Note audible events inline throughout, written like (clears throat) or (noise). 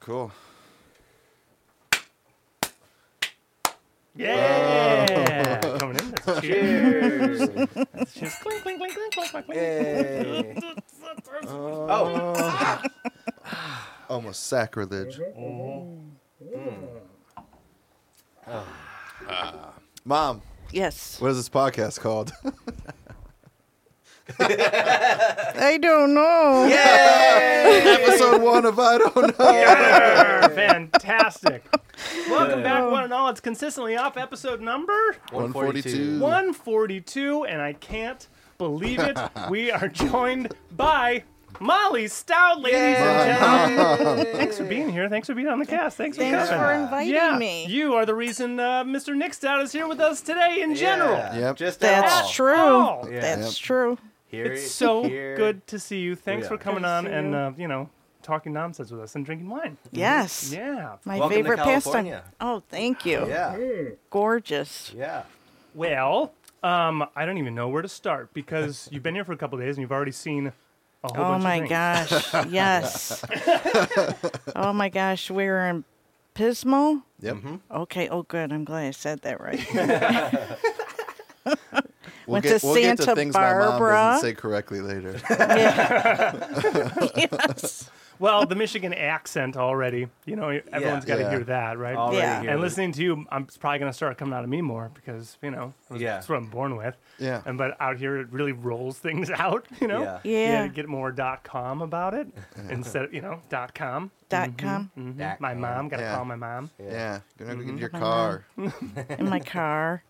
Cool. Yeah, coming in. That's a cheers. That's just clink, clink, clink, clink, clink, clink, clink. Hey. Oh. Almost sacrilege. Mm-hmm. Mm. Ah. Mom, Yes. what is this podcast (laughs) called? I don't know. Episode one of I don't know. Yeah, Fantastic. Welcome back, one and all. It's consistently off episode number 142. 142, and I can't believe (laughs) it. We are joined by Molly Stout, ladies and gentlemen. Thanks for being here. Thanks for being on the cast. Thanks, Thanks for for coming. inviting me. you are the reason uh, Mr. Nick Stout is here with us today in general. Yep. Just at That's all. true. Oh. Yeah. That's Yep. true. Here, It's so here. good to see you. Thanks for are. coming Good to on see and you. uh, you know talking nonsense with us and drinking wine. Yes. Yeah. My Welcome to favorite pastime. California. Oh, thank you. Yeah. Gorgeous. Yeah. Well, um, I don't even know where to start because you've been here for a couple days and you've already seen a whole bunch Oh of my things. gosh. (laughs) Yes. oh my gosh. We were in Pismo. Yep. Okay. Oh, good. I'm glad I said that right. We'll Went get, to we'll get to Santa things my mom Barbara. doesn't say correctly (laughs) later. (laughs) yes. Well, the Michigan accent already. You know, everyone's got to Yeah. hear that, right? Already Yeah. here. And listening to you, I'm it's probably gonna start coming out of me more because you know it was- Yeah. that's what I'm born with. Yeah. And but out here, it really rolls things (laughs) out. You know. Yeah. You had to Yeah. get more dot com about (laughs) it instead of you know dot com. Mm-hmm. Dot com Back My home. mom got to Yeah. call my mom. yeah. You're going to get your car. I'm in (laughs) my car.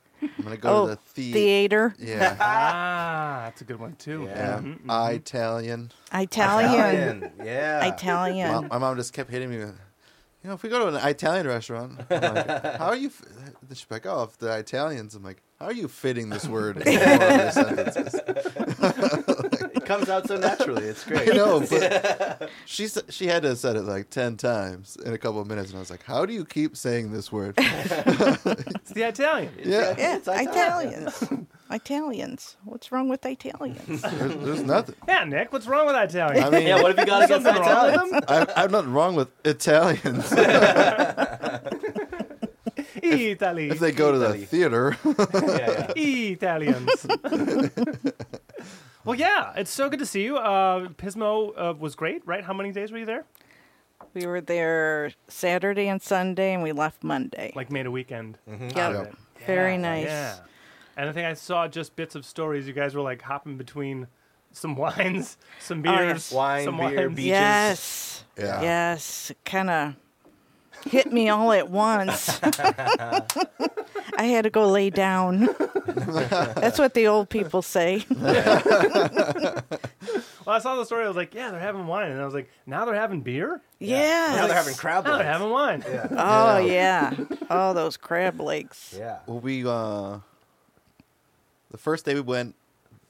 going to go Mm-hmm. oh, to the theater. theater. (laughs) Yeah. Ah, that's a good one too. Yeah. yeah. Mm-hmm. Italian. Italian. Italian. Yeah. Italian. Mom, my mom just kept hitting me with, you know, if we go to an Italian restaurant, I'm (laughs) like, how are you? F-? She's like, oh, if the Italians. I'm like, how are you fitting this (laughs) word into one of your sentences? It comes out so naturally. It's great. (laughs) You know, but she s- she had to have said it like ten times in a couple of minutes, and I was like, how do you keep saying this word? It's the Italian. yeah, yeah, It's Italian. Italians. Italians. What's wrong with Italians? there's, there's nothing. Yeah, Nick, what's wrong with Italian? I mean, (laughs) Yeah. What have you got against Something wrong with Italians? them? I, I'm not wrong with (laughs) Italians Italy. if they go to the Italy. theater. yeah, yeah. Italians. (laughs) well, yeah, it's so good to see you. Uh, Pismo uh, was great, right? How many days were you there? We were there Saturday and Sunday, and we left Monday. Like made a weekend. Yep. out of it. Mhm. Very Yeah, nice. Yeah. And I think I saw just bits of stories. You guys were like hopping between some (laughs) wines, some Oh, yeah. beers, Wine, some beer, wines. beach. Yes. Yeah. Yes. Kind of hit me all at once. (laughs) I had to go lay down. That's what the old people say. Well, I saw the story. I was like, yeah, they're having wine, and I was like, now they're having beer. Yeah. Now they're having crab Now legs. they're having wine. Yeah. Oh yeah. (laughs) Oh, those crab legs. Yeah. Well, we uh, the first day we went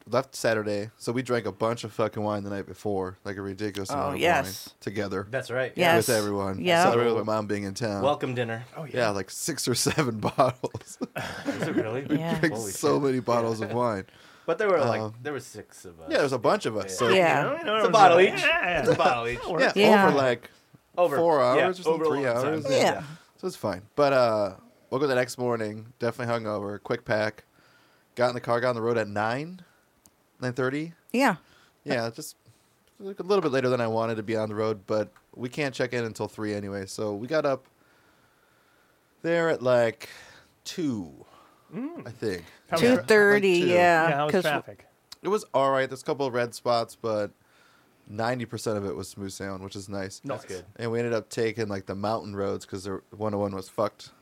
left Saturday, so we drank a bunch of fucking wine the night before, like a ridiculous amount of Oh, yes. wine together That's right. Yeah. with everyone. Yeah. celebrating with my mom being in town. Welcome dinner. Oh yeah. yeah, like six or seven (laughs) bottles, Is it really? Yeah. like Holy so shit. many bottles of wine. But there were like Um, there were six of us. Yeah, there's a bunch of us. So Yeah. You (laughs) know, you know It's a what I'm bottle saying? each. Yeah, It's a bottle each. yeah. yeah, Yeah. over like Over four hours yeah, or something, over a three long time. hours. Yeah. So it's fine. But uh woke up the next morning, definitely hungover, quick pack. Got in the car, got on the road at nine, nine thirty. Yeah. Yeah, just like a little bit later than I wanted to be on the road, but we can't check in until three anyway. So we got up there at like two, I think. How was Two tra- thirty. Like two. Yeah. yeah, how was 'cause- traffic? It was all right. There's a couple of red spots, but ninety percent of it was smooth sound, which is nice. No, That's good. and we ended up taking like the mountain roads because the 101 was fucked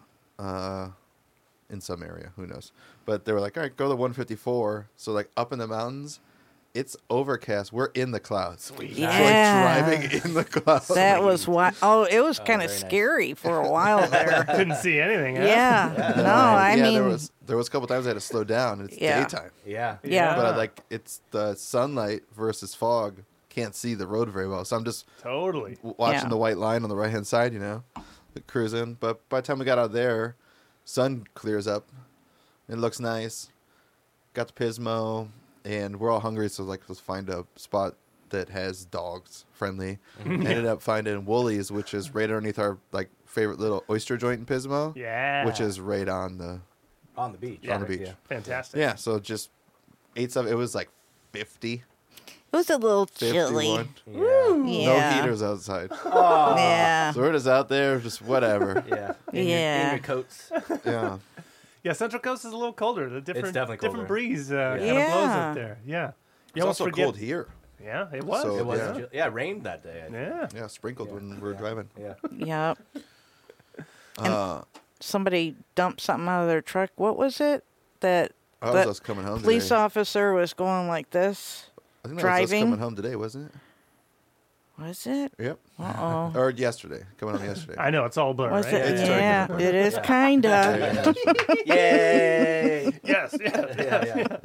uh, in some area who knows but they were like all right go to 154 so like up in the mountains it's overcast we're in the clouds We're, Yeah. like driving in the clouds (laughs) That was why. Oh, it was kind very of nice. scary for a while there. Couldn't see anything. huh? yeah. No, I yeah mean, there was there was a couple times i had to slow down and it's Yeah. daytime Yeah. Yeah. but Ah. I, like it's the sunlight versus fog can't see the road very well so i'm just totally. w- watching Yeah. the white line on the right hand side, you know, cruising. But by the time we got out of there, sun clears up. It looks nice. Got to Pismo, and we're all hungry, so like let's find a spot that has dogs friendly. Ended up finding Woolies, which is right underneath our like favorite little oyster joint in Pismo. Yeah. Which is right on the on the beach. Yeah. On the beach. Yeah. fantastic. yeah. So just ate some. It was like 50, It was a little chilly. 51. Yeah. Yeah. No heaters outside. (laughs) Yeah. So we're just out there, just (laughs) whatever. Yeah. (laughs) In Your, Yeah. in your (laughs) coats. yeah. Yeah, Central Coast is a little colder. The different definitely colder. different breeze uh, kind of Yeah. blows up there. Yeah. You It's almost also forget- cold here. Yeah, it was. So, It was. Yeah. Yeah, ju- yeah it rained that day. I think. Yeah. Yeah, sprinkled Yeah. when we are Yeah. driving. Yeah. Yep. Uh, Somebody dumped something out of their truck. What was it? That I was But just coming home. police today. officer was going like this. I think that was us driving. coming home today, wasn't (laughs) Was it? it? Yep. Uh oh. Or yesterday. Coming home yesterday. I know it's all blur, Was right? it? It's Yeah. very Yeah, different. (laughs) it is kind of. (laughs) Yay! (laughs) Yes, yeah, yeah. yeah, yeah.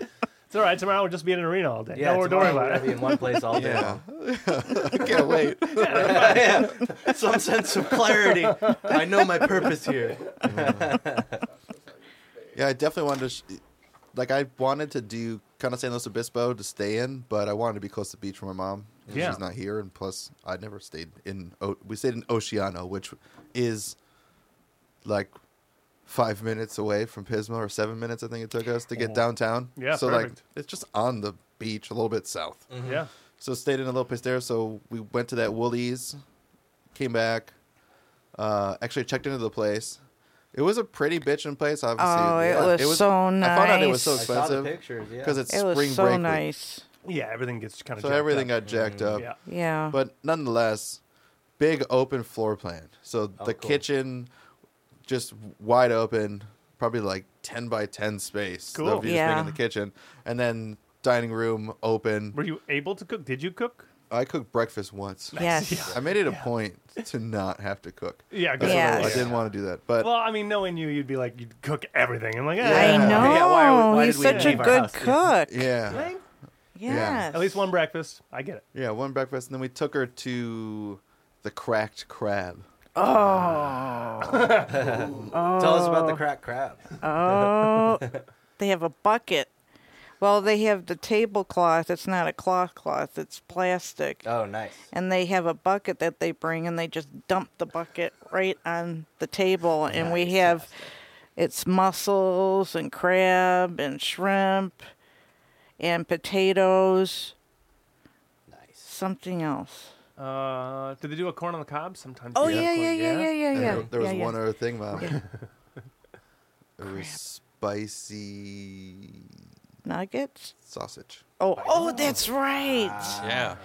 yeah. It's all right. Tomorrow we'll just be in an arena all day. Yeah, no, don't worry tomorrow we're about gonna it. Be in one place all day. (laughs) Yeah. long. I (laughs) can't wait. (laughs) yeah. Some sense of clarity. I know my purpose here. Yeah, I definitely wanted to, sh- like, I wanted to do kind of San Luis Obispo to stay in, but I wanted to be close to the beach for my mom. and Yeah. She's not here, and plus, I never stayed in, o- we stayed in Oceano, which is like five minutes away from Pismo, or seven minutes, I think it took us to get downtown. Oh. Yeah, So, like, perfect. it's just on the beach, a little bit south. Yeah. So stayed in a little place there. So we went to that Woolies, came back. Uh, actually checked into the place. It was a pretty bitchin' place. Obviously, Oh, it was so I found out it was so nice. I saw the expensive pictures. Yeah. because it's It spring was so break. week. nice. Yeah, everything gets kind of So everything got jacked up. Mm-hmm. Yeah. Yeah. But nonetheless, big open floor plan. So Oh, the cool. kitchen, just wide open, probably like ten by ten space. Cool. That'd be just big Yeah. in the kitchen, and then dining room open. Were you able to cook? Did you cook? I cooked breakfast once. yes. Yeah. I made it a point to not have to cook. Yeah, That's what I, was- I Yes. didn't want to do that, but Well, I mean, knowing you, you'd be like, you'd cook everything. I'm like, eh. Yeah. I know. Yeah, why would- why He's did we such a leave our good house? cook. yeah, Yes. At least one breakfast. I get it. yeah, one breakfast, and then we took her to the cracked crab. Oh. Tell us about the crack crab. Oh. (laughs) they have a bucket. Well, they have the tablecloth. It's not a cloth cloth. It's plastic. Oh, nice. and they have a bucket that they bring and they just dump the bucket right on the table and we have it's mussels and crab and shrimp and potatoes Nice. something else Uh, did they do a corn on the cob? Sometimes. oh they do yeah corn- yeah yeah yeah yeah And Oh, yeah there, there was yeah, yeah. one other thing, mom. Yeah. (laughs) It was spicy nuggets sausage. oh oh that's right Yeah,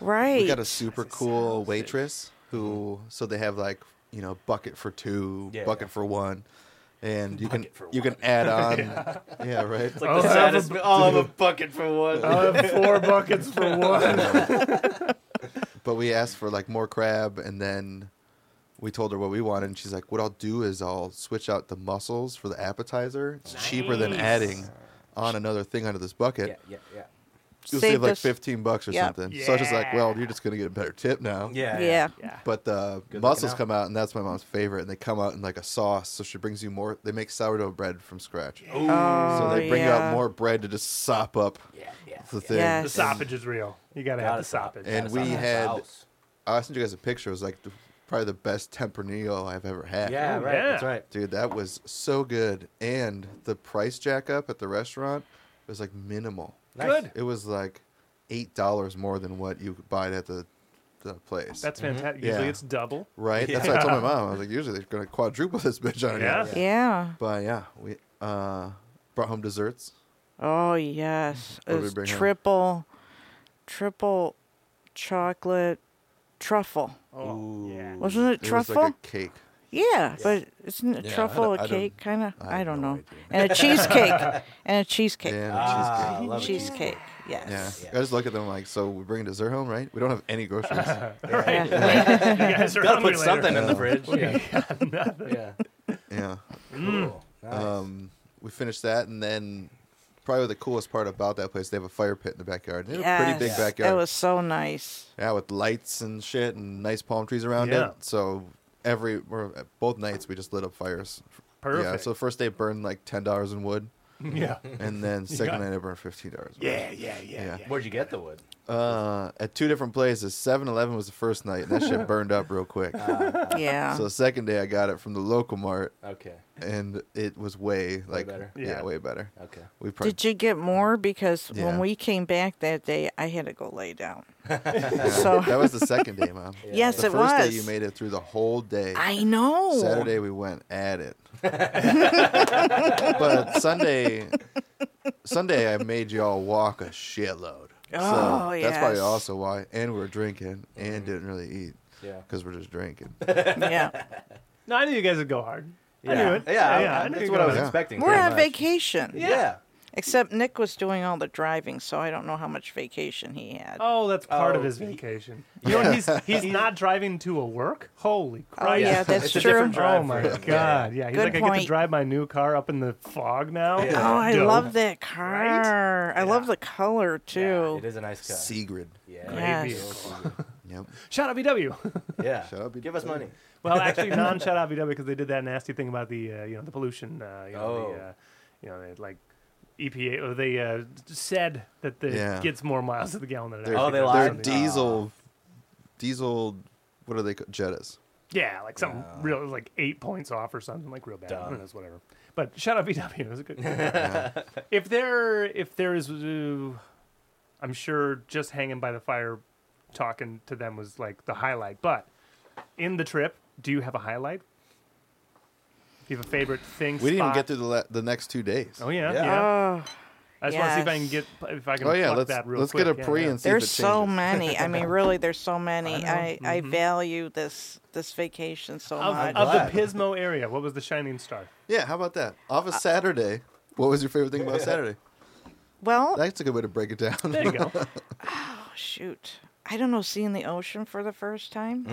right Ah. we got a super cool waitress who. So they have like you know bucket for two, Yeah, bucket yeah. for one, and you Bucket can for you can add on. yeah. right. It's like I'll the have saddest. I'll have a bucket for one. I'll have Uh, four buckets (laughs) for one. (laughs) But we asked for like more crab, and then we told her what we wanted, and she's like, "What I'll do is I'll switch out the mussels for the appetizer. It's cheaper than Nice. adding on another thing under this bucket. yeah, yeah, yeah. You'll Saved save like us- fifteen bucks or Yep. something." So I was just like, "Well, you're just gonna get a better tip now." Yeah. yeah yeah. But the Good mussels looking come out, and that's my mom's favorite. And they come out in like a sauce, so she brings you more. They make sourdough bread from scratch, Ooh. oh so they bring yeah. out more bread to just sop up yeah, yeah. the yeah. thing. Yeah. The soppage is real. You gotta have Gotta the stop soppage. And Gotta we stop at the had- house. I sent you guys a picture. It was like the- probably the best tempranillo I've ever had. Yeah, Ooh, right. yeah. That's right. Dude, that was so good. And the price jack up at the restaurant was like minimal. Nice. Good. It was like eight dollars more than what you could buy it at the the place. That's fantastic. Usually Yeah. it's double. right? That's what I told my mom. I was like, usually they're gonna quadruple this bitch on Yeah. you. yeah But yeah, we uh brought home desserts. Oh yes, What did we it's bring home? triple, triple chocolate truffle. Oh, yeah. Wasn't it It was truffle? like a cake. yeah, but isn't it Yeah, I truffle don't- I a don't- cake kind of? I I, have don't no know. idea. And (laughs) a cheesecake, and a cheesecake, And Ah, cheesecake. love a cheesecake. Yeah. Yes. I just look at them like, so we bring dessert home, right? We don't have any groceries. (laughs) Right. You guys are Gotta hungry put later. something in the fridge. (laughs) Yeah. yeah. yeah. Mm. Cool. Nice. Um, we finished that, and then probably the coolest part about that place, they have a fire pit in the backyard. They have a pretty big Yes, backyard. It was so nice. yeah, with lights and shit, and nice palm trees around Yeah. it. So every or both nights we just lit up fires. Yeah, Perfect. so first day burned like ten dollars in wood. (laughs) Yeah. and then second got- night I burned fifteen dollars. Yeah, yeah, yeah, Yeah. yeah. Where'd you get the wood? Uh, at two different places. 7-Eleven was the first night, and that shit burned up real quick. Yeah. So the second day I got it from the local mart, Okay. and it was way like better. Yeah, Yeah. way better. Okay. We probably Did you get more? Because Yeah. when we came back that day, I had to go lay down. so that was the second day, mom. (laughs) yes, the it first was. day you made it through the whole day. I know. Saturday we went at it, but (laughs) Sunday, Sunday I made y'all walk a shitload. Oh, so that's probably yes. also why. And we we're drinking and didn't really eat Yeah. because we're just drinking. Yeah. No, I knew you guys would go hard. Yeah. knew it. Yeah. Yeah, I- yeah, I- I knew that's you what I was got it. expecting. We're pretty on much. vacation. Yeah. Except Nick was doing all the driving, so I don't know how much vacation he had. Oh, that's part of Oh, his he- vacation. You know, he's he's not driving to a work. Holy Oh, Christ! yeah, that's It's a true. different drive Oh my for him. God! Yeah, he's Good like, I get to point. drive my new car up in the fog now. Yeah. Oh, I Dope. love that car. I love the color Yeah, too. It is a nice cut. Sigrid. Yeah. Yes. Yep. Shout out VW. (laughs) Yeah. Shut up, you Give us money. (laughs) well, actually, non shout out VW because they did that nasty thing about the uh, you know the pollution. Uh, you know, Oh. the, uh, you know, they, like EPA. Or they uh, said that the Yeah. gets more miles to the gallon than it They're- Oh, they actually does. lied? They're Something. diesel, diesel. What are they called? Jettas. Yeah, like something Yeah. real, like eight points off or something, like real bad. I Dumb. don't know, it's whatever. But shout out VW. It was a good. (laughs) Yeah. if there, if there is, uh, I'm sure just hanging by the fire, talking to them was like the highlight. But in the trip, do you have a highlight? Do you have a favorite thing? We didn't even spot? get through the la- the next two days. Oh yeah, Yeah. yeah. Oh, I just want to see if I can yes. get if I can. Oh, yeah, pluck let's- that real let's quick. get a pre yeah, and- See if there's it so changes. many. I mean, really, there's so many. know. Mm-hmm. I, I, value this this vacation so Of, much. of glad. the Pismo area, what was the shining star? Yeah, how about that? Off a Saturday. What was your favorite thing about Saturday? well, That's a good way to break it down. There (laughs) you go. oh, shoot, I don't know. Seeing the ocean for the first time.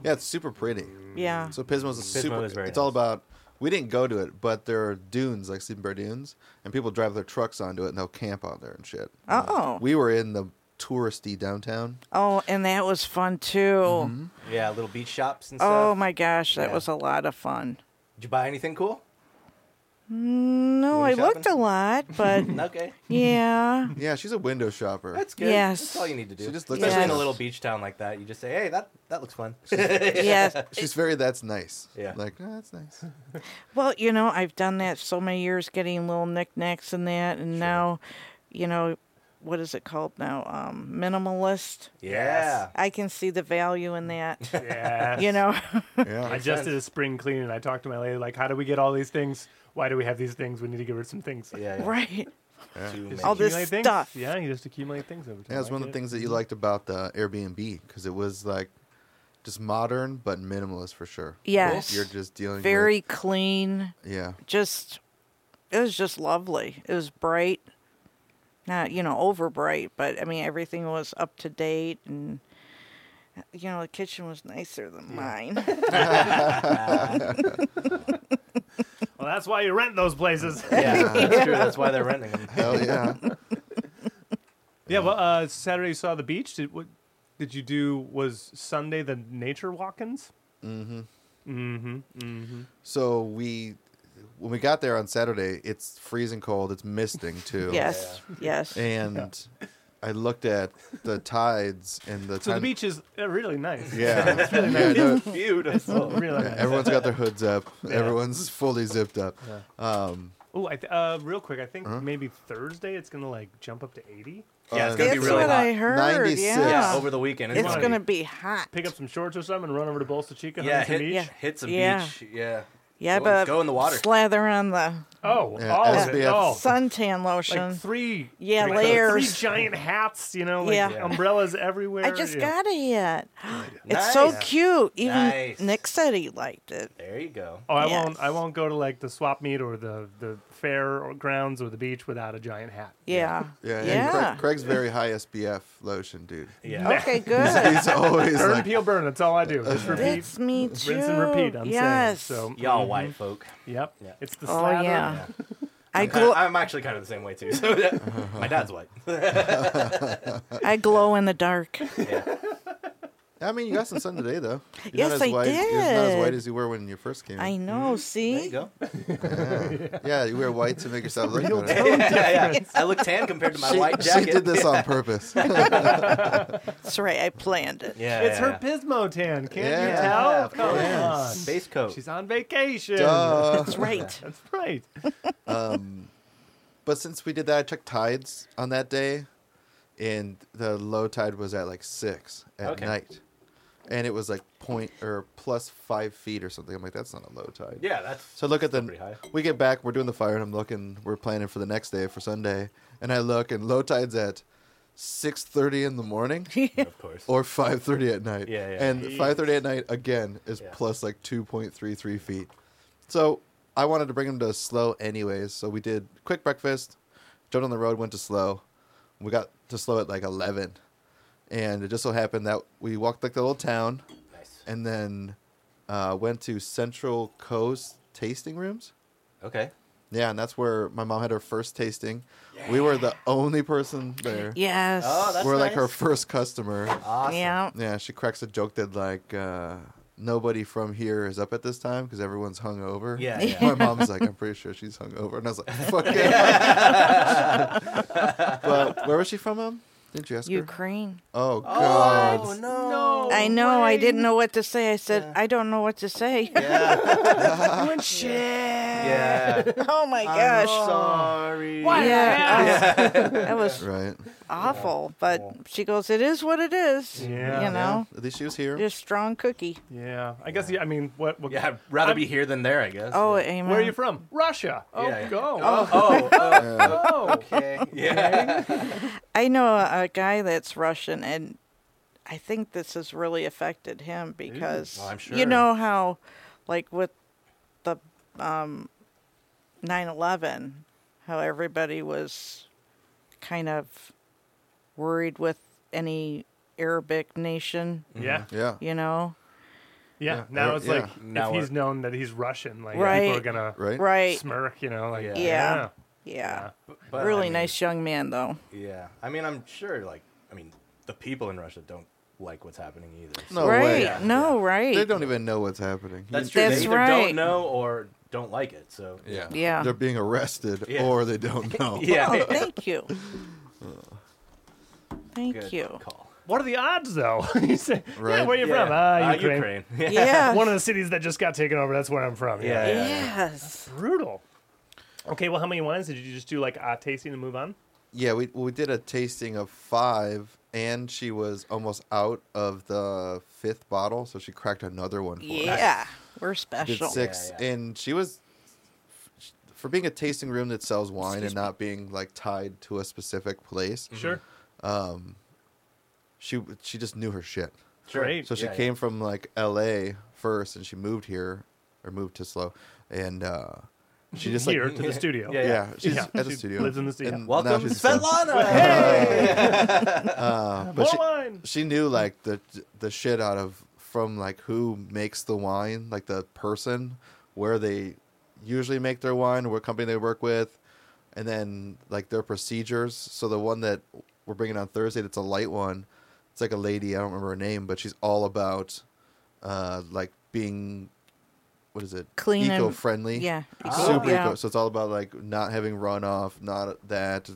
(laughs) yeah, it's super pretty. Yeah. So Pismo's a super. is very it's all nice. about. We didn't go to it, but there are dunes like Sleeping Bear Dunes, and people drive their trucks onto it and they'll camp out there and shit. Uh oh. We were in the touristy downtown. Oh, and that was fun too. Yeah. Little beach shops and stuff. Oh my gosh, that Yeah. was a lot of fun. Did you buy anything cool? No, went I looked a shopping? lot, (laughs) but Okay. yeah. Yeah, she's a window shopper. That's good. Yes. That's all you need to do. She just looks Especially at in a us. little beach town like that, you just say, "Hey, that that looks fun." Yes. she's very. That's nice. Yeah. Like "Ah, that's nice. Well, you know, I've done that so many years getting little knickknacks and that and now, you know, what is it called now? Um minimalist. (laughs) yeah. I can see the value (laughs) in that. Yeah, you know. I Yeah. just did a spring clean and I talked to my lady like, how do we get all these things? Why do we have these things? We need to give her some things. Yeah. yeah. (laughs) right. Too many. All this Accumulate things. stuff. Yeah, you just accumulate things over time. Yeah, it's I one of get the it. things that you liked about the Airbnb because it was like just modern but minimalist for sure. Yes. You're just dealing Very clean. with, yeah. Just it was just lovely. It was bright. Not, you know, over bright, but I mean everything was up to date and you know, the kitchen was nicer than mine. Well, that's why you rent (laughs) those places. (laughs) Yeah, that's true. That's why they're renting them. Hell yeah. yeah. Well, uh, Saturday you saw the beach. Did what? Did you do? Was Sunday the nature walk-ins? Mm-hmm. Mm-hmm. So we, when we got there on Saturday, it's freezing cold. It's (laughs) misting too. Yes. Yes. And I looked at the tides and the So the time- beach is uh, really nice. (laughs) Yeah. Yeah, no, (laughs) Beautiful. Really nice. everyone's got their hoods up. Everyone's fully zipped up. Um, Oh, I th- uh, real quick, I think Uh-huh. maybe Thursday it's gonna like jump up to eighty. Yeah, it's Uh, gonna That's be really what hot. I heard. 96. Yeah. Yeah, over the weekend. it's Right. going to be hot. Pick up some shorts or something and run over to Bolsa Chica. yeah, Huntington hit, Beach. Yeah. hit some Yeah. beach. Yeah. yeah, go, but go in the water. Slather on the Oh, Yeah, all of it. SPF. Oh, suntan lotion. like three Yeah, three, layers. three giant hats you know like Yeah. Yeah. umbrellas everywhere I just yeah. got it. yet. It's so Nice. cute. Even Nice. Nick said he liked it. there you go. oh i Yes. won't i won't go to like the swap meet or the the fair or grounds or the beach without a giant hat Yeah. yeah. Yeah. and Craig, Craig's very high SPF lotion, dude. Yeah. (laughs) Okay, good. (laughs) He's always burn like, peel burn that's all i do just repeat That's me too. rinse and repeat i'm yes. saying so Y'all white folk. yep Yeah. it's the Oh, slather yeah. (laughs) I, Kinda- glow, I'm actually kind of the same way too. (laughs) So yeah. my dad's white. I glow in the dark. yeah. I mean, you got some sun today, though. You're Yes, not as I white, You're not as did. white as you were when you first came. I in. know. See, There you go. Yeah, you wear white to make (laughs) yourself look Real better. tone yeah, yeah, yeah. I look tan compared to my white She, jacket. she did this yeah. on purpose. that's right. I planned it. (laughs) Yeah, It's her yeah. Pismo tan. Can't you Yeah, tell? of Come course. on. base coat. She's on vacation. Duh. That's right. That's right. Um, but since we did that, I checked tides on that day, and the low tide was at like six at Okay. night, and it was like point or plus five feet or something. I'm like, that's not a low tide. yeah, that's So I look at pretty high. the. We get back. We're doing the fire, and I'm looking. We're planning for the next day for Sunday, and I look, and low tide's at six thirty in the morning of course. or five thirty at night. Yeah, yeah. And five thirty at night again is Yeah. plus like two point three three feet. So I wanted to bring him to slow anyways. So we did quick breakfast, jumped on the road, went to slow. We got to slow at like eleven, and it just so happened that we walked like the little town, nice. and then uh, went to Central Coast tasting rooms. Okay. Yeah, and that's where my mom had her first tasting. We were the only person there. Yes. Oh, that's we're like her nice. first customer. Awesome. Yeah. Yeah, she cracks a joke that like uh, nobody from here is up at this time because everyone's hung over. Yeah, yeah. my mom's (laughs) like, I'm pretty sure she's hung over, and I was like, fuck it. (laughs) but where was she from, mom? Didn't you ask her? Ukraine. Oh god. Oh no. I know. I way. didn't know what to say. I said, I don't know what to say. Yeah. Ah. Doing shit. yeah. (laughs) oh my (laughs) I'm gosh. sorry. (laughs) What? Yeah. Yeah. That was Right. awful. But she goes, it is what it is. Yeah. You know, At least she was here. just strong cookie. Yeah. I guess. Yeah. I mean, what? what Yeah, I'd rather I'm- be here than there, I guess. Oh, yeah. amen. Where are you from? Russia. Oh, Yeah, yeah. go. Oh, oh, Yeah. Oh. okay. (laughs) Yeah. I know a a guy that's Russian, and I think this has really affected him because Well, I'm you sure. know how, like with the um, 9/11, how everybody was kind of worried with any Arabic nation, Yeah. yeah. you know, Yeah. Yeah. Mm-hmm. Now Yeah. it's Yeah. like Now if he's what? known that he's Russian, like Right. people are gonna Right. right? smirk. You know, like Yeah. Yeah. yeah. Yeah, But, really I mean, nice young man though. Yeah. I mean, I'm sure, like, I mean, the people in Russia don't like what's happening either. No right? way. Yeah. No, right? They don't even know what's happening. That's true. That's they either right. don't know or don't like it. So, yeah. Yeah. They're being arrested Yeah. or they (laughs) don't know. (laughs) yeah. Oh, thank you. Thank Good you. call. What are the odds, though? (laughs) you say, yeah, Right. where you Yeah. from? Ah, Ah, Ukraine. Ukraine. (laughs) Yeah. Yeah. One of the cities that just got taken over. That's where I'm from. (laughs) Yeah. Yes. Brutal. Okay, well, how many wines did you just do, like a tasting and move on? Yeah, we we did a tasting of five, and she was almost out of the fifth bottle, so she cracked another one. For us. Yeah, we're did special. six, Yeah, yeah. and she was for being a tasting room that sells wine and not being like tied to a specific place. Sure. She she just knew her shit. Sure. Great. So she Yeah, yeah. came from like L.A. first, and she moved here or moved to Slow, and uh, she just like Here to the studio. Yeah, yeah, she's Yeah, at the she studio. lives in the studio. and now Welcome, she's in Slough. Svetlana. Hey! Uh, More but she, wine! she knew like the the shit out of from like who makes the wine, like the person, where they usually make their wine, what company they work with, and then like their procedures. So the one that we're bringing on Thursday, that's a light one. It's like a lady, I don't remember her name, but she's all about uh like being what is it? Clean and- eco-friendly. Yeah. Super Oh, yeah. eco. So it's all about like not having runoff, not that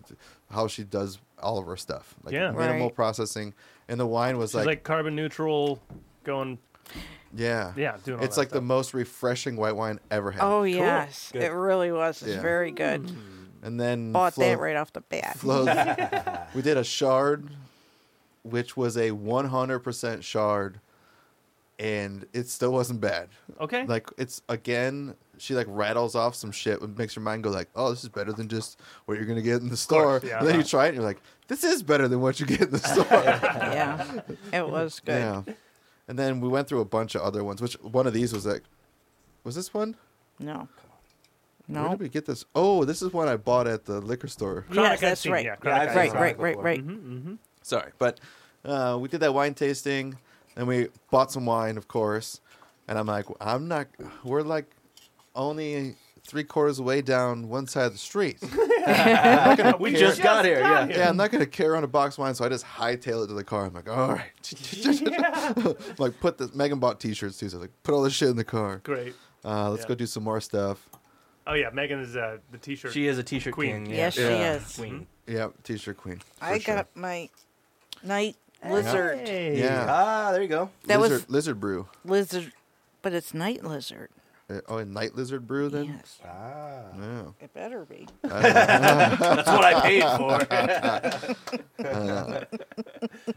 how she does all of her stuff. Like Yeah. minimal Right. processing. And the wine was She's like, like, carbon neutral, going, yeah. yeah, doing all It's that like the stuff. most refreshing white wine ever had. Oh yes, Good. it really was. It's Yeah. Mm. very good. and then Bought Flo- that right off the bat. (laughs) Flo- we did a shard, which was a 100% shard, and it still wasn't bad. Okay. Like it's again, she like rattles off some shit, and makes your mind go like, "Oh, this is better than just what you're gonna get in the store." course, yeah. and then you try it, and you're like, "This is better than what you get in the store." (laughs) yeah, it was good. yeah. And then we went through a bunch of other ones. Which one of these was like, was this one? No, Where no. did we get this? Oh, this is one I bought at the liquor store. Chronic Yes, I've that's seen, right. Yeah, Yeah, Chronic I've I've Right, seen. right, Right. right, right. Mm-hmm. Sorry, but uh, we did that wine tasting, and we bought some wine, of course. And I'm like, I'm not. We're like only three quarters of the way down one side of the street. (laughs) we just got here, yeah. yeah, I'm not gonna carry around a box of wine, so I just hightail it to the car. I'm like, all (laughs) (laughs) right, like put the Megan bought T-shirts too. So like, put all this shit in the car. Great. Uh, let's Yeah. go do some more stuff. Oh yeah, Megan is uh, the t-shirt. She is a t-shirt Queen. queen. Yeah. Mm-hmm. Yes, she Yeah. is. Queen. Yeah, T-shirt queen. for I sure. got my night lizard. Hey. yeah, Ah, there you go. That was- lizard, lizard brew. Lizard, but it's night lizard. Uh, Oh, and night lizard brew then. Mm-hmm. Yes, Ah, Yeah. it better be. that's what I paid (laughs) for.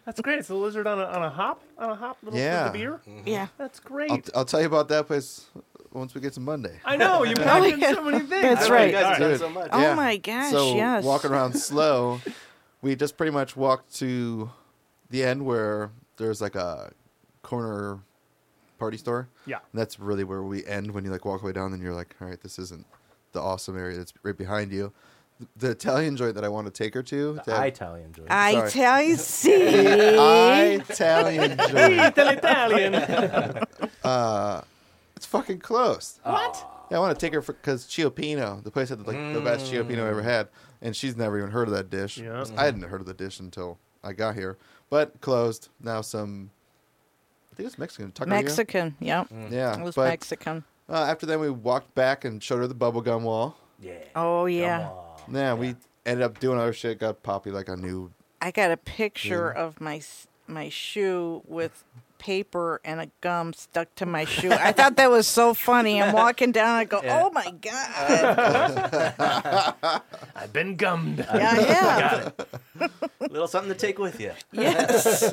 That's great. It's a lizard on a, on a hop on a hop little Yeah. yeah. beer. Yeah. That's great. I'll, I'll tell you about that place once we get to Monday. I know (laughs) you packed in so many things. That's I don't know, right. You guys have done Dude. so much. Oh my gosh, So yes. walking (laughs) around slow, we just pretty much walked to the end where there's like a corner party store. Yeah. And that's really where we end when you like walk away down and you're like, all right, this isn't the awesome area that's right behind you. The Italian joint that I want to take her to. to I Italian joy. I Sorry. tell (laughs) you, see, Italian joint. Italian. It's fucking closed. What? Yeah, I want to take her because Chiopino, the place had like the best Chiopino I ever had, and she's never even heard of that dish. Yeah. I hadn't heard of the dish until I got here, but closed now. Some, I think it's Mexican. Taqueria? Mexican. Yep, Yeah, it was Mm. but Mexican. uh, after then we walked back and showed her the bubblegum wall. Yeah. Oh Come yeah, on. Yeah, we ended up doing other shit. Got Poppy like a new. I got a picture of my s- my shoe with paper and a gum stuck to my shoe. I thought that was so funny. I'm walking down, I go, Yeah. oh my god, (laughs) I've been gummed. (laughs) yeah, yeah. Little something to take with you. Yes.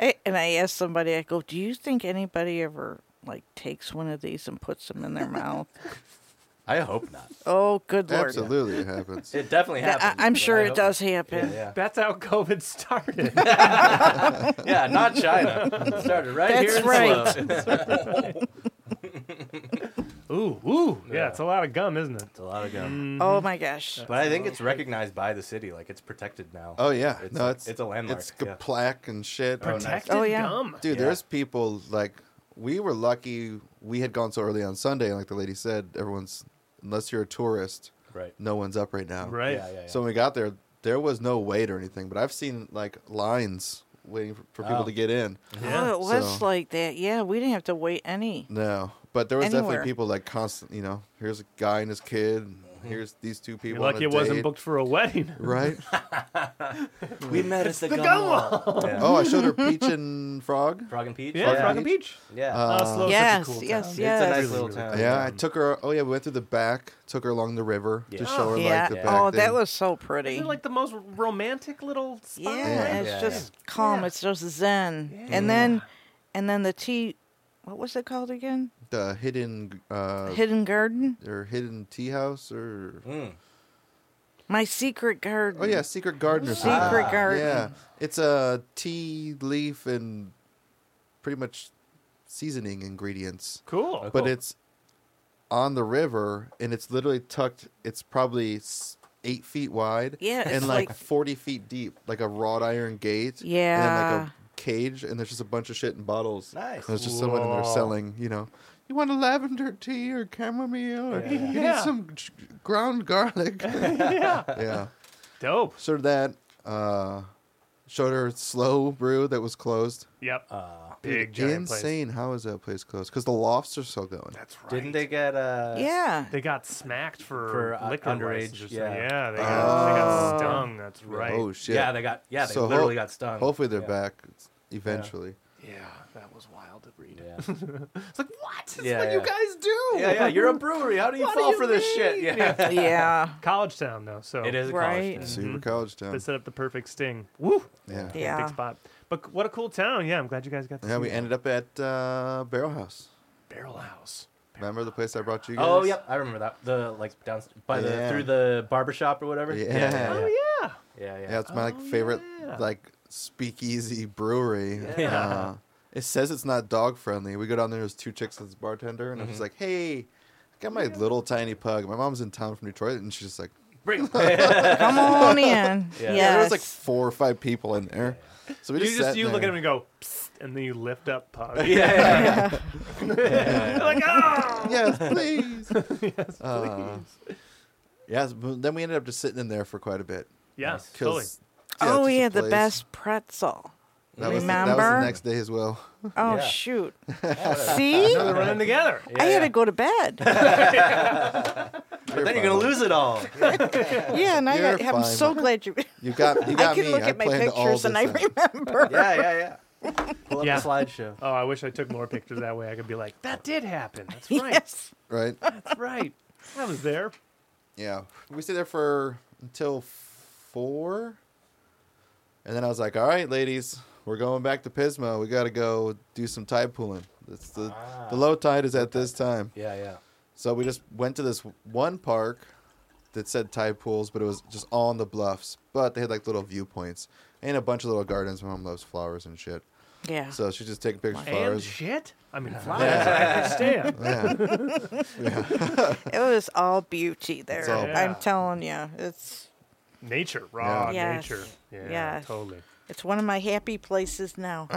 I, and I asked somebody, I go, do you think anybody ever like takes one of these and puts them in their mouth? I hope not. Oh, good lord. Absolutely, it happens. (laughs) It definitely I, happened. I'm but sure I it hope- does happen. (laughs) Yeah, That's how COVID started. yeah, not China. It started right That's here in right. Sloan. It's (laughs) ooh, ooh. Yeah, it's a lot of gum, isn't it? a lot of gum. Oh my gosh. But I think it's recognized by the city. Like it's protected now. Oh yeah, It's no, a- it's it's a landmark, It's yeah. plaque and shit. Protected Oh, yeah. gum. Dude, Yeah. there's people like we were lucky we had gone so early on Sunday, and like the lady said, everyone's unless you're a tourist, Right. no one's up right now. Right. Yeah, yeah, yeah. So when we got there, there was no wait or anything, but I've seen like lines waiting for, for people Oh. to get in. Oh, it was So- like that. Yeah, we didn't have to wait any. No, but there was Anywhere. definitely people like constant. You know, here's a guy and his kid. and Here's these two people. You're on lucky a it wasn't date. booked for a wedding. Right. We met at the, the gum gum wall. Yeah. oh, I showed (laughs) her peach and frog. Frog and Peach. Yeah, Yeah. Frog and Peach. Yeah. Uh, Oslo's yes, such a cool yes, town. it's a nice yes. little town. Yeah, I took her. Oh yeah, we went through the back. Took her along the river Yeah. to show her yeah. like the back. oh, that thing. was so pretty. Isn't it like the most romantic little spot? yeah, Yeah. it's Yeah, just calm. Yeah. It's just zen. And then, and then the tea. What was it called again? the hidden uh Hidden garden. or hidden tea house or Mm. My secret garden. oh yeah secret garden or something. Secret Ah, garden. yeah it's a tea leaf and pretty much seasoning ingredients Cool. Okay. but Cool. it's on the river and it's literally tucked it's probably s- eight feet wide Yeah, it's and like, like- 40 feet deep like a wrought iron gate and then Yeah. like a cage and there's just a bunch of shit in bottles Nice. there's just someone in there Whoa. selling you know you want a lavender tea or chamomile or you Yeah. need some g- ground (laughs) garlic (laughs) yeah. (laughs) yeah Dope. showed her that uh showed her slow brew that was closed Yep. Uh, Big giant place. insane how is that place closed because the lofts are still going That's right. didn't they get uh Yeah. (laughs) They got smacked for, For, uh, liquor underage, license or something. yeah. yeah they, got, they got stung. That's right. oh shit Yeah, they got yeah, they So ho- literally got stung. Hopefully they're Yeah. back eventually. yeah, that was wild to read. Yeah. It's like what? It's Yeah, what yeah. you guys do. yeah, yeah, you're a brewery. How do you What do fall you for this shit? mean? Yeah. yeah. College town though, so (laughs) It is a Right. college town. Super college town. They set up the perfect sting. Woo! Yeah. yeah. Yeah. Big spot. But c- what a cool town. Yeah, I'm glad you guys got to see we it. ended up at uh, Barrel House. Barrel House. Remember the place I brought you guys? Oh yep, I remember that. The like down by the Yeah. through the barber shop or whatever. Yeah. yeah, Oh yeah. yeah. yeah, yeah. Yeah, it's my like favorite Oh, yeah. like speakeasy brewery. Yeah. Uh, it says it's not dog friendly. We go down there. There's two chicks as Mm-hmm. bartender, and I'm just like, "Hey, I got my little tiny pug. My mom's in town from Detroit, and she's just like, (laughs) Bring 'em." Come on in. Yeah. Yes. Yeah, there was like four or five people in there. So we You just, just sat you look at there. him and go, Psst, and then you lift (laughs) up Pug. yeah, yeah, (laughs) You're like, oh, (laughs) Yes, please. yes, Uh, please. yes, but then we ended up just sitting in there for quite a bit. Yeah, 'Cause- totally. oh just yeah, a the place. (laughs) best pretzel. That was, the, that was Remember? the next day as well. Oh Yeah. shoot. (laughs) whatever. See? They're running together. Yeah, I had yeah. to go (laughs) to bed. But Then you're gonna lose it (laughs) all. Yeah, and I You're got, I'm fine. so glad you. (laughs) You got, you got (laughs) I can me. look I at my planned all pictures and I this out. remember. (laughs) Yeah, yeah, yeah. Pull up Yeah. the slideshow. Oh, I wish I took more pictures that way. I could be like, that did happen. (laughs) That's right. Yes. Right? That's right. I was there. Yeah. We stayed there for until four. And then I was like, all right, ladies, we're going back to Pismo. We got to go do some tide pooling. It's the, Ah. the low tide is at this time. yeah, yeah. So we just went to this one park that said tide pools, but it was just all on the bluffs. But they had like little viewpoints and a bunch of little gardens. My mom loves flowers and shit. Yeah. So she's just taking pictures of And flowers. shit. I mean, (laughs) flowers. I understand. Yeah. It was all beauty there. all- Yeah. I'm telling you, it's Nature, raw Yeah. Yes. nature. Yeah, Yes. totally. it's one of my happy (laughs) places now.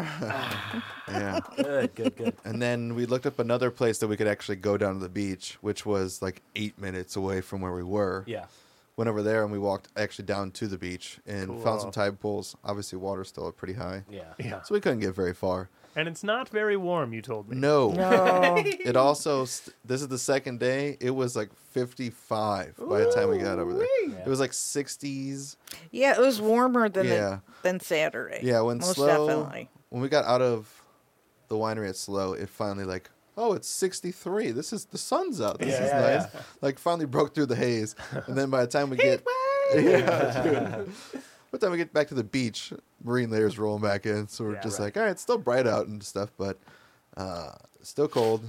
yeah. Good, good, good. And then we looked up another place that we could actually go down to the beach, which was like eight minutes away from where we were. Yeah. Went over there and we walked actually down to the beach and Cool. found some tide pools. Obviously, water's still pretty high. Yeah. Yeah. So we couldn't get very far. And it's not very warm, you told me. No. No. (laughs) It also, st- this is the second day. It was like 55 by the time we got over there. Yeah. It was like 60s. Yeah, it was warmer than the- Yeah. than Saturday. Yeah, when most slow, definitely. when we got out of the winery at slow, it finally like, oh, it's 63. This is the sun's out. This Yeah, is yeah, nice. Like finally broke through the haze, and then by the time we get, yeah, dude. by the time we get back to the beach, marine layers rolling back in, so we're Yeah, just right. like, all right, it's still bright out and stuff, but uh, still cold.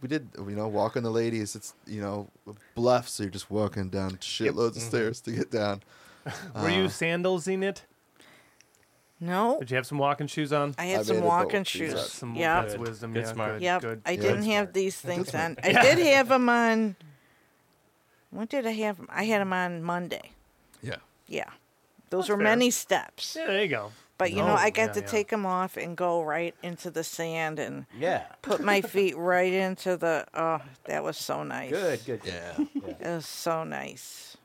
We did, you know, walking the ladies. It's you know, bluff, so you're just walking down shitloads of stairs to get down. Were you Uh. sandalsing it? No, Did you have some walking shoes on? I I had some made it walking both. shoes. Jesus. Some yeah, that's wisdom. Good yeah, smart. Good, yep. good. I Yeah, didn't that's have smart. these things on. I did (laughs) have them on. When did I have them? I had them on Monday. Yeah, Yeah, those That's were fair. many steps. Yeah, there you go. But you No, know, I got yeah, to yeah. take them off and go right into the sand and Yeah. put my feet right into the. Oh, that was so nice. Good, good, good. yeah. It was so nice.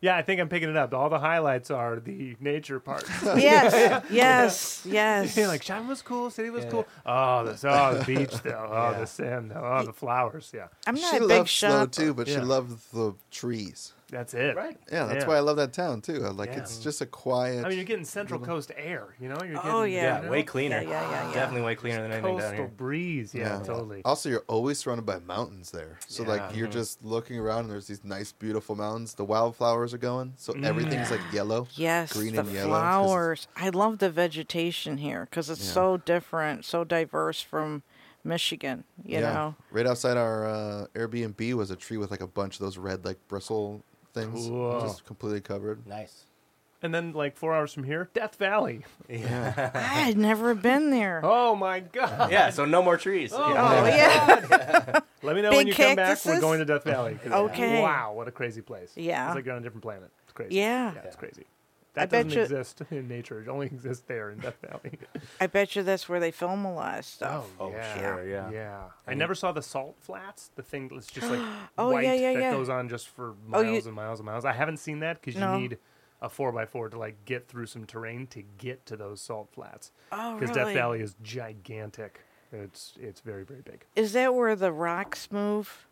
Yeah, I think I'm picking it up. All the highlights are the nature (laughs) part. (laughs) (laughs) Yes, yes, yes. Yeah, like China was cool, city was Yeah, cool. Oh, the oh (laughs) the beach though. Oh, Yeah. the sand though. Oh, the flowers. Yeah, I'm not she a big loved slow shopper. too, but she Yeah. loved the trees. that's it. Right. Yeah, that's Yeah. why I love that town too. I Like Yeah. it's just a quiet. I mean, you're getting Central Coast air. You know, you're getting Oh, you Yeah, Mm-hmm. Yeah, know, way cleaner. Yeah, yeah, yeah, yeah. Definitely way cleaner than anything down coastal here. Oh. breeze. Yeah, totally. Also, you're always surrounded by mountains there. So Yeah. mm-hmm. like you're just looking around and there's these nice, beautiful mountains. The wildflowers are going, so everything's Mm. like yellow. Yes, green the and yellow, 'cause it's- flowers. I love the vegetation here because it's Yeah. so different, so diverse from Michigan. (laughs) You know, Right outside our uh, Airbnb was a tree with like a bunch of those red like bristle things, Cool. just completely covered. (laughs) Nice. And then like four hours from here, Death Valley. Yeah, I had never been there. Oh my God. Yeah, so no more trees. Oh. Oh yeah, (laughs) Let me know when Big you come back. We're cactuses? going to Death Valley. 'cause (laughs) Okay. Wow, what a crazy place. Yeah. It's like you're on a different planet. It's crazy. Yeah. Yeah, it's crazy. I That bet doesn't you- exist (laughs) in nature. It only exists there in Death (laughs) Valley. (laughs) I bet you that's where they film a lot of stuff. Oh, sure, yeah. Yeah. I mean- never saw the salt flats, the thing that's just like (gasps) Oh, white yeah, yeah, that yeah. goes on just for Oh, miles you- and miles and miles. I haven't seen that because No. you need a 4x4 to like get through some terrain to get to those salt flats. Oh, Because Death really? Valley is gigantic. It's it's very, very big. Is that where the (laughs) rocks move?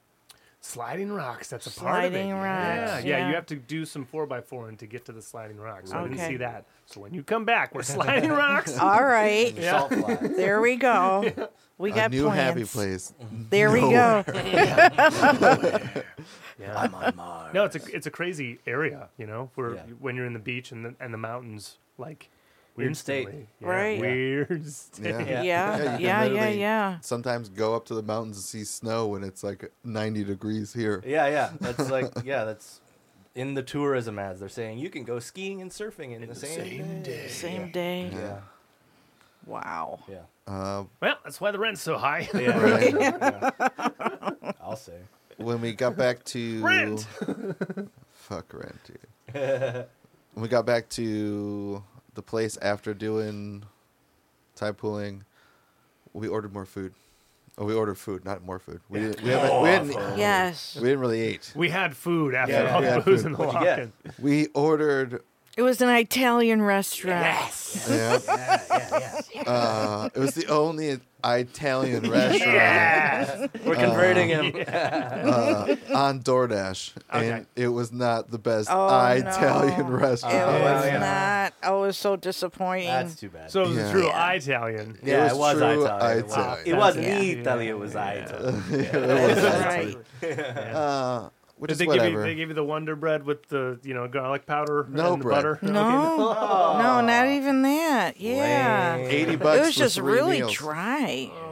Sliding rocks, that's a part of it. Sliding rocks, Yeah, yeah, yeah. you have to do some 4x4 and to get to the sliding rocks. So I didn't Okay. see that. So when you come back, we're sliding (laughs) rocks. All right, (laughs) Salt flats. there we (laughs) go. We a got new plans. happy place. (laughs) There we go. Yeah. I'm on Mars. No, it's a it's a crazy area, you know, where Yeah. when you're in the beach and the and the mountains, like Weird state. instantly. Yeah, Right. Weird state. Yeah. Yeah, Yeah. Yeah, you can yeah, yeah, literally- yeah. Sometimes go up to the mountains and see snow when it's like 90 degrees here. Yeah, yeah. (laughs) That's like, yeah, that's in the tourism ads. They're saying you can go skiing and surfing in, the, same, day. Same day. Yeah, Wow. yeah, Oh, Uh, (laughs) Well, that's why the rent's so high. yeah. Right. yeah. I'll say. (laughs) when we got back to Rent. Fuck rent, dude. When (laughs) we got back to the place after doing Thai pooling. We ordered more food. Oh, we ordered food, not more food. We didn't, we, haven't, we, didn't, Yes. we didn't really eat. We had food after Yeah, all we had those food. in the What'd you get? walk-in. We ordered. It was an Italian restaurant. Yeah, Yeah, yeah, yeah. uh, it was the only (laughs) Italian restaurant (laughs) We're converting him. uh, on DoorDash, and Okay. it was not the best Oh, no. Italian It restaurant. was yeah. not. I was so disappointing. (laughs) That's too bad. So it was Yeah. a true Yeah. Italian. yeah, It it was was true Italian. Wow. Italian. It wasn't Yeah. Italy, it was (laughs) Italian. That's It was- right. uh, which Did is they give you whatever. they give you the Wonder Bread with the you know garlic powder No and the bread. butter? No, no, not even that. Yeah, Lame. oh. Eighty bucks. it was for just three really meals. Oh. dry. Well,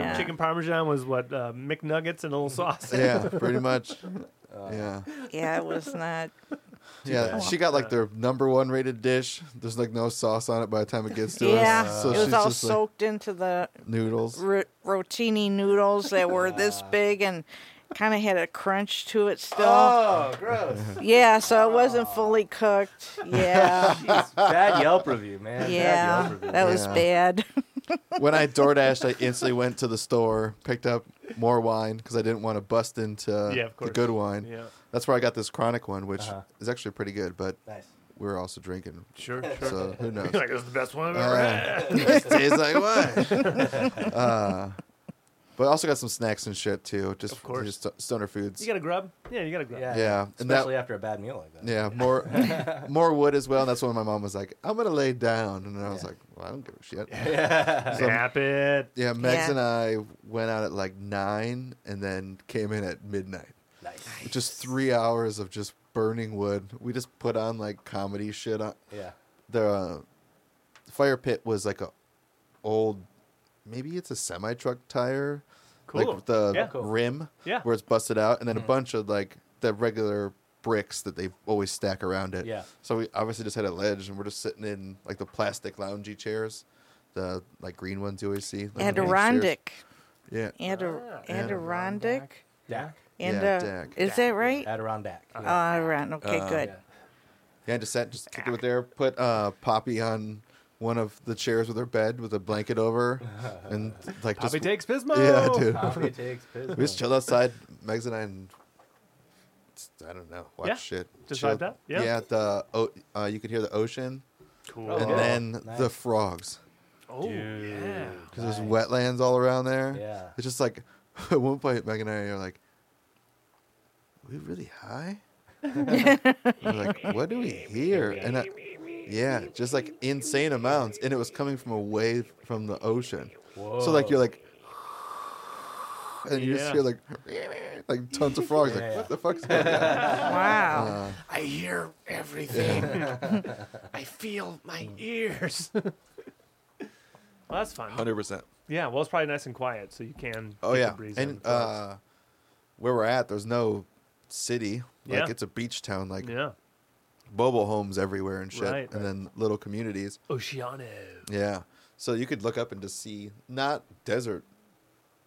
Yeah. Chicken parmesan was what uh, McNuggets and a little sauce. (laughs) Yeah, pretty much. Uh, Yeah. Yeah, it was not. Yeah, she got Uh, like their number one rated dish. There's like no sauce on it by the time it gets to Yeah, us. (laughs) So it she's was all just like soaked into the noodles. ro- rotini noodles that (laughs) were this big and kind of had a crunch to it still. Oh, gross. (laughs) Yeah, so it wasn't fully cooked. Yeah, Jeez, bad Yelp review, man. Bad yeah, Yelp review. that was Yeah. bad. When I DoorDashed, I instantly went to the store, picked up more wine because I didn't want to bust into Yeah, of the course. good wine. (laughs) Yeah. That's where I got this chronic one, which Uh-huh. is actually pretty good, but Nice. we were also drinking. Sure, sure. So who knows? (laughs) You're like, this is the best one I've ever had. Uh, it (laughs) tastes like wine. (laughs) Uh, but I also got some snacks and shit too, just, Of course. just st- stoner foods. You got a grub? Yeah, you got a grub. Yeah. yeah, and that Especially after a bad meal like that. Yeah, more more wood as well. And that's when my mom was like, I'm gonna lay down and I was like, Well, I don't give a shit. Yeah, So- Snap it. Megs Yeah. and I went out at like nine and then came in at midnight. Nice. Just three hours of just burning wood. We just put on like comedy shit on Yeah. the uh, fire pit was like a old maybe it's a semi truck tire. Cool. Like the Yeah. Cool. rim Yeah. where it's busted out and then a bunch of like the regular bricks that they always stack around it. Yeah. So we obviously just had a ledge and we're just sitting in like the plastic loungy chairs. The like green ones you always see. (laughs) like, on the bank stairs. Adirondack, Yeah. Adir- Ah, Adirondack, Dak. and Yeah, uh, Dak. is that (laughs) right? Adirondack. Oh, Adirondack. Okay, Uh, good. Yeah. Yeah, I just sat just kicked it with there, put uh Poppy on one of the chairs with her bed with a blanket over and like Poppy just takes Pismo. Yeah, dude. Coffee takes piss. We just chilled outside, Megs and I, and I don't know, watch Yeah, shit. just Chilled. like that, yeah. the o uh, you could hear the ocean Cool. Oh, and yeah. then nice. the frogs oh, yeah. because there's wetlands all around there. Yeah. it's just like (laughs) at one point, Meg and I are like, "Are we really high?" (laughs) We're like, "What do we hear?" And I, yeah, just like insane amounts, and it was coming from away from the ocean. So like you're (sighs) like, and you just Yeah. hear like, like tons of frogs. Like Yeah. what the fuck's going on? Wow. I hear everything. I feel my ears. (laughs) Well, that's (laughs) fun. Hundred percent. Yeah, well, it's probably nice and quiet, so you can. Oh get yeah, the breeze in. and uh, where we're at, there's no city. Like Yeah. it's a beach town. Like yeah, mobile homes everywhere and shit, Right, and then little communities. Oceano. Yeah, so you could look up and just see not desert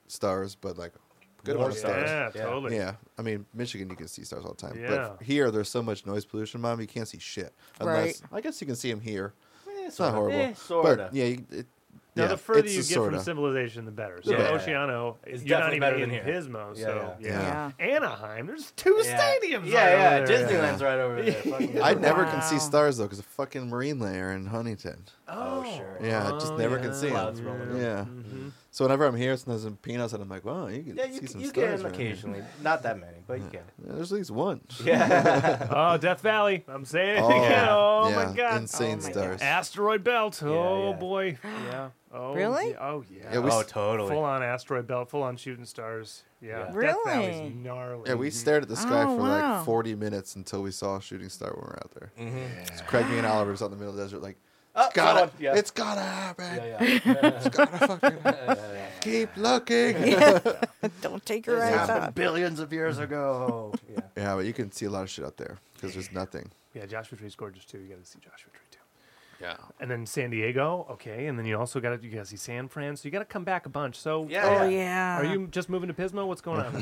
stars, but like good More amount of stars. stars. Yeah, Yeah. totally. Yeah, I mean Michigan, you can see stars all the time. Yeah. But here, there's so much noise pollution, mom. You can't see shit. Unless Right. I guess you can see them here. It's sorta. not horrible. Eh, sorta. But yeah, you- it, Now, yeah, the further it's you just get sorta. from civilization, the better. So Yeah. Oceano, It's you're not definitely even better in than here. Pismo. Yeah, so yeah. yeah. Yeah. Anaheim, there's two stadiums. Yeah, right yeah. over there. Disneyland's right (laughs) over there. Fucking- I never can Wow. see stars though because of fucking marine layer in Huntington. Oh, sure. Mm-hmm. Yeah, I just Oh, Mm-hmm. never yeah. can see Clouds them. rolling. Yeah. in. (laughs) So whenever I'm here, sometimes in peanuts, and I'm like, wow, you can Yeah, see you, some you stars. can around here. occasionally. Not that many, but you can. Yeah, (laughs) there's at least one. Yeah. Oh, Death Valley. I'm saying it again. Oh yeah, my god. insane Oh my stars. Asteroid belt. Oh yeah. boy. Yeah. Oh, Really? yeah. Oh yeah. Yeah, we, oh, s- totally. Full on asteroid belt. Full on shooting stars. Yeah. Yeah. Death Valley's Really? gnarly. yeah, we stared at the sky Oh, for wow. like 40 minutes until we saw a shooting star when we were out there. Mm-hmm. It's Craig, me, and Oliver was out in the middle of the desert, like, Oh, it's gotta, someone- yeah. it's gotta happen. Yeah, yeah. It's gotta fucking keep looking. Yeah. (laughs) Don't take your eyes (laughs) off. billions of years ago. yeah. but you can see a lot of shit out there because there's nothing. Yeah, Joshua Tree is gorgeous too. You got to see Joshua Tree too. Yeah. and then San Diego, okay, and then you also got to you got to see San Fran, so you got to come back a bunch. So Yeah. Oh yeah. Are you just moving to Pismo? What's going (laughs) on?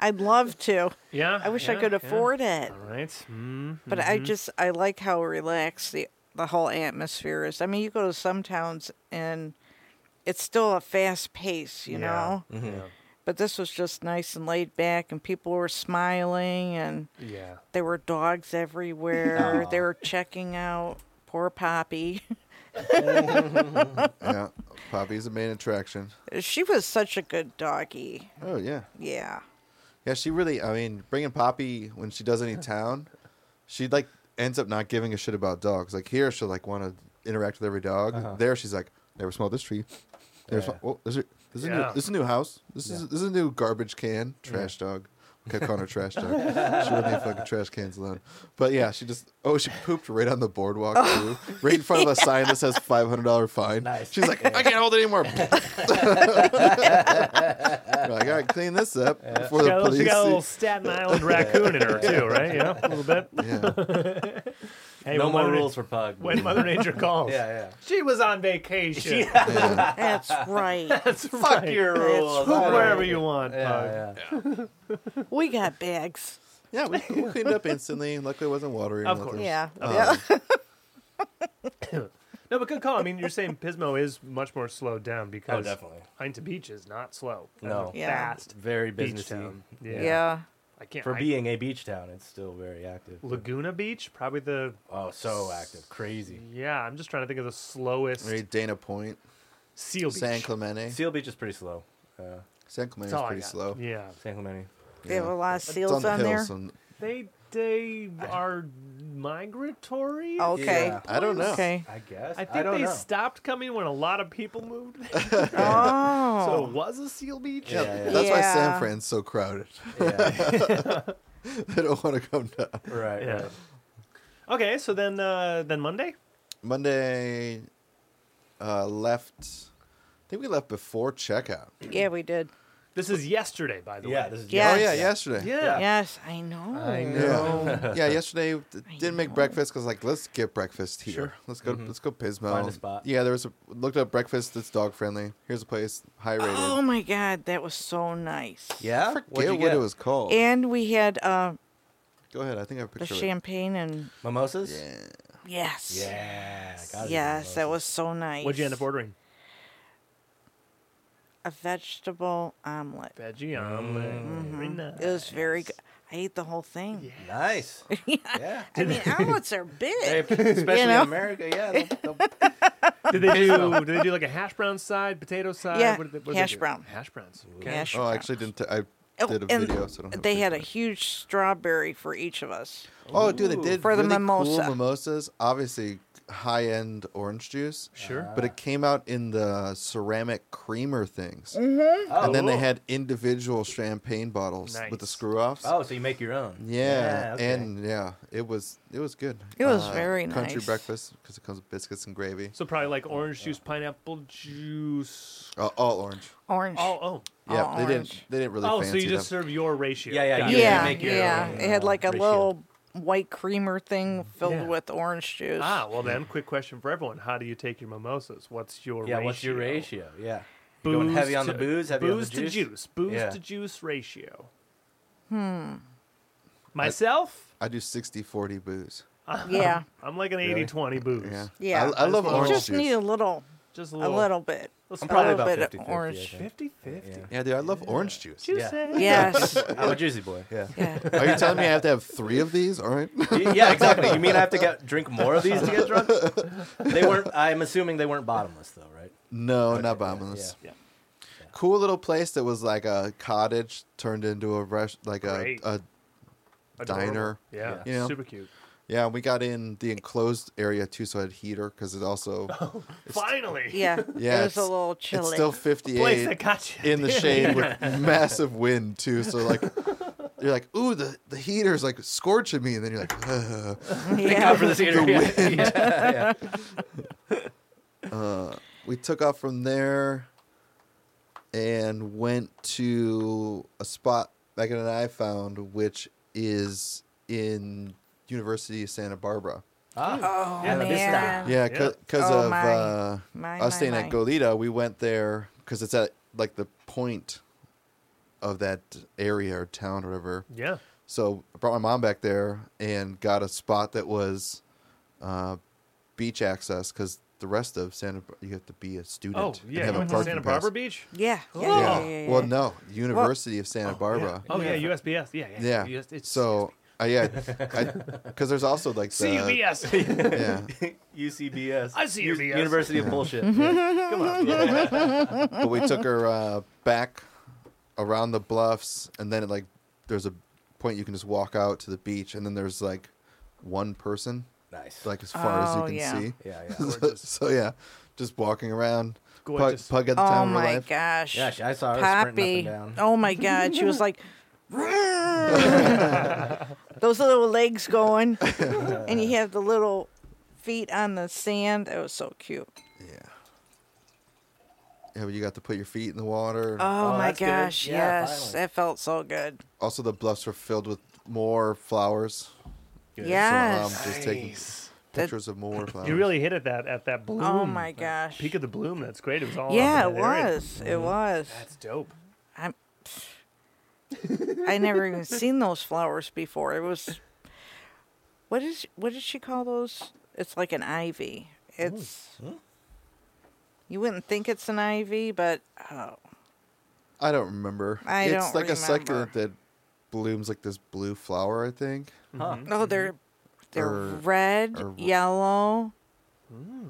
I'd love to. yeah. I wish I yeah, could yeah. Uh, afford it. All right. Mm, But I just I like how relaxed the the whole atmosphere is. I mean, you go to some towns and it's still a fast pace, you Yeah. Mm-hmm. know. yeah. But this was just nice and laid back, and people were smiling, and Yeah. there were dogs everywhere. Aw. they were checking out poor Poppy. (laughs) Yeah. Poppy's a main attraction. she was such a good doggie. Oh yeah. Yeah. Yeah, she really. I mean, bringing Poppy when she does any town, she like ends up not giving a shit about dogs. Like here, she'll like want to interact with every dog. There, she's like, never smell this tree. Never smell. Oh, there's a there's a Yeah. new this is a new house. This is this is a new garbage can. Trash dog. Kept calling her trash dog. she wouldn't leave fucking trash cans alone. But yeah, she just oh she pooped right on the boardwalk too, right in front of a sign that says five hundred dollar fine. Nice. She's like, I can't hold it anymore. You're like, I gotta clean this up before She the got, a little- police. she got a see." little (laughs) Staten Island raccoon in her too, right? Yeah, a little Yeah. bit. (laughs) Hey, no when more Mother- rules for Pug. When Mother (laughs) Nature calls, yeah, she was on (laughs) vacation. yeah. That's right. That's yeah. right. Fuck your It's rules. who I Poop don't- wherever you want, Pug. Yeah, Oh, yeah. we got bags. Yeah, we, we cleaned up instantly. Luckily, it wasn't watery. or Of nothing. course. Yeah. Um, (laughs) yeah. No, but good call. I mean, you're saying Pismo is much more slowed down Oh, because definitely. Huntington Beach is not slow. That's No. a Yeah. fast Very beach businessy. town. Yeah. (laughs) Yeah. I can't. For I- being a beach town, it's still very active. Laguna Beach, probably the Oh, so active. Crazy. yeah. I'm just trying to think of the slowest Right, Dana Point, seal beach. San Clemente. Seal Beach is pretty slow. Uh, San Clemente That's is all I pretty got. slow. Yeah, San Clemente. They have a lot of It's seals on on, the there. hills. and- they they are migratory. Okay. Yeah. I don't know. (laughs) Okay. I guess. I I, think don't they know. stopped coming when a lot of people moved, (laughs) Oh. so it was a seal beach. Yeah, Yeah, yeah. that's why San Yeah. Fran's so crowded. (laughs) yeah. they don't want to come down. Right. Yeah. right. Okay, so then uh, then Monday. Monday, uh, left. I think we left before checkout. Yeah, we did. This is yesterday, by the Yeah. way. This is Yeah. Oh yeah, Yes. yesterday. yeah. Yes, I know. I know. Yeah, (laughs) yeah. Yesterday d- I didn't make know. breakfast because like let's get breakfast here. Sure. Let's go. Let's go Pismo. Find a spot. Yeah, there was a looked up breakfast that's dog friendly. Here's a place high rated. Oh my god, that was so nice. Yeah. I What'd forget you what get? it was called. And we had uh, go ahead. I think I have a the picture. of it. champagne and Mimosas. Yeah. yes. Yeah. gotta do Yes, that mimosas. was so nice. What'd you end up ordering? A vegetable omelet. Veggie omelet. Very nice. It was very good. I ate the whole thing. nice. yeah. I mean, omelets are They- big. especially know? in America. Yeah. they'll- they'll- Did they do? did they do like a hash brown side, potato side? Yeah, did they- did hash they do? brown. Hash browns. Okay. Hash Oh, I brown. actually didn't. T- I Oh, did a and video, so I don't have They had a picture. huge strawberry for each of us. Oh, dude, they did For the really mimosa. cool mimosas. Obviously, high end orange juice. Sure. Uh, But it came out in the ceramic creamer things, Mm-hmm. oh. and then they Cool. had individual champagne bottles with the Nice. screw offs. oh, so you make your own. Yeah, okay. and yeah, it was it was good. Uh, It was very country nice. breakfast because it comes with biscuits and gravy. So probably like orange juice, pineapple juice. Uh, all orange. Orange. Oh, oh, Yeah, All they didn't orange. they didn't really oh. fancy So you just them. serve your ratio. Yeah, yeah, Got you- it. yeah, make your yeah. own, it had uh, like a ratio. little white creamer thing filled Yeah. with orange juice. Ah, well then, quick question for everyone: How do you take your mimosas? What's your Yeah. ratio? What's your ratio? Yeah. You Booze going heavy on to, the booze, heavy on the booze to juice? juice, booze Yeah. to juice ratio. Hmm. Myself, I do 60-40 booze. (laughs) Yeah, I'm like an Really? 80-20 booze. Yeah, yeah. I, I love You orange just juice. need a little, Just a little (laughs) bit. Let's start I'm probably a about little bit 50 of 50, orange. I think. 50-50. Yeah. Yeah, dude, I love orange juice. Juice Yeah. it. Yes. I'm a juicy boy. Yeah. yeah. Are you telling me I have to have three of these? All right. (laughs) yeah, exactly. You mean I have to get drink more of these to get drunk? They weren't. I'm assuming they weren't bottomless though, right? No, not bottomless. yeah. Cool little place that was like a cottage turned into a rest, like a, Great. a Adorable. diner. Yeah. You know? Super cute. yeah. We got in the enclosed area too, so I had heater because it also Finally. (laughs) Yeah. Yeah, It was a it's- little it's chilly. still (laughs) fifty (laughs) Place that eight got you. in (laughs) the shade with massive wind too. So like you're like, ooh, the the heater's like scorching me, and then you're like, Ugh. yeah. for this interview. (laughs) Yeah. Yeah. we took off from there and went to a spot Megan and I found, which is in University of Santa Barbara. Ah, Yeah, La the Vista. Oh, man. Yeah, Yeah. because Oh, of my. uh, My, us my, staying my. at Goleta, we went there because it's at like the point of that area or town or whatever. Yeah. So I brought my mom back there and got a spot that was uh, beach access because the rest of Santa Bar- you have to be a student. Oh, and yeah. have You a went to parking Santa pass. Barbara Beach? Yeah. Yeah. Yeah. Oh, yeah, yeah, yeah, Well, yeah. no, University of Santa Barbara. Oh, yeah. USBS. Yeah. Uh, Yeah. Yeah. US- it's- so I yeah, (laughs) because there's also like the, uh, CBS. Yeah, (laughs) UCBS. I see U- UBS. University of (laughs) Bullshit. Yeah. Come on. but we took her uh, back around the bluffs, and then it, like there's a point you can just walk out to the beach, and then there's like one person, Nice. like as far as you Oh, can yeah. see. yeah, (laughs) yeah. so, so, yeah, just walking around. Pug, Gorgeous. pug at the Oh time of her my life. gosh. Yeah, she- I saw her Poppy. sprinting up and down. Oh my God. She was like, those little legs going. and you have the little feet on the sand. It was so cute. Yeah. Yeah, but you got to put your feet in the water. Oh, Oh, my that's good. gosh. Yeah, yes. finally. That felt so good. also, the bluffs were filled with more flowers. Yes. So, um, just taking Nice. pictures of more flowers. You really hit at that at that bloom. oh my that gosh. Peak of the bloom. That's great. It was all. up yeah, it in that area. was. mm-hmm. It was. That's dope. I'm, I never even seen those flowers before. It was what is what does she call those? It's like an ivy. It's you wouldn't think it's an ivy, but oh, I don't remember. I it's don't like a remember. succulent that blooms like this blue flower, I think. Huh. Mm-hmm. oh, they're they're Or- red, or- yellow,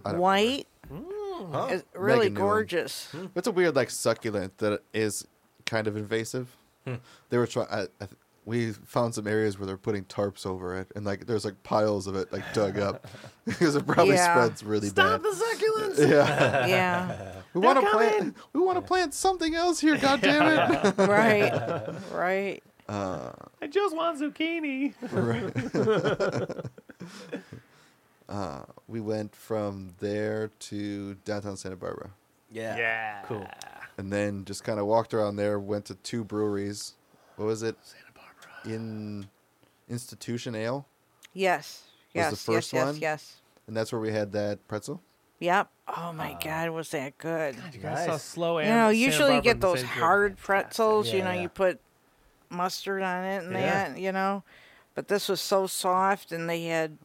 I don't white. Huh. It's really Megan knew 'em. gorgeous. (laughs) remember. It's a weird like succulent that is kind of invasive. They were trying. I, I, th- we found some areas where they're putting tarps over it, and like there's like piles of it like dug up (laughs) because it probably Yeah. spreads really bad. Stop the (laughs) succulents. (laughs) yeah, Yeah, we want to plant. (laughs) We want to plant something else here. God damn it! right, right. I just want zucchini. (laughs) we went from there to downtown Santa Barbara, Yeah. Yeah. Cool. and then just kind of walked around there. Went to two breweries. What was it? Santa Barbara. In Institution Ale, Yes, Was the yes, first yes, one? yes, yes. and that's where we had that pretzel. Yep. Oh my God, was that good? You guys saw Nice. slow and You know, Santa usually Barbara you get in the those same trip. hard pretzels. you Yeah, know, yeah. you put mustard on it and Yeah. that. You know, but this was so soft, and they had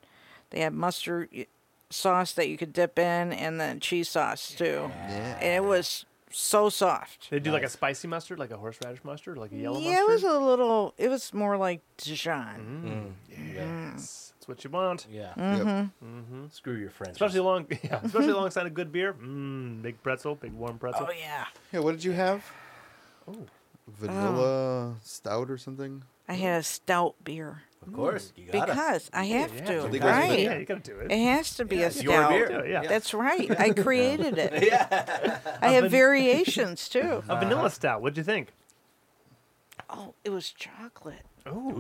they had mustard y- sauce that you could dip in, and then cheese sauce too. Yeah. And it was so soft. They do like a spicy mustard, like a horseradish mustard, like a yellow yeah, it was mustard. a little. It was more like Dijon. Mm. Yeah. Yes, That's what you want. Yeah. Yep. Screw your French. Mm-hmm. Especially along, (laughs) (laughs) yeah, especially alongside a good beer. Mmm, big pretzel, big warm pretzel. Oh yeah, Yeah, what did you have? Oh, Vanilla stout or something? I had a stout beer Of course. You gotta. because I have yeah, to. think that's Right? the- yeah, you gotta do it. It has to be a it's stout. your beer. Do it, Oh, yeah. That's right. I created it. Yeah. I have variations too. a vanilla stout. What'd you think? Oh, it was chocolate. Oh,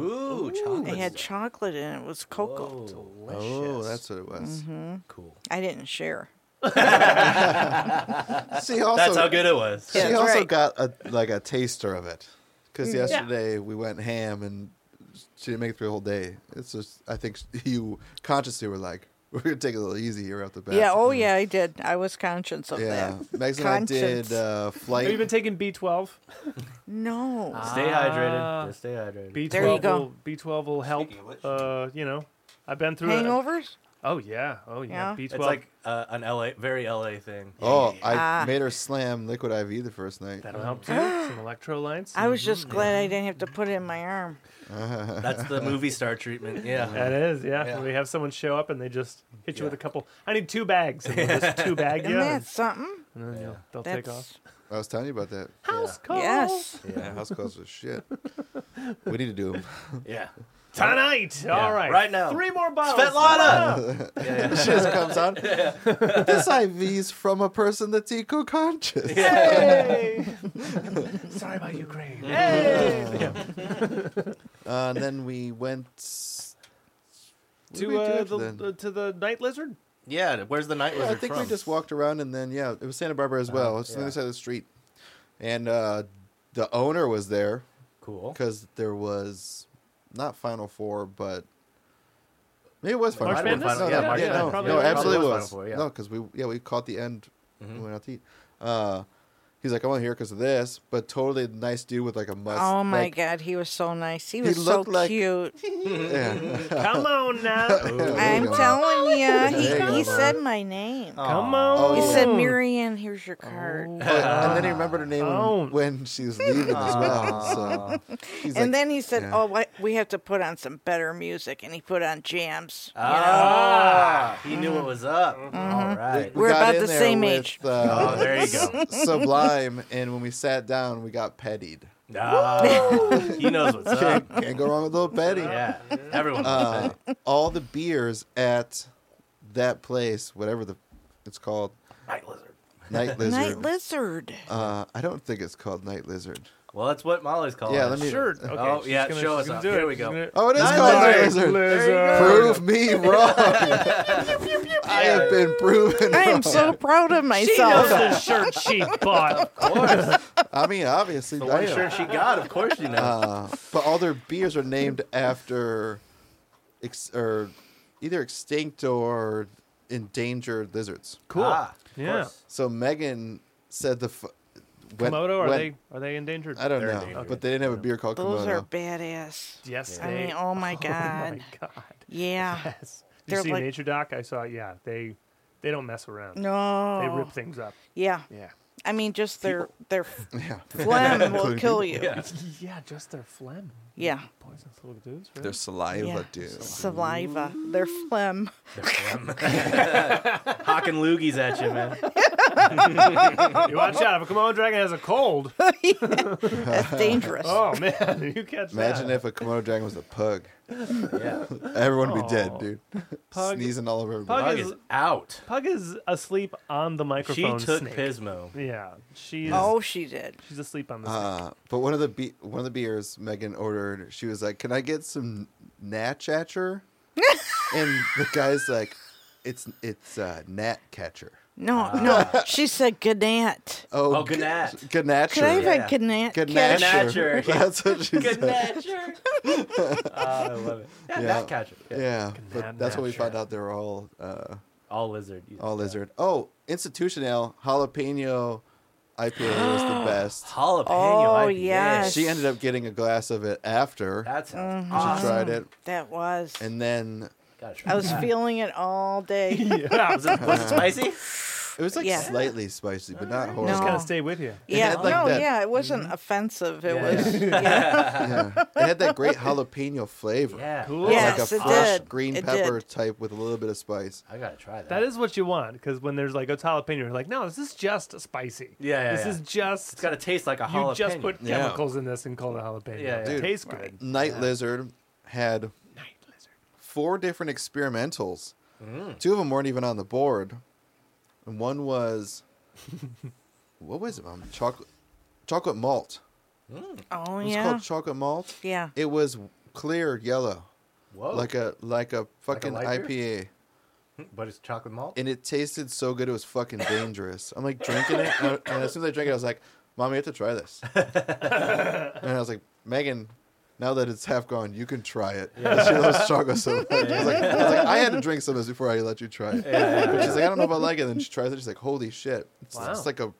Ooh, chocolate. It had chocolate in it. It was cocoa. Whoa. Oh, that's what it was. cool. I didn't share. She also, That's how good it was. she Yeah, that's also right. got a like a taster of it. Because yesterday we went ham and she didn't make it through the whole day. It's just I think you consciously were like, (laughs) we're gonna take it a little easy here out the bat. Yeah. Oh, yeah. I did. I was conscious of yeah. that. Max and I did Conscience. uh, have flight. you been taking B twelve? No. Ah, Stay hydrated. Just stay hydrated. Ah. B There you twelve go. will B twelve will help. Speaking of which- Uh, you know, I've been through it. Hangovers. Oh yeah, oh yeah. Yeah. B it's twelve. like uh, an LA, very LA thing. oh, I Ah. made her slam liquid IV the first night. that'll help (gasps) too. Some electrolytes. I was Mm-hmm, just glad I didn't have to put it in my arm. That's the movie star (laughs) treatment. Yeah. That is, yeah. Yeah. We have someone show up and they just hit you with a couple. I need two bags. And they'll (laughs) just two bag Isn't you, that and, something? and then you'll, they'll That's take off. I was telling you about that. House call. yes. Yeah, house calls was shit. we need to do them. Yeah. Tonight. All right. right now. Three more bottles. Svetlana! (laughs) She just comes (laughs) on. This IV's from a person that's eco-conscious. (laughs) Hey! Sorry about Ukraine. Hey! (laughs) Uh, and then we went s- what did we to, do uh, after the, then? uh, to the night lizard? Yeah, where's the night Yeah, lizard I think from? we just walked around and then yeah, it was Santa Barbara Uh-huh. as well. it's on the yeah. other side of the street, and uh, the owner was there Cool. because there was not Final Four, but Maybe it was March March Madness? No, Yeah, no, March yeah, Madness. no, Probably no, was. absolutely Probably was was. Final Four, yeah. No, because we yeah we caught the end. when We went out to eat. Uh, he's like, I want to hear because of this, but totally nice dude with like a must. Oh my like, god, he was so nice. He was so looked like- cute. Yeah. (laughs) Come on now. There you I'm go. telling you, There you he, go, Mom. he said my name. Come Oh, on. He said, yeah. (laughs) Marianne, here's your card. Oh, and then he remembered her name Oh. when, when she was leaving as well. So he's and like, then he said, yeah. "Oh, why- we have to put on some better music," and he put on jams. you know? Ah, he knew what was up. All (laughs) right. We're got about in the there same with, age. Uh, Oh, there you go. (laughs) Sublime, and when we sat down, we got pettied. Ah, he knows what's up. Can't go wrong with a little petty. Yeah, everyone. uh, all the beers at that place, whatever the it's called, Night lizard. Night Lizard. Night lizard. uh, I don't think it's called Night Lizard. Well, that's what Molly's calling. Yeah, it. let me- Sure. Okay, Oh, she's yeah, gonna- show she's us gonna up. do Here it. we go. She's gonna- Oh, it is Night called Night Lizard. Lizard. Lizard. Prove me wrong. I have been proven. (laughs) I am wrong. so proud of She knows myself. (laughs) the shirt she bought. Of course. I mean, obviously, the I one am. shirt she got. Of course she knows. Uh, but all their beers are named after, ex- or either extinct or endangered lizards. Cool. Ah, of yeah. course. So Megan said the. F- when- Komodo, are when- they are they endangered? I don't They're know, endangered. but they didn't have a beer called Those are Komodo. badass. Yes, I they. mean, (laughs) oh my my god. God. Yeah. Yes. Did you They're see like- Nature Doc? I saw. Yeah, they they don't mess around. No. They rip things up. Yeah. Yeah. I mean, just their their yeah, phlegm will Including kill people. you. Yeah. (laughs) (laughs) Yeah, just their phlegm. Yeah. Poisonous little dudes. Right? Their saliva, Yeah. dude. Saliva, their phlegm. (laughs) Hawking loogies at you, man. You (laughs) watch out. If a Komodo dragon has (laughs) a cold, That's dangerous. oh man, (laughs) you catch that. Imagine if a Komodo dragon was a pug. Yeah. Everyone would be Aw. dead, (laughs) dude. Pug- Sneezing all over everybody. Hog Pug is is- out. Pug is asleep on the She microphone. took snake. Pismo. Yeah, she's Oh, she did. she's asleep on the snake. Uh, but one of the be- one of the beers Megan ordered, she was like, "Can I get some gnat (laughs) catcher?" and the guy's like, "It's it's uh, gnat catcher." No, no. She said Gannett. Oh, gnat. gnat. Could I have Yeah. a Gannett? Gnat. catch? Gnatcher. (laughs) That's what she said. Gnatcher. (laughs) Ah, I love it. Yeah, Yeah. Gnat catcher. Yeah. Yeah, Gnat but that's what we Catcher. found out. They're all uh, All lizard. You- all lizard. Oh, institution ale jalapeno (gasps) IPA was the best. Jalapeno. Oh, IPA. yes. Mm-hmm. She ended up getting a glass of it after That sounds she awesome. tried it, That was. and then Gotta try I (laughs) was that. feeling it (laughs) all day. yeah, Was it, was it spicy? it was like Yeah. slightly spicy, but not horrible. just No. gotta stay with you. Yeah, had like no, that- yeah, it wasn't offensive. It Yeah. was. Yeah. It had that great jalapeno flavor. (laughs) Yeah. Cool. It was like Yes, it a fresh did. green It pepper did. type with a little bit of spice. I gotta try that. That is what you want because when there's like a jalapeno, you're like, no, this is just spicy. Yeah, yeah, this yeah. is just. It's gotta taste like a jalapeno. you just put Yeah. chemicals in this and call it jalapeno. Yeah, yeah. It Dude. tastes good. Night Lizard had Night lizard. four different experimentals. Two of them weren't even on the board, and one was what was it? Um, chocolate, chocolate malt. Oh It was yeah, called chocolate malt. yeah. It was clear yellow, Whoa. like a like a fucking light IPA, but it's chocolate malt. and it tasted so good it was fucking dangerous. I'm like drinking it, and, I- and as soon as I drank it, I was like, "Mom, you have to try this." and I was like, "Megan." Now that it's half gone, you can try it. And She loves chocolate so much. I, was like, I was like, I had to drink some of this before I let you try it. But she's like, I don't know if I like it. And then she tries it. She's like, holy shit. It's, Wow. it's like a,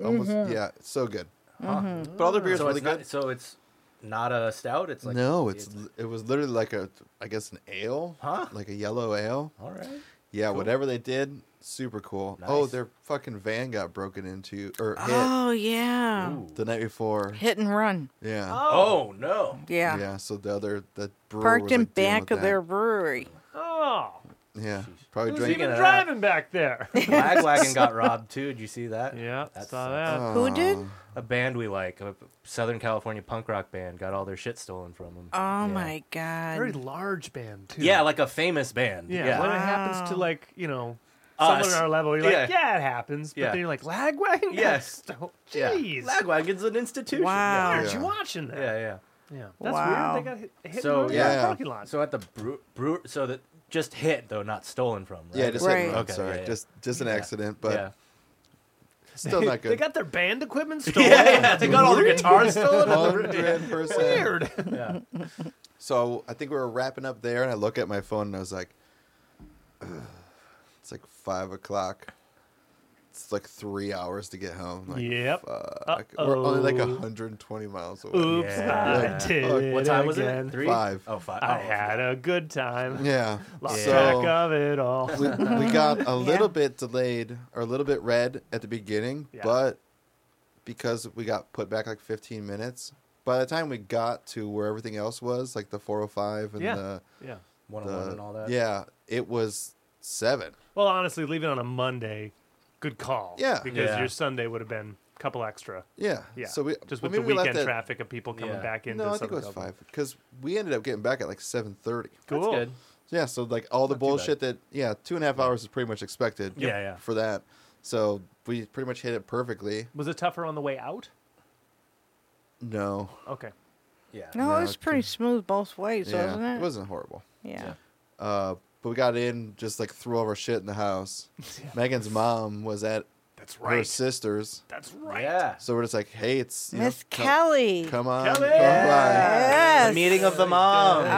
almost, yeah, it's so good. Mm-hmm. But all their beers so, are really it's not, good. so it's not a stout. It's like no, it's, li- it was literally like a, I guess, an ale. Huh? Like a yellow ale. all right. Yeah, whatever they did, super cool. Oh, Nice. their fucking van got broken into or hit Oh yeah, the night before. hit and run. Yeah. Oh, (laughs) no. Yeah, Yeah, so the other, the brewer. parked was, in like, dealing back with of their that. brewery. Oh, Yeah, probably who's drank even of that. driving back there? (laughs) Lagwagon got robbed too. Did you see that? yeah, That saw sucks. that. Who did? Oh A band we like, a Southern California punk rock band, got all their shit stolen from them. Oh, my god. Very large band too. Yeah, like a famous band. yeah. Yeah. When it happens to like you know Us. someone on our level, you're like, Yeah. yeah, it happens. But Yeah. then you're like, (laughs) lagwagon. Yes. Yeah. Jeez. Lagwagon's an institution. Wow. Why aren't Yeah. you watching that? Yeah, yeah. Yeah. That's Wow. weird. They got hit, hit So, so, yeah. the parking lot. So at the brew, brew so that just hit though, not stolen from. Right? Yeah, just Right. hit and run, Okay, sorry, yeah, yeah. just just an accident, but yeah. (laughs) still not good. They got their band (laughs) equipment stolen. (laughs) (laughs) yeah, yeah, they got all the guitars stolen. (laughs) Hundred percent. Weird. yeah. So I think we were wrapping up there, and I look at my phone, and I was like, "It's like five o'clock. It's like three hours to get home. I'm like, Yep. Fuck. We're only Uh, like Uh-oh. 120 miles away. Oops, Yeah. I did. Fuck, What time was again. it? Three. Five. Oh, five. I oh, had a good time. Yeah. Lost track So of it all. (laughs) we, we (laughs) got a little bit delayed or a little bit red at the beginning, Yeah. but because we got put back like 15 minutes, by the time we got to where everything else was, like the 405 and Yeah. the, Yeah. One on the one and all that. yeah, it was seven. Well, honestly, leaving on a Monday, good call. Yeah. Because Yeah. your Sunday would have been a couple extra. Yeah. Yeah. So we just well, with the maybe we left weekend at- traffic of people coming Yeah. back into No, I Southern think it was Dublin. five because we ended up getting back at like 7:30. Cool. That's good. Yeah, so like all the Not too bad. bullshit that yeah, two and a half hours is pretty much expected. Yeah, yeah. For that, so we pretty much hit it perfectly. Was it tougher on the way out? No, Okay. Yeah. No, No, it was it pretty smooth both ways, yeah, wasn't it? it wasn't horrible. Yeah. Uh, but we got in, just like threw all our shit in the (laughs) house. Megan's mom was at That's her right. sister's, That's right. Yeah. so we're just like, hey, it's you know, Miss come- Kelly. Come on, Kelly! come by. Yes. The meeting of the moms. Oh.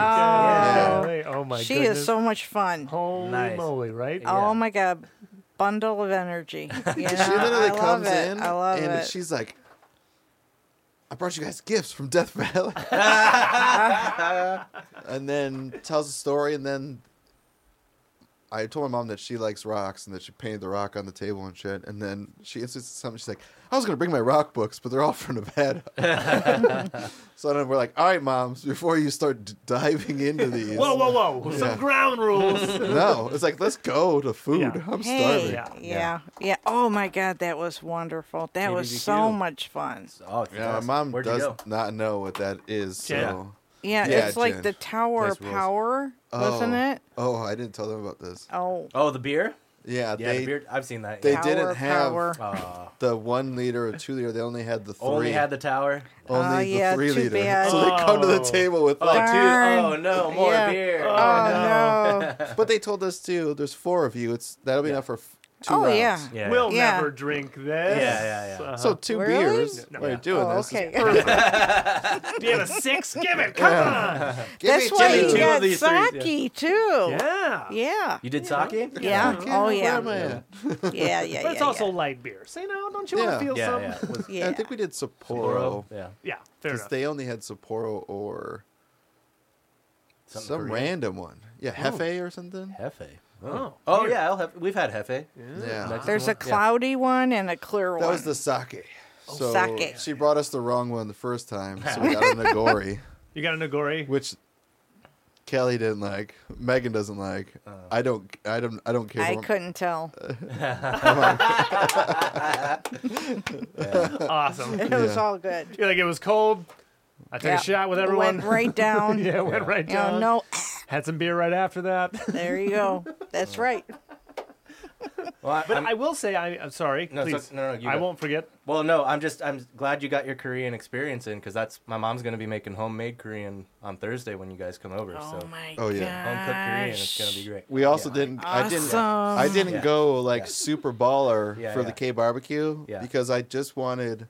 Golly, Oh my she goodness. Oh, is so much fun. Holy Nice. moly, right? Yeah. Oh my god, bundle of energy. (laughs) Yeah, She literally I love comes it. in I love and it. she's like, I brought you guys gifts from Death (laughs) Valley. (laughs) and then tells a story. And then I told my mom that she likes rocks and that she painted the rock on the table and shit. And then she insists something. She's like, I was going to bring my rock books, but they're all from Nevada. (laughs) so then we're like, all right, moms, before you start d- diving (laughs) into these. Whoa, whoa, whoa. Yeah. Some ground (laughs) rules. No, it's like, let's go to food. Yeah. I'm hey, starving. Yeah, Yeah. yeah, Oh my god, that was wonderful. That was TBBQ. so much fun. Oh, it's Yeah, my awesome. mom Where'd you does go? not know what that is. So, Yeah. Yeah, Yeah, it's like Jen. the Tower Nice of rules. Power, oh, wasn't it? Oh, I didn't tell them about this. Oh, Oh, the beer. Yeah, Yeah, they the beer. I've seen that. they yeah. Tower didn't of have Power. Aw. the one liter or two liter. They only had the three. only had the tower. only Oh, the yeah, three too liter. (laughs) bad. So they come to the Oh. table with Oh, two- (laughs) like. Darn. oh, no, more Yeah. beer. Uh, oh, no. But they told us too. There's four of you. It's that'll be enough for f- two Oh, rounds. yeah. Yeah. We'll Yeah. never drink this. Yeah, yeah, yeah. Uh-huh. So two Really? beers No. while you're doing Oh, this. is okay. (laughs) perfect. Do you have (laughs) a six? Give it. Come Give me (laughs) That's why two. Jimmy you two of got these threes, yeah. sake too. on. Yeah. Yeah. You did sake? Yeah. Okay, Oh where yeah. am I at? Yeah. Yeah. Yeah. But it's yeah. also light beer. Say no, don't you Yeah. want to feel Yeah, some? yeah. Was Yeah. I think we did Sapporo Oro? Yeah. (laughs) Yeah, fair because enough. they only had Sapporo or Something Oh. some Korean. random one. Yeah, Hefe or something. Hefe. Oh, Oh here. yeah, I'll have, we've had hefe. Yeah. Mexican There's one. a cloudy one and a clear one. That was the sake. So sake. she brought us the wrong one the first time, so we got a nagori, You got (laughs) a Nagori? which Kelly didn't like, Megan doesn't like. I don't, I don't, I don't care. I if I'm- couldn't tell. Uh, Awesome. It was Yeah. all good. You're like, it was cold. I took Yeah. a shot with everyone. Went right (laughs) down. yeah, went right You know, down. no, Had some beer right after that. there you go. That's right. Well, I, But (laughs) I'm- i will say, I, I'm sorry. No, it's please. okay. No, no, you I go. won't forget. well, no, I'm just I'm glad you got your Korean experience in because that's my mom's gonna be making homemade Korean on Thursday when you guys come over. Oh so my Oh, god. yeah. home cooked Korean, it's gonna be great. we also Yeah. didn't, I didn't, I Awesome. didn't Yeah. go like super baller Yeah, for yeah. the K barbecue Yeah. because I just wanted,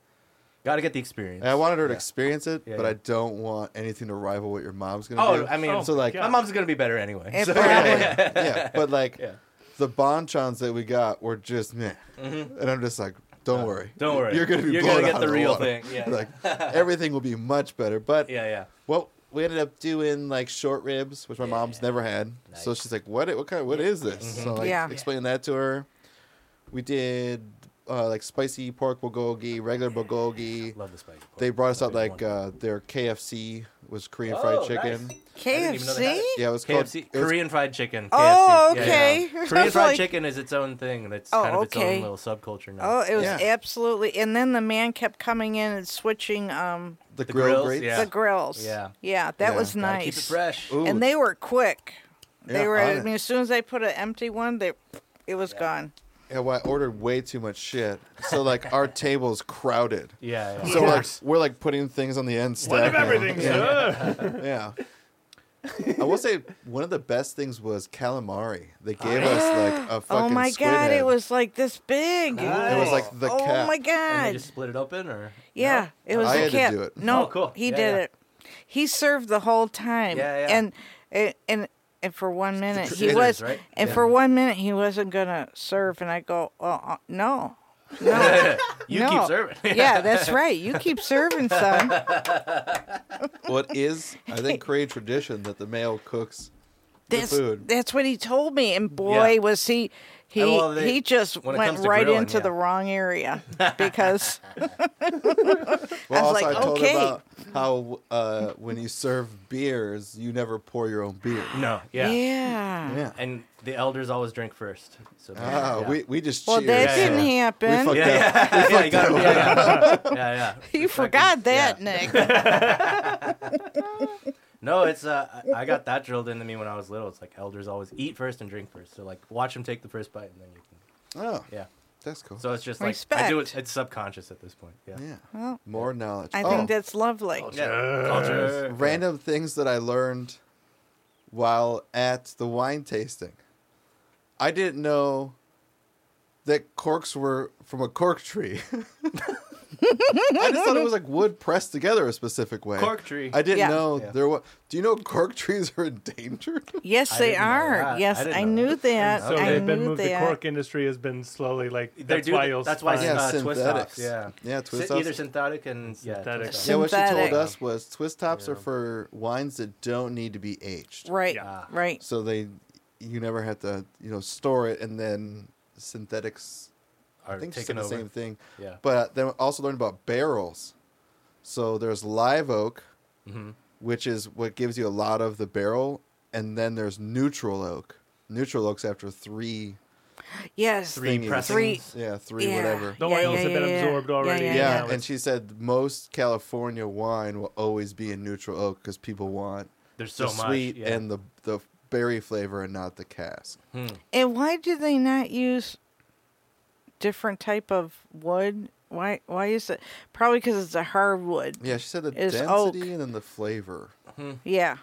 Got to get the experience. I wanted her to Yeah. experience it, Yeah, but yeah. I don't want anything to rival what your mom's gonna Oh, do. I mean, Oh, so like, God. my mom's gonna be better anyway. It so- probably- yeah, (laughs) yeah, but like Yeah. the bonchons that we got were just meh. And I'm just like, don't worry. Mm-hmm. Uh, Don't worry. You're gonna be You're blown gonna out get the of real water. thing. (laughs) Yeah. Like everything will be much better. But yeah, yeah. well, we ended up doing like short ribs, which my mom's never had. So Nice. Mm-hmm. she's like, What what kind what is this? So like Yeah. explain that to her. We did uh, like spicy pork bulgogi, regular bulgogi. Love the spicy pork. They brought us out That'd like be the one. uh, their KFC was Korean Oh, fried chicken. nice. didn't even know they had KFC? it. Yeah, it was called KFC it was Korean fried chicken. Oh, KFC. (laughs) Yeah, okay. yeah. I Korean was fried like- chicken is its own thing. That's Oh, kind of its okay. own little subculture now. Oh, it was Yeah. absolutely. And then the man kept coming in and switching um the, The grill grills, grates. yeah. the grills. Yeah. Yeah, that Yeah. was Gotta Gotta nice. Keep it fresh. Ooh, And they were quick. They Yeah, were on I it. mean as soon as I put an empty one, they it was gone. Yeah, well, I ordered way too much shit. So like (laughs) our table's crowded. Yeah. yeah. So like course. we're like putting things on the end stack. One of now. everything, sir. Yeah. I will say one of the best things was calamari. They gave us (gasps) like a fucking oh my squid head. god, it was like this big. It was like the oh cat. my And they god. just split it open, or Yeah, it was I the had to cat. do it. No, Oh, cool. he Yeah, did yeah. it. He served the whole time. Yeah, yeah. And and and, and for one minute he it was is, right? and for one minute he wasn't gonna serve and I go, "Well, uh, (laughs) no." No. You no. keep serving. yeah, that's right. You keep serving (laughs) son. (laughs) What is I (laughs) think Korean tradition that the male cooks the That's food. that's what he told me, and boy Yeah. was he he And well, they- he just when it went comes to right grilling, into the yeah. wrong (laughs) area because Well, I was also like, I told okay. about how uh, when you serve beers, you never pour your own beer. (laughs) No. yeah. Yeah. And the elders always drink first. So Ah, yeah. we we just Well, that cheers. Yeah, didn't yeah. happen. We Yeah, yeah, yeah, you got it. Yeah, yeah, yeah. yeah. (laughs) you forgot that, Nick. (laughs) No, it's uh, I I got that drilled into me when I was little. It's like elders always eat first and drink first. So like, watch them take the first bite, and then you can. Oh, Yeah. that's cool. So it's just like I do it. Respect. It's subconscious at this point. Yeah. yeah, Well, more knowledge. I oh, think that's lovely. Yeah. Culture. random things that I learned while at the wine tasting. I didn't know that corks were from a cork tree. (laughs) I just thought it was like wood pressed together a specific way. Cork tree. I didn't Yeah. know Yeah. there was. Do you know cork trees are (laughs) endangered? Yes, I they didn't know are. that. Yes, I didn't I, know knew that. So I they've been knew moved. that. The cork industry has been slowly like. They That's do why that- you'll. That's why find- Yeah, uh, twist synthetics. tops. Yeah. Yeah, twist Sy- Either ups. synthetic and yeah. Synthetic. twist Yeah, what she told synthetic. us was twist tops are for wines that don't need to be aged. right, Yeah. right. So they, you never have to, you know, store it and then synthetics tops Are I think it's taken the over. same thing. Yeah. But then I also learned about barrels. So there's live oak, which is what gives you a lot of the barrel, and then there's neutral oak. Neutral oak's after three, Yes, Three thingies. pressings. Three- yeah, three yeah. whatever. The Yeah, oils yeah, have been yeah, yeah. absorbed Yeah, already. yeah, Yeah, now yeah. it's- and she said most California wine will always be a neutral oak because people want There's so the much. sweet yeah. and the the berry flavor and not the cask. And why do they not use different type of wood? Why? Why is it? Probably because it's a hardwood. Yeah, she said the It's density oak. and then the flavor. Yeah,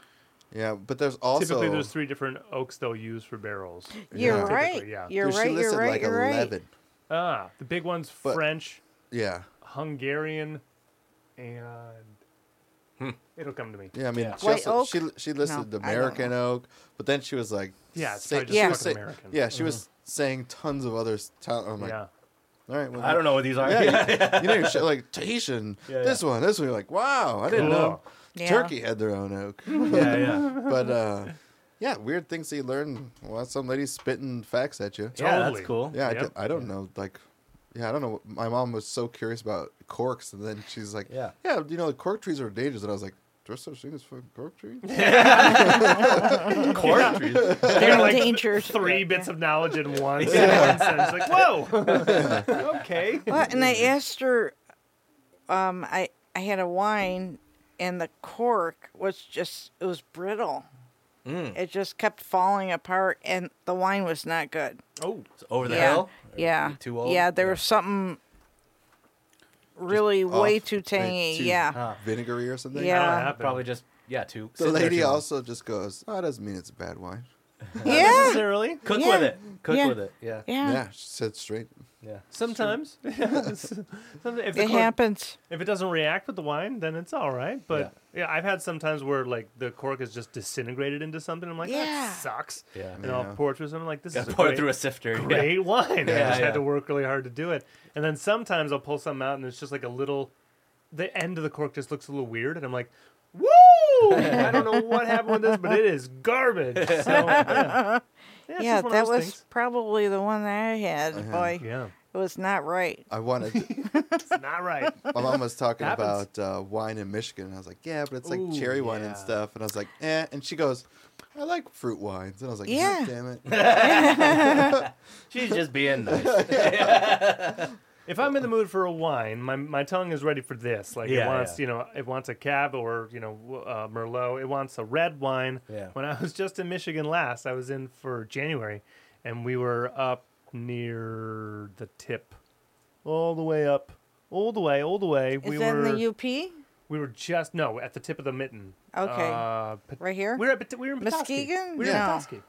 Yeah, but there's also Typically, there's three different oaks they'll use for barrels. you're Yeah. right. Typically, yeah. You're she right. You're listed right. like you're right. eleven. Ah, the big ones: But- French, Yeah. Hungarian, and it'll come to me. Yeah, I mean, Yeah. she, White also, she oak? she listed No, the I don't American oak, but then she was like, Yeah, it's say- probably just she Yeah. was fucking say- American. Yeah, she was saying tons of other town. I'm like, yeah. all right, well, I don't know what these are. Yeah, you, you know, your shit, like Tahitian, Yeah, this one, this one. You're like, wow, I didn't Cool. know Yeah. Turkey had their own oak. (laughs) (laughs) yeah. yeah. but uh, yeah, weird things that you learn. Well, some lady spitting facts at you. Yeah, that's Totally. cool. Yeah, I, Yep. d- I don't know. Like, yeah, I don't know. My mom was so curious about corks, and then she's like, Yeah. yeah, you know, cork trees are dangerous. And I was like, there's such thing as fucking cork trees? (laughs) Cork trees. They're like endangered. Three bits of knowledge in one. Yeah. one sentence. Like, whoa. okay. Well, and I asked her. Um, I I had a wine, and the cork was just it was brittle. It just kept falling apart, and the wine was not good. Oh, It's over the yeah, (laughs) hill. yeah, Too old? Yeah, there Yeah. was something really way off, too like, tangy. too- yeah, Huh. vinegary or something. Yeah. How it happened. Probably just yeah. Too. The sit there lady too long. also just goes, "Oh, it doesn't mean it's a bad wine." yeah, necessarily. cook Yeah. with it. Cook Yeah. with it. Yeah. yeah. Yeah, she said straight. Yeah. (laughs) Sometimes. Sometimes if the It cork- happens. if it doesn't react with the wine, then it's all right. But yeah, I've had some times where like the cork is just disintegrated into something. I'm like, Yeah. that sucks. Yeah. And I'll Yeah. pour it through something like this Got is a poured great- through a (laughs) sifter. yeah. great wine. I Yeah, just had yeah. to work really hard to do it. And then sometimes I'll pull something out and it's just like a little, the end of the cork just looks a little weird. And I'm like, woo! I don't know what happened with this, but it is garbage. So, (laughs) yeah. Yeah, it's Yeah, just one of that those was things. probably the one that I had. Boy, Yeah, it was not right. I wanted. (laughs) to- it's not right. my mom was talking Happens. about uh, wine in Michigan, and I was like, "Yeah, but it's like Ooh, cherry wine yeah. and stuff." And I was like, "Eh," and she goes, "I like fruit wines," and I was like, Yeah. "Yeah, damn (laughs) it." She's just being nice. If I'm in the mood for a wine, my, my tongue is ready for this. Like it Yeah, wants, yeah. you know, it wants a cab or you know w- uh, merlot. It wants a red wine. Yeah. When I was just in Michigan last, I was in for January, and we were up near the tip, all the way up, all the way, all the way. Is we that were in the UP? we were just no at the tip of the mitten. Okay. Uh, Pet- Right here? We're at Pet- we were in Petoskey. Muskegon? We were No. in Petoskey.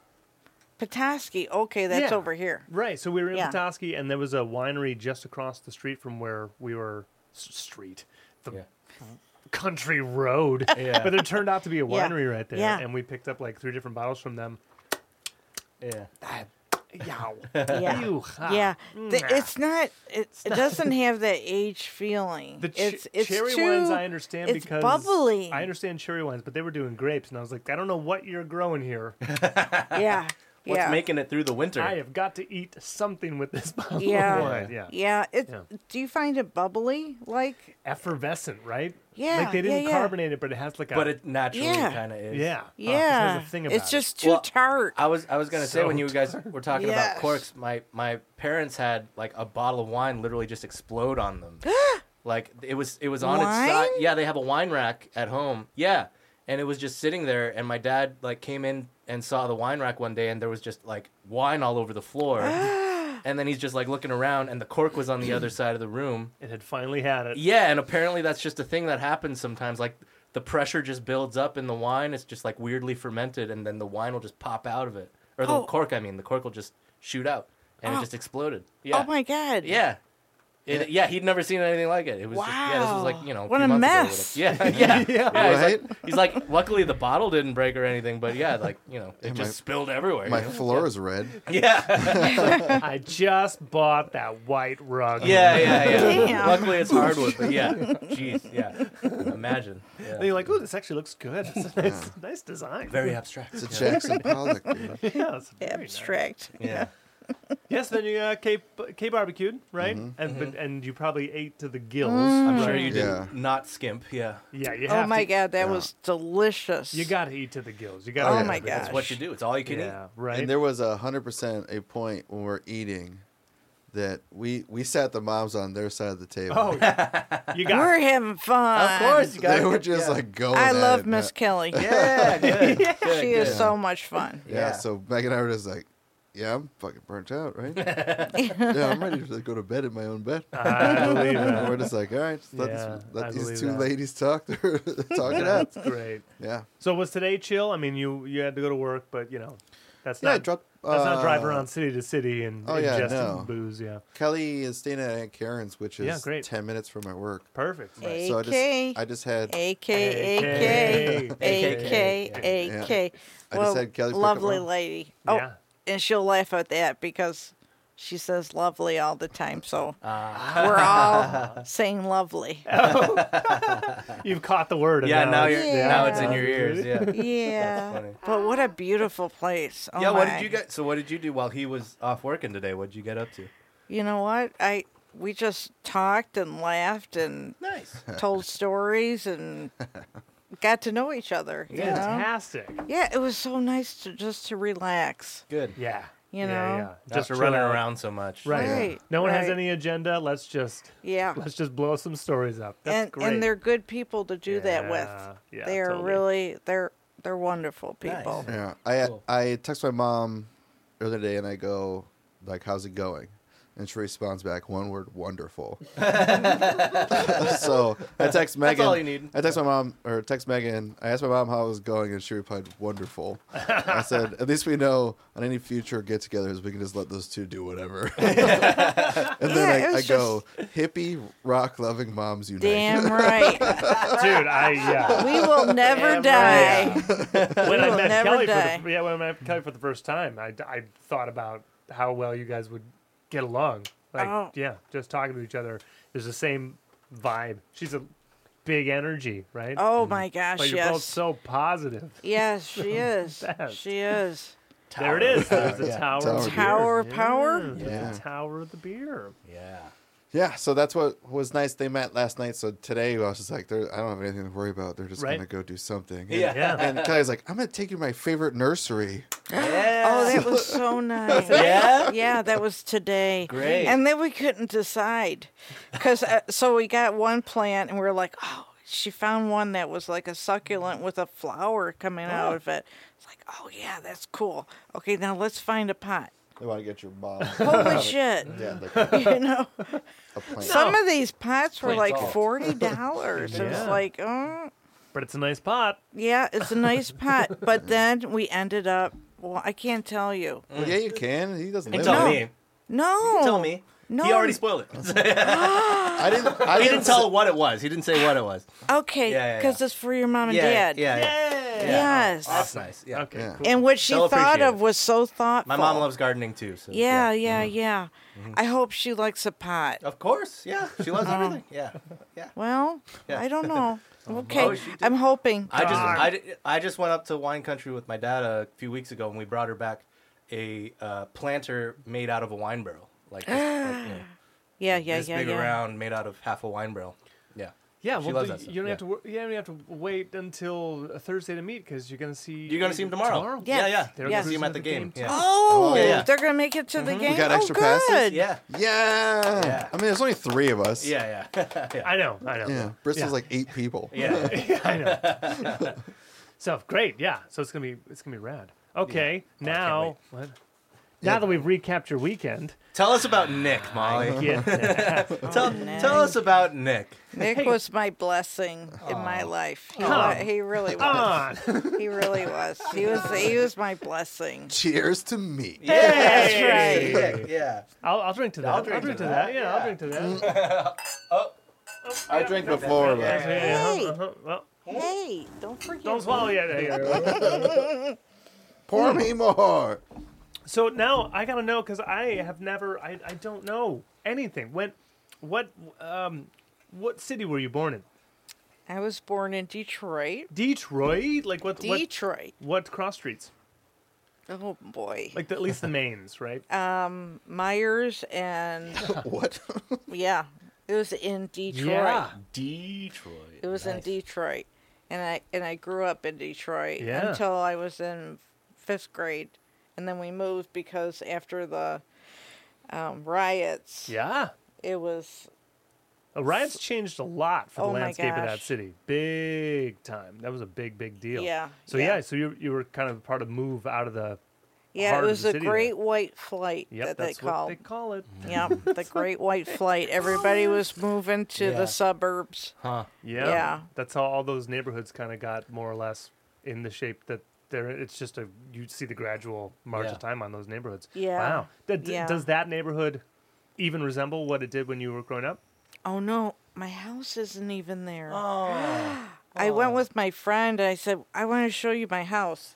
Petoskey. Okay, that's Yeah. (laughs) over here. Right. So we were in Yeah. Petoskey, and there was a winery just across the street from where we were. s- Street. The Yeah. country (laughs) road. Yeah. But there turned out to be a winery right there, Yeah. and we picked up like three different bottles from them. Yeah. (laughs) Yow. Yeah. Ew, ha. Yeah, Th- Mwah. it's not. It, (laughs) it doesn't have that age feeling. The ch- it's it's cherry too, wines I understand it's because bubbly. I understand cherry wines, but they were doing grapes, and I was like, I don't know what you're growing (laughs) here. (laughs) Yeah, What's yeah, making it through the winter? I have got to eat something with this (laughs) bottle Yeah. of wine. Yeah. yeah. It. Yeah. Do you find it bubbly? Like effervescent, right? Yeah, like they yeah, didn't yeah. carbonate it, but it has like a but it naturally Yeah. kind of is. yeah, yeah, There's a thing about it's it. just too Well, tart. I was I was gonna say So when you guys were talking Yes. about corks, my my parents had like a bottle of wine literally just explode (gasps) on them. like it was it was on its side. Wine? Yeah, they have a wine rack at home. Yeah, and it was just sitting there. And my dad like came in and saw the wine rack one day, and there was just like wine all over (gasps) the floor. and then he's just like looking around, and the cork was on (clears throat) the other side of the room. it had finally had (laughs) it. Yeah, and apparently that's just a thing that happens sometimes. Like the pressure just builds up in the wine. It's just like weirdly fermented, and then the wine will just pop out of it, or the Oh. cork. I mean, the cork will just shoot out, and it Oh. just exploded. Yeah. Oh my god. Yeah. It, yeah, he'd never seen anything like it. It was just, yeah, this was like, you know, What few a months ago or mess. (laughs) whatever. Yeah, (laughs) yeah, yeah. Right? He's, like, he's like, luckily the bottle didn't break or anything, but yeah, like, you know, it Yeah, just my- spilled everywhere. My you know? floor is red. Yeah, (laughs) I just bought that white rug. yeah, yeah, yeah. Damn. Luckily it's hardwood, (laughs) but yeah, jeez, yeah. Imagine. Yeah. And you're like, oh, this actually looks good. It's (laughs) a nice, nice design. Very abstract. It's a Jackson Pollock, dude. yeah, it's very nice. Abstract. Yeah. Yes, then you uh, K K barbecued, right? Mm-hmm. And but, and you probably ate to the gills. I'm sure you did Yeah. not skimp. Yeah. Yeah, (laughs) you have Mm. Oh my to, god, that was delicious. You got to eat to the gills. You got. Oh yeah. my That's gosh. what you do. It's all you can Ah, Yeah, (laughs) right. And there was a hundred percent a point when we are eating that we we sat the moms on their side of the table. (laughs) oh, you got. We're having eat. fun. Of course, you got they were just like going. I at love it, Miss man. Kelly. Yeah, good. good, (laughs) She good. is so much fun. Yeah, Yeah. so Meg and I were just like, "Yeah, I'm fucking burnt out, (laughs) right? yeah, I'm ready to go to bed in my own bed." I believe And we're that. just like, "All right, just let, these- Yeah, I let believe these two that. ladies talk their- (laughs) talk it (laughs) out." That's great. Yeah, So was today chill? I mean, you you had to go to work, but you know, that's yeah. I not dropped, Let's not drive uh, around city to city and oh, yeah, ingesting no. booze. Yeah, Kelly is staying at Aunt Karen's, which is Yeah, great. ten minutes from my work. perfect. Hey. So I AK. just I just had A K A AK. K A K A K. I just had Kelly pick up lovely one. lady. Oh, Yeah. and she'll laugh at that because she says lovely all the time. So Ah. we're all saying lovely. You've caught the word. and yeah, now you're it's- Yeah. now it's in your ears. Yeah. (laughs) Yeah. funny. But what a beautiful place. Oh yeah. What my. did you get? So what did you do while he was off working today? What did you get up to? You know what? I we just talked and laughed and Nice. (laughs) told stories and got to know each other. You know? fantastic. Yeah, it was so nice to just to relax. (laughs) Good. Yeah, You Yeah, know? yeah. Just chill running out. around so much. Right. Right, No one has right. any agenda. Let's just Yeah. let's just blow some stories up. That's and great. and they're good people to do that with. Yeah, yeah, they're totally. really they're they're wonderful Nice. people. Yeah, I Cool. I text my mom the other day and I go like, "How's it going?" And she responds back one word, (laughs) "Wonderful." (laughs) so I text Megan. all you need. I text my mom or text Megan. I asked my mom how it was going, and she replied, "Wonderful." I said, "At least we know on any future get-togethers we can just let those two do whatever." (laughs) and then Yeah, it I, I was go, "Hippie rock-loving moms unite." (laughs) Damn right. dude. I (laughs) (laughs) yeah. we will never die. (laughs) When I will met never Kelly die. for the, yeah when I met Kelly for the first time, I, I thought about how well you guys would get along. Like Oh. yeah, just talking to each other. There's the same vibe. She's a big energy, right? Mm-hmm. Oh my gosh, but you're yes. both so positive. (laughs) yes, she is. best. She is. There it is. There's (laughs) the Yeah. tower. Tower of of beer. Tower of power. Yeah. Yeah. The tower of the beer. Yeah. Yeah, so that's what was nice. They met last night, so today I was just like, "They're- I don't have anything to worry about. They're just Right. gonna go do something. Yeah. (laughs) Yeah. And Kelly's like, I'm gonna take you to my favorite nursery. Oh, that was (laughs) so nice. Yeah? Yeah, that was today. Great. And then we couldn't decide. Cuz uh, so we got one plant and we were like, "Oh, she found one that was like a succulent with a flower coming out of it." It's like, "Oh yeah, that's cool. Okay, now let's find a (laughs) pot." They want to get your mom. Holy shit. (laughs) Yeah, like a, You know, a plant. some of these pots were Plants like all. (laughs) forty dollars. It's Yeah. like, oh, But it's a nice pot. yeah, it's a nice pot. But then we ended up. Well, I can't tell you. Well, yeah, you can. He doesn't You live tell there. me. No, Tell me. No, He already spoiled (laughs) it. (laughs) I didn't. I didn't, he didn't tell what it was. He didn't say what it was. okay, Yeah, yeah, yeah. because it's for your mom and yeah, dad. Yeah. yeah. Yes. That's nice. Yeah. Okay, Yeah. cool. And what she They'll thought appreciate of it. was so thoughtful. My mom loves Mm-hmm. gardening too. So Yeah, yeah, yeah. I hope she likes a pot. Of course. Yeah. She loves Uh-huh. everything. Yeah. (laughs) Yeah. Well, Yeah. I don't know. Okay, (laughs) Oh, she did. I'm hoping. I just Darn. I, di- I just went up to wine country with my dad a few weeks ago and we brought her back a uh, planter made out of a wine barrel. Like this, like, you know, yeah, (gasps) yeah, this yeah, big yeah. around made out of half a wine barrel. Yeah. Yeah, She well, loves but that stuff, you don't yeah. have to. wor- You don't have to wait until Thursday to meet because you're gonna see. You're gonna see him tomorrow. Yes. Yeah, yeah. They're You're Yes. gonna see him at the cruising game. at the game, Yeah. Oh, Yeah, yeah. they're gonna make it to the game. got extra oh, passes? good. Yeah. Yeah. Yeah. I mean, there's only three of us. Yeah, (laughs) yeah. (laughs) yeah. I know. I know. Yeah. Bristol's Yeah. like eight people. (laughs) Yeah. I know. so great, yeah. So it's gonna be it's gonna be rad. Okay, now what? Now Yeah. that we've recapped your (laughs) weekend, Tell us about Nick, Molly. yeah, Tell, Oh, Nick. tell us (laughs) about Nick. Nick was my blessing in my life. He, wa- he (laughs) really come was. on. He really was. He was. He was my blessing. Cheers to me. That's right. Nick, yeah. I'll, I'll drink to that. I'll drink, to that. Yeah, I'll drink to Mm. that. I drank before, but Yeah, yeah, yeah. Uh-huh, uh-huh. Well, Hey, don't forget. don't swallow yet. Yeah, yeah, yeah. pour me more. So now I gotta know because I have never. I, I don't know anything. When, what um, what city were you born in? I was born in Detroit. Detroit. Like what? What, Detroit. what cross streets? Oh boy. Like the, at least the mains, right? um, Myers and (laughs) What? yeah, it was in Detroit. Yeah. Detroit. It was in Nice. Detroit, and I and I grew up in Detroit Yeah. until I was in fifth grade, and then we moved because after the um, riots, Yeah. it was Uh, Riots changed a lot for the Oh my landscape of that gosh. city. Big time. That was a big, big deal. Yeah, So yeah, yeah. so you you were kind of part of move out of the yeah, heart it of was the the city there. Great White Flight yep, that they that's what called. they call it. (laughs) Yep, the Great White Flight. Everybody was moving to Yeah. the suburbs. Huh. Yeah. Yeah. That's how all those neighborhoods kind of got more or less in the shape that they're it's just a you see the gradual march Yeah. of time on those neighborhoods. Yeah. Wow. That, d- Yeah. Does that neighborhood even resemble what it did when you were growing up? Oh no, my house isn't even there. Oh. I went with my friend. And I said, I want to show you my house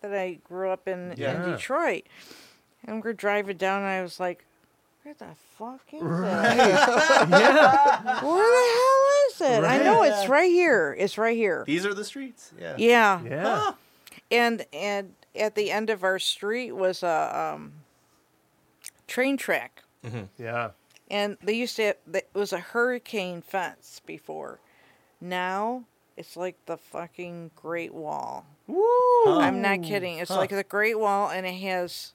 that I grew up in Yeah. in Detroit. And we're driving down, and I was like, Where the fuck is it? Where the hell is it? I know it's right here. It's right here. (gasps) These are the streets. Yeah. Yeah. Yeah. And and at the end of our street was a um, train track, Yeah. and they used to. Have, it was a hurricane fence before. Now it's like the fucking Great Wall. Woo. I'm Oh, not kidding. It's like the Great Wall, and it has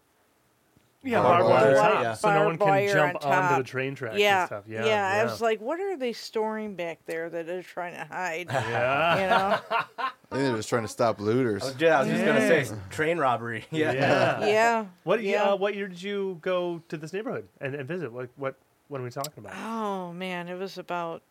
Yeah, Barbed barbed wire wire, on top, yeah. so no one Barbed can wire jump on onto the top. train tracks yeah, and stuff. Yeah, I was like, what are they storing back there that they're trying to hide? yeah. (laughs) You know? I think they're just trying to stop I looters. was- Yeah, I was just gonna say Yeah. train robbery. (laughs) Yeah. Yeah. yeah. What yeah. Yeah. Uh, what year did you go to this neighborhood and, and visit? Like what what are we talking about? Oh man, it was about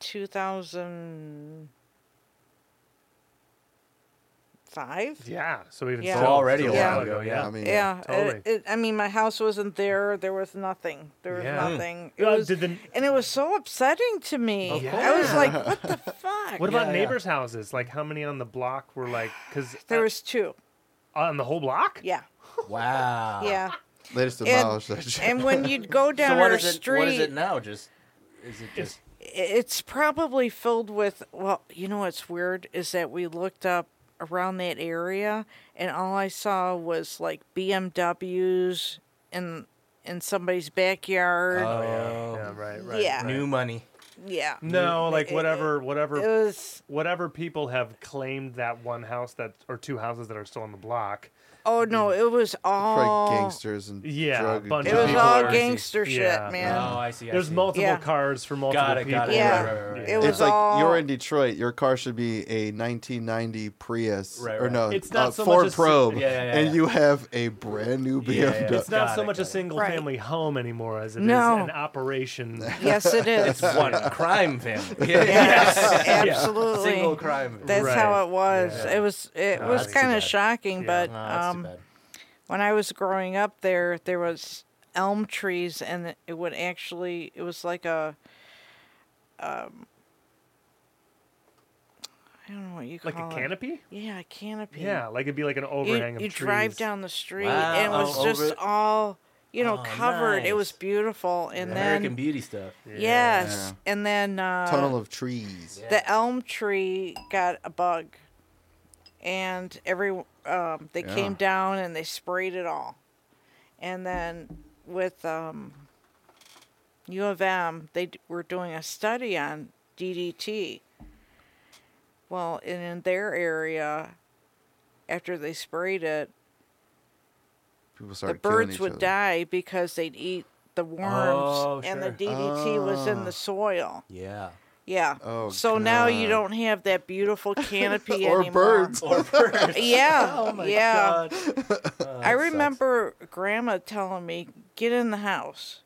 2005. Yeah. So even Yeah. so, So already so a while ago, yeah. I mean, Yeah, totally. it, it, I mean, my house wasn't there. There was nothing. There was Yeah. nothing. It Uh, was, did the, and it was so upsetting to me. Of I was course. like, what the (laughs) fuck? what Yeah, about yeah. neighbors' houses? Like how many on the block were like because there was two. on the whole block? Yeah, Wow. yeah. They just demolished that shit. (laughs) And when you'd go down So what our is it? street, What is it now? Just is it just? it's probably filled with well you know what's weird is that we looked up around that area and all i saw was like bmws in in somebody's backyard Uh, Oh, Yeah, right, right. Yeah. right. New money. yeah No, like it- whatever it whatever was whatever people have claimed that one house that or two houses that are still on the block. oh no it was all Probably gangsters and Yeah, drug bunch it of was people all are- gangster shit Yeah. man Oh, I see. I There's see. multiple Yeah. cars for multiple Got it. people. Got it. Yeah. Right, right, right, right. It was It's like all you're in Detroit. Your car should be a 1990 Prius Right, or right. no, It's not uh, so much Ford a si- Probe, Yeah, yeah, yeah, and yeah. you have a brand new BMW. Yeah, yeah, yeah. It's not Got so it, much a got it. single Right. family home anymore as it is No. an operation. yes it is One crime (laughs) family. (laughs) Yeah. yes Yeah. absolutely Single crime. that's Right. how it was it was it Oh, was that's too kind of bad. shocking Yeah. but Oh, that's um too bad. when I was growing up there, there was elm trees, and it would actually it was like a, um, I don't know what you call like a it. canopy. Yeah, a canopy. Yeah, like it'd be like an you, overhang of you trees. drive down the street, Wow. and it was Oh, just over- all you know Oh, covered. It was nice. beautiful, and then American Beauty stuff. yes, and then uh, Tunnel of trees. Yeah. the elm tree got a bug and every um, they came Yeah. down and they sprayed it all and then with um, u of m they d- were doing a study on ddt well and in their area after they sprayed it People the started killing birds each would other. die because they'd eat the worms Oh, and the sure. ddt was in the soil Yeah. yeah. Oh, so now you God. don't have (laughs) that beautiful canopy Or anymore. birds. (laughs) Or (laughs) birds. Yeah. (laughs) Oh my yeah. god. I remember grandma telling me, "Get in the house,"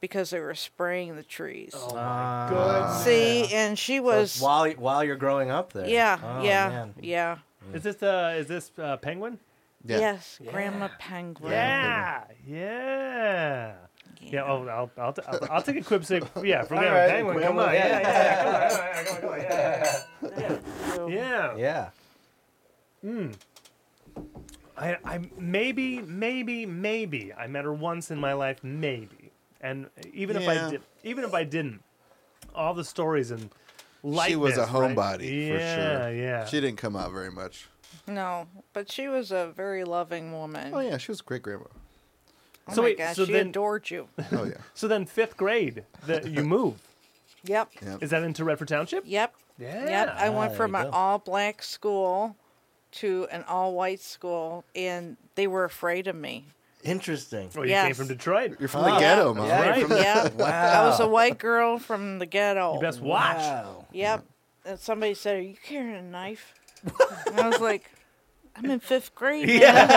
because they were spraying the trees. Oh Ah. my goodness. See, and she So it's was while while you're growing up there. yeah, Oh, yeah, man. yeah. Is this uh is this uh, penguin? Yeah. Yes, grandma penguin. Yeah, yeah. Yeah, Yeah. oh, I'll, I'll, t- I'll, I'll take a quib save. Yeah, from All Grandma right, Penguin. Come Grandma, on, yeah, yeah. yeah, come on, all right, come on, come on, yeah, So- yeah. yeah. Yeah. I, I maybe, maybe, maybe I met her once in my life, maybe. And even if I Yeah. did, even if I didn't, all the stories and lightness. She was a right? homebody for Yeah, sure. yeah. She didn't come out very much. No, but she was a very loving woman. Oh yeah, she was a great grandma. Oh So my wait, gosh, so she then- adored you. Oh yeah. So then, fifth grade, that you move. Yep. yeah. Is that into Redford Township? Yep. Yeah. Yep, I went Ah, from there you an go. all black school to an all white school, and they were afraid of me. Interesting. Well, you Yes. came from Detroit. You're from Oh, the ghetto, mom. yeah, Right. You're from- Yeah, I was a (laughs) Wow. white girl from the ghetto. You best watch. (laughs) Wow. Yep, and somebody said, "Are you carrying a knife?" and (laughs) I was like, "I'm in fifth grade. man.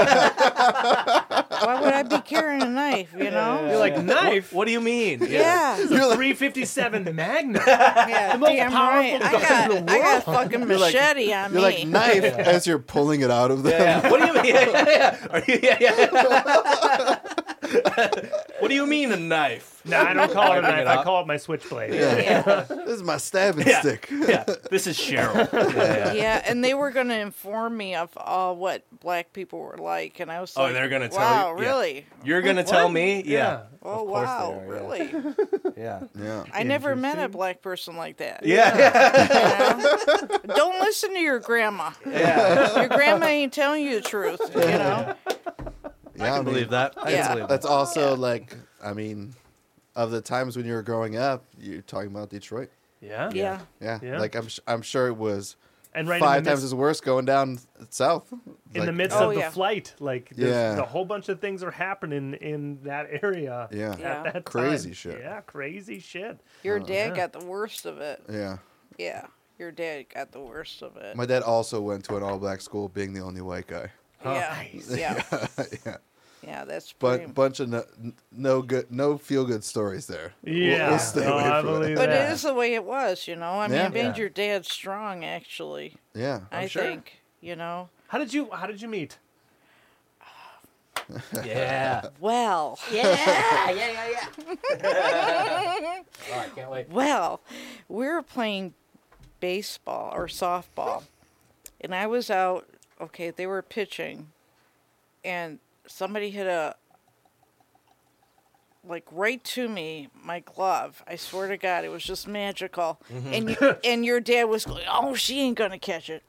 (laughs) Why would I be carrying a knife? You know?" You're like knife. What do you mean? Yeah, yeah, 357 Magnum. damn right. (laughs) I got, I got a fucking machete on You're me. like (laughs) knife as you're pulling it out of them. Yeah. What do you mean? (laughs) Yeah, yeah, yeah. Are you, yeah, yeah. (laughs) what do you mean a knife? No, I don't call it a Wiping it knife. I up. call it my switchblade. yeah. (laughs) This is my stabbing Yeah. stick. (laughs) Yeah. This is Cheryl. (laughs) Yeah. yeah, and they were going to inform me of uh, what black people were like, and I was Oh, like, they're gonna tell wow, you- yeah. really? You're gonna (laughs) tell me? Yeah. Oh, course they wow, are, yeah. really? Yeah. Yeah. I never met a black person like that. Yeah. you (laughs) know? Don't listen to your grandma. Yeah. Your grandma ain't telling you the truth, you know? Yeah, I I can mean, believe that. I Yeah. can believe that. That's also like, I mean, of the times when you were growing up, you're talking about Detroit. Yeah. Yeah. Yeah, Yeah. like I'm, sh- I'm sure it was And right five in the times midst, as worse going down south. in the Like, uh, midst Oh, of yeah. the flight, like there's Yeah. the whole bunch of things are happening in that area. Yeah. At Yeah. that time. Crazy shit. Yeah, crazy shit. Oh, Your dad yeah. got the worst of it. Yeah, Yeah. Your dad got the worst of it. my dad also went to an all-black school, being the only white guy. (laughs) yeah. yeah. yeah, (laughs) Yeah, that's but pretty bunch of no, no good, no feel-good stories there. We'll- Yeah. we'll, stay Oh, away I from (laughs) believe it. But Yeah. it is the way it was, you know? I mean, Yeah. it made Yeah. your dad strong, actually, Yeah, i sure. think, you know? How did you How did you meet? (laughs) Yeah. Well, Yeah. Yeah. Yeah. Yeah. oh, I can't wait. Well, we were playing baseball or softball, and I was out. Okay, they were pitching, and somebody hit a like right to me my glove. I swear to God, it was just magical. Mm-hmm. And you, (laughs) and your dad was going, "Oh, she ain't gonna catch it.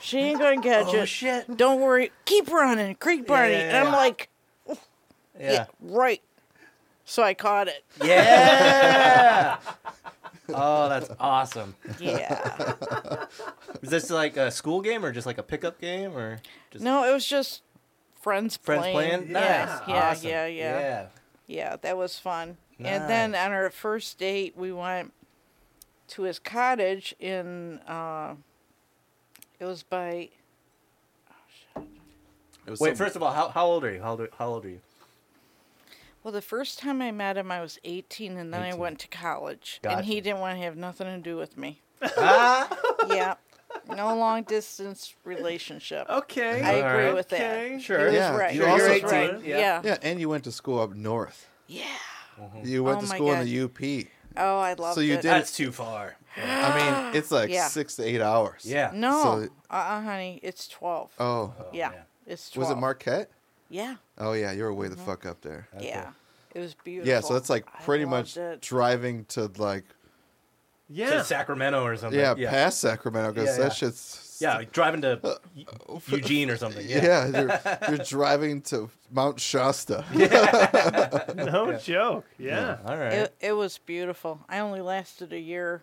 She ain't (laughs) gonna catch Oh it. shit. Don't worry, keep running, keep Yeah, running." yeah, And I'm yeah. like, Yeah. "Right." So I caught it. Yeah. (laughs) oh, that's awesome. Yeah. Is this like a school game or just like a pickup game or just No, it was just friends friends playing. playing? Yeah, Nice. yeah, Awesome. yeah, yeah, yeah. Yeah. that was fun. And then Nice. on our first date, we went to his cottage in. Uh, it was by It was Wait, some- first of all, how, how old are you? How old are, how old are (laughs) you? well, the first time I met him, I was eighteen, and then I 18. went to college, and he Gotcha. didn't want to have nothing to do with me. ah, (laughs) yeah, No long distance relationship. Okay. I agree Alright. with okay. that. Sure. He Yeah, was right. you're He was also- right. Yeah. Yeah. Yeah, and you went to school up north. Yeah. Mm-hmm. You went Oh to my school God. in the UP. Oh, I love it. So you did- That's too far. I (gasps) mean, it's like Yeah. six to eight hours. Yeah. No. So- uh-uh, honey. It's 12. Oh, yeah. man. It's 12. was it Marquette? Yeah. Oh yeah, you were way the fuck up there. Yeah. It was Mm-hmm. beautiful. Yeah, so it's like I pretty loved much it. driving to like Yeah. To Sacramento or something. yeah, yeah. past Sacramento because Yeah, that yeah. shit's Yeah, like driving to Eu- Eugene or something. Yeah. yeah. (laughs) you're, you're driving to Mount Shasta. No joke. Yeah. All right. It, it was beautiful. I only lasted a (laughs) year.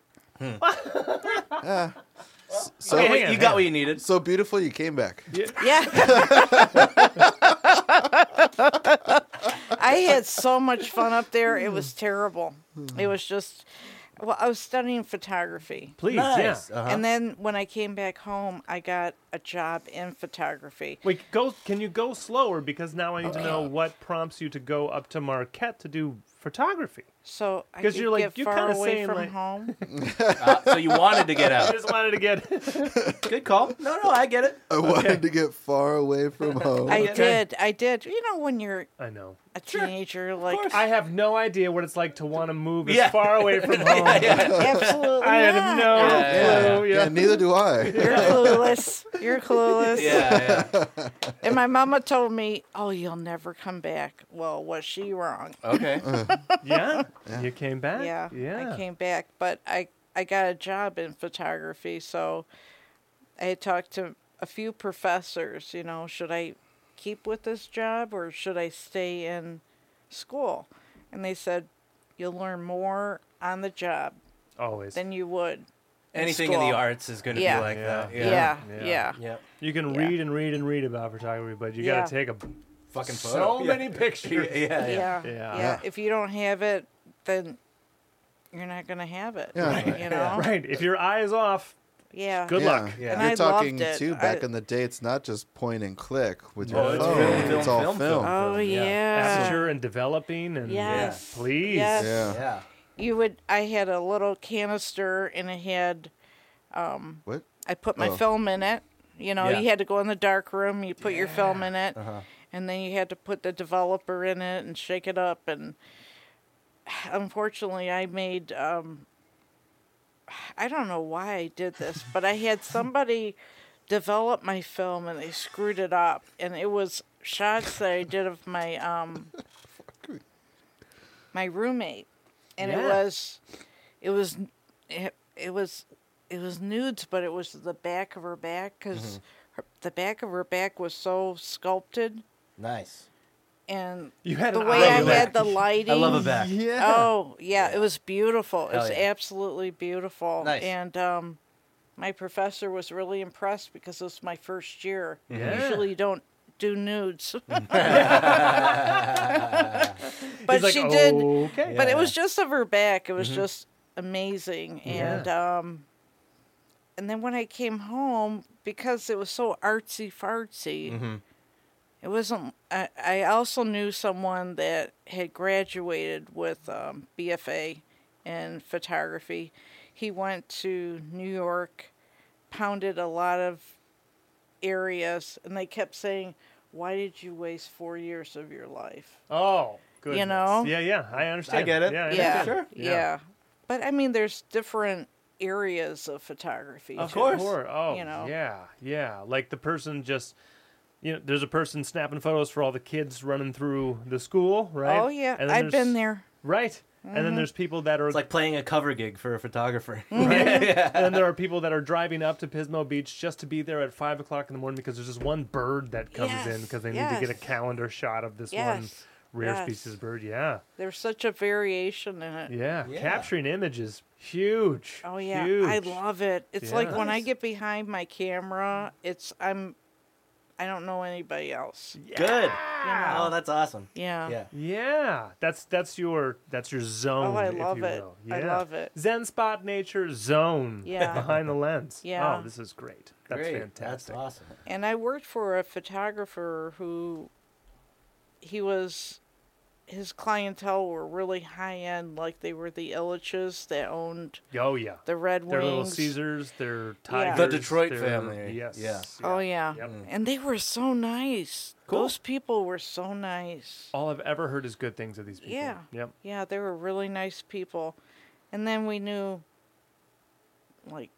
So Okay, hang on, Wait, you hang got what you needed. so beautiful, you came back. Yeah. I had so much fun up there. It was terrible. It was just, well, I was studying photography. Please. Nice. Yeah. Uh-huh. And then when I came back home, I got a job in photography. Wait, go. Can you go slower? Because now I need to know what prompts you to go up to Marquette to do photography. So I 'Cause could you're like- get you're far kinda away saying, from like- home. Uh, so you wanted to get I (laughs) out. just wanted to get. (laughs) Good call. No, no, I get (laughs) it. I wanted to get far away from home. (laughs) I Okay. did. I did. You know, when you're I know. a (laughs) teenager, like, I have no idea what it's like to want to move as Yeah. far away from home. absolutely I not. have no Yeah, clue. yeah. Yeah. neither do (laughs) I. You're clueless. (laughs) You're clueless. (laughs) Yeah, yeah. And my mama told me, "Oh, you'll never come back." Well, was she wrong? Okay. (laughs) Yeah. You came back. Yeah, Yeah. I came back, but I I got a job in photography, so I had talked to a few professors. You know, should I keep with this job or should I stay in school? And they said, "You'll learn more on the job Always. than you would." Anything in School. the arts is going to Yeah. be like that. Yeah. Yeah. Yeah, yeah. Yeah. you can Yeah. read and read and read about photography, but you Yeah. got to take a, Fucking photo. so Yeah. many pictures. (laughs) Yeah, yeah. yeah, (laughs) Yeah. yeah. If you don't have it, then you're not gonna have it. Yeah. Right. You know. Right. If your eye is off, Yeah. Good yeah. luck. Yeah. You're And I loved talking it. too. Back I- in the day, it's not just point and click with No, your it's phone. film, film, it's all film, film. film. Oh Yeah. yeah. amateur and developing and Yes. Yeah. please. Yes. Yeah. Yeah. You would. I had a little canister and it had. What? I put my Oh. film in it. You know, Yeah. you had to go in the dark room. You put your film in it, and then you had to put the developer in it and shake it up. And unfortunately, I made. Um, I don't know why I did this, but I had somebody develop my film and they screwed it up, and it was shots that I did of my um, my roommate, and it Yeah. was it was it, it was it was nudes, but it was the back of her back because Mm-hmm. the back of her back was so sculpted Nice. and You had the an way eye I for that. had the lighting. I love a back. Oh yeah, it was beautiful. it Hell was yeah. absolutely beautiful. Nice. And um, my professor was really impressed because it was my first year. Yeah. Usually, you don't do (laughs) nudes, but He's like, she did. "Oh, Okay. But it was just of her back. It was just amazing. And um and then when I came home, because it was so artsy fartsy, it wasn't I, I also knew someone that had graduated with um, BFA in photography. He went to New York, pounded a lot of areas and they kept saying, Why did you waste four years of your life? Oh, good. know? Yeah, yeah. I understand. get it. Yeah, I yeah. understand. Yeah. But I mean, there's different areas of photography. Of too. course. Oh, You know. yeah, yeah. Like the person just, you know, there's a person snapping photos for all the kids running through the school, right? Oh, yeah. And then I've there's- been there. Mm-hmm. Right. And then there's people that are (laughs) It's like playing a cover gig for a photographer. (laughs) and then there are people that are driving up to Pismo Beach just to be there at five o'clock in the morning because there's just one bird that comes in Yes, because they need to get a yes. calendar shot of this Yes, one rare yes. species bird. Yeah, There's such a variation in it. yeah, Yeah. Capturing images, huge. Oh, yeah. huge. I love it. It's like Yeah. when I get behind my camera, it's, I'm, I don't know anybody else. Good. Yeah. Oh, that's awesome. Yeah. Yeah. Yeah, that's that's your that's your zone. Oh, I if you love it. will. I Yeah. love it. Zen spot nature zone. Yeah. behind the lens. Yeah. Oh, this is great. That's Great. fantastic. That's awesome. And I worked for a photographer who he was his clientele were really high end, like they were the Illiches that owned Oh yeah. the Red Their little Wings. Caesars, their Yeah. tigers, The Detroit their- family. Yes. Yeah. Oh yeah, Yep. and they were so nice. Cool. Those people were so nice. All I've ever heard is good things of these people. Yeah. Yep. Yeah, they were really nice people. And then we knew like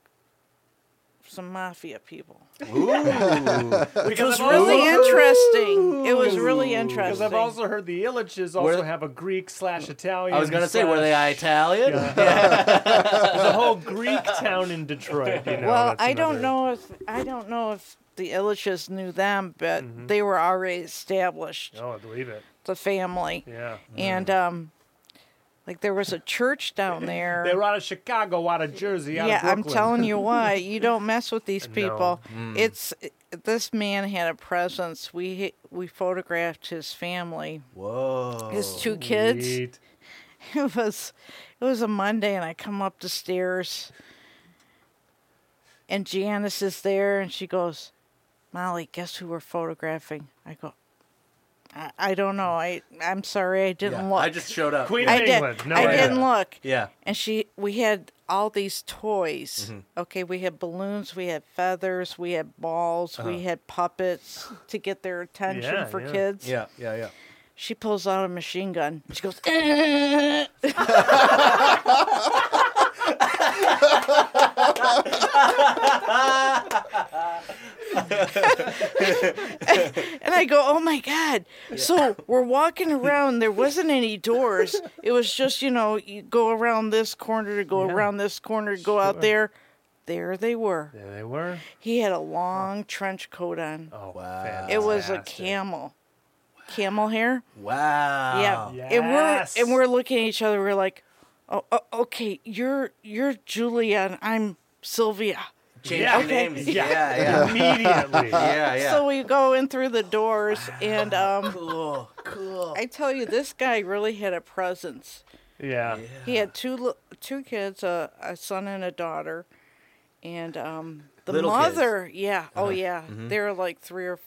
some mafia people. It was Because I've really also- interesting. It was really Because interesting. I've also heard the Illiches also Were- have a Greek slash Italian. I was gonna say, were they slash- Italian? There's a whole Greek town in Detroit. (laughs) You know, well, that's I don't another- know if I don't know if the Illiches knew them, but Mm-hmm. they were already established, Oh, I believe it. the family. Yeah. And um like there was a church down there. (laughs) They were out of Chicago, out of Jersey, out yeah, of I'm Brooklyn. Mm. (laughs) telling you what, you don't mess with these No. people. It's this man had a presence. We we photographed his family, (laughs) Whoa. his Oh, two kids. Sweet. (laughs) It was it was a Monday, and I come up the stairs, and Janice is there, and she goes, "Molly, guess who we're photographing?" I go, "I, I don't know. I I'm sorry, I didn't Yeah, look. I just showed up. Queen (laughs) yeah. I did. England. No, I idea. didn't look." yeah. and she we had all these toys Mm-hmm. okay we had balloons we had feathers we had balls we had puppets to get their attention Uh-huh. Yeah, for yeah. kids Yeah. Yeah. Yeah. she pulls out a machine gun she goes "Eh." and i go oh my god so we're walking around there wasn't any doors it was just you know you go around this corner to go Yeah. around this corner to go out Sure. there there they were There they were. he had a long trench coat on Oh, Wow. fantastic. it was a camel camel hair Wow. yeah. Yes. And we're and we're looking at each other. We're like, oh, oh, okay, you're you're Julia and I'm Sylvia. Change Yeah. names. Yeah. Yeah. Yeah. Immediately. (laughs) Yeah. Yeah. So we go in through the doors, and um, cool. Cool. I tell you, this guy really had a presence. Yeah. He had two li- two kids, a, a son and a daughter, and um, the Little kids. Uh-huh. Mm-hmm. mother. Yeah. Oh yeah. They were like three or f-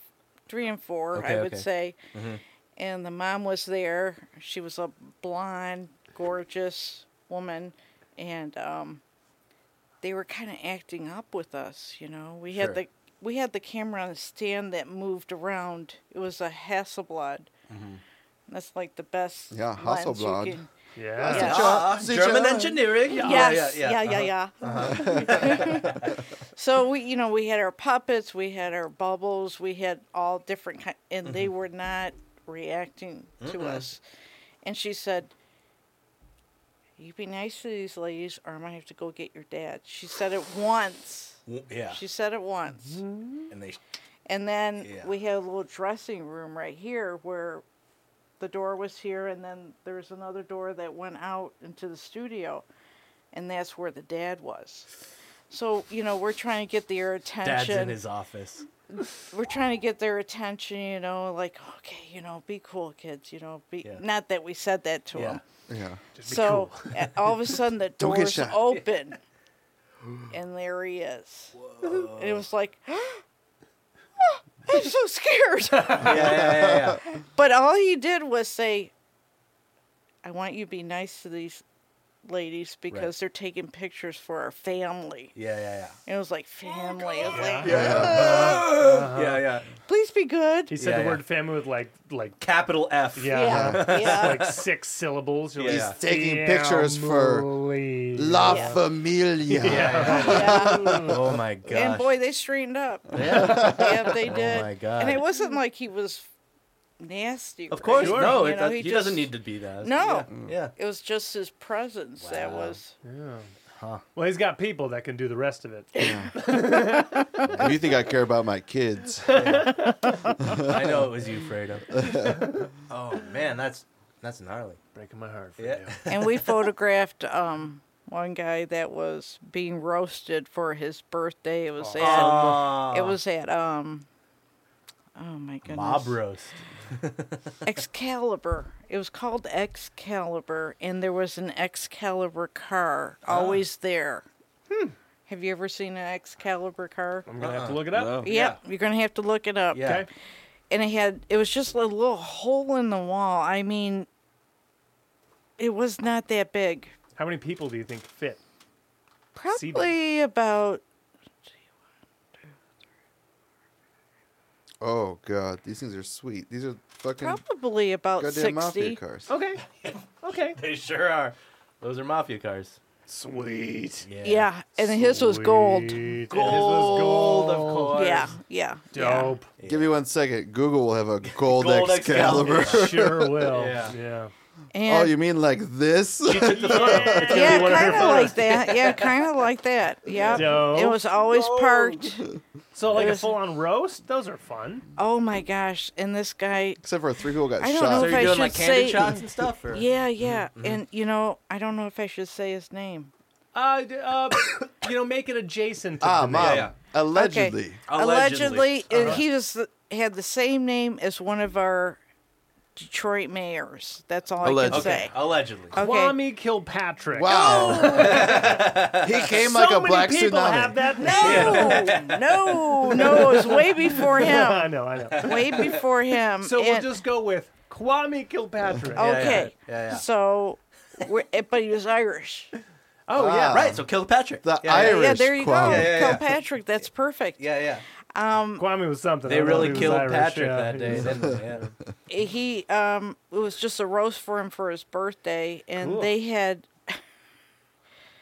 three and four, Okay, I would okay. Mm-hmm. say. And the mom was there. She was a blonde, gorgeous woman, and um, they were kind of acting up with us. You know, we Sure. had the we had the camera on a stand that moved around. It was a Hasselblad. Mm-hmm. That's like the best. Yeah, lens you Hasselblad. can- Yeah. Yeah. Ah, See, German John. engineering. Yes. Oh, Yeah. Uh-huh. Yeah. Yeah. Yeah. (laughs) so we, you know, we had our puppets, we had our bubbles, we had all different kind, and they Mm-hmm. were not reacting to us. And she said, "You be nice to these ladies, or I might have to go get your dad." She said it once. Yeah. Yeah. She said it once. And they. And then Yeah. we had a little dressing room right here where the door was here, and then there was another door that went out into the studio, and that's where the dad was. So you know, we're trying to get their Dad's attention. in his office. we're trying to get their attention. You know, like okay, you know, be cool, kids. You know, be Yeah. not that we said that to (laughs) Yeah. them. Yeah. So a- all of a sudden (laughs) the Don't get doors shot. open, and there he (gasps) is. And it was like, (gasps) I'm so scared. Yeah. Yeah. Yeah. yeah. but all he did was say, "I want you to be nice to these ladies because they're taking pictures for our family." Yeah, yeah, (laughs) And it was like family. It was like, yeah. Uh-huh. Yeah, yeah. please be good. He said Yeah, the yeah. word family with like like Capital F. yeah, (laughs) Yeah, (laughs) yeah. like six syllables. You're Yeah. like, He's taking pictures for "Family." (laughs) La Yeah. Familia. yeah. Oh my gosh. And boy, they straightened up. yeah. (laughs) Oh yeah, they did. my God. And it wasn't like he was nasty. Of right? course, Sure. Mm. no. You it, know, does- he he, doesn't just- need to be that. No. (laughs) Yeah. It was just his presence that Wow. (laughs) was. Well, he's got people that can do the rest of it. If you think I care about my (laughs) kids? I know it was you, Fredo. (laughs) oh man, that's that's gnarly. Breaking my heart for Yeah. you. And we photographed um, one guy that was being roasted for his birthday. It was at Ah, Uh, it was at um oh my goodness (laughs) mob roast. (laughs) Excalibur. It was called Excalibur, and there was an Excalibur car Ah. always there. Hmm. Have you ever seen an Excalibur car? I'm gonna have to look it up. Yep, you're gonna have to look it up. Uh-huh. Yeah. Okay. and it had it was just a little hole in the wall. I mean, it was not that big. How many people do you think fit? Seating. Probably about Oh god, these things are sweet. These are fucking probably about goddamn mafia sixty. cars. Okay. (laughs) Okay. They sure are. Those are mafia cars. Sweet. Yeah. Yeah, and his was gold. Sweet. Gold, And his was of gold. course. Yeah, yeah. yeah. Dope. Give me one second. Google will have (laughs) a gold, (laughs) Gold Excalibur. sure will. Yeah. yeah. oh, And you mean like this? She took the photo. yeah, one of her kind of like (laughs) that. Yeah, kind of like that. Yeah, it Dope. was always parked. So like a There's- full on roast? Those are fun. Oh my gosh! And this guy, Except for three people got I shot. don't So know you're if I doing should like candy say- shots and stuff? Or? yeah, Mm-hmm, yeah. And you know, I don't know if I should say his name. Uh, d- uh you know, make it adjacent to Ah, the mom. name. yeah. Allegedly. Allegedly. allegedly, and Uh-huh. he was the- had the same name as one of our Detroit mayors. That's all I Allegedly. can Okay. (laughs) say. Uh, Allegedly. Okay. Kwame Kilpatrick. Wow. Oh. (laughs) he came So like a many black people tsunami. have that name. (laughs) No, no, no! It was way (laughs) before I him. know, I know. Um, Way before him. So we'll And- Oh. just go with Kwame Kilpatrick. yeah, okay. yeah, yeah. So, we're, eh, but he was Irish. Oh Ah. yeah, Right, so Kilpatrick. The yeah, yeah, Irish yeah, there you Kwame. go, Yeah, yeah, yeah. Kilpatrick. That's perfect. Yeah, yeah. Ah. Kwame was something. I They don't know if really he was killed Irish, Patrick yeah. that day, didn't they? (laughs) Yeah. He um, it was just a roast for him for his birthday, and Cool. they had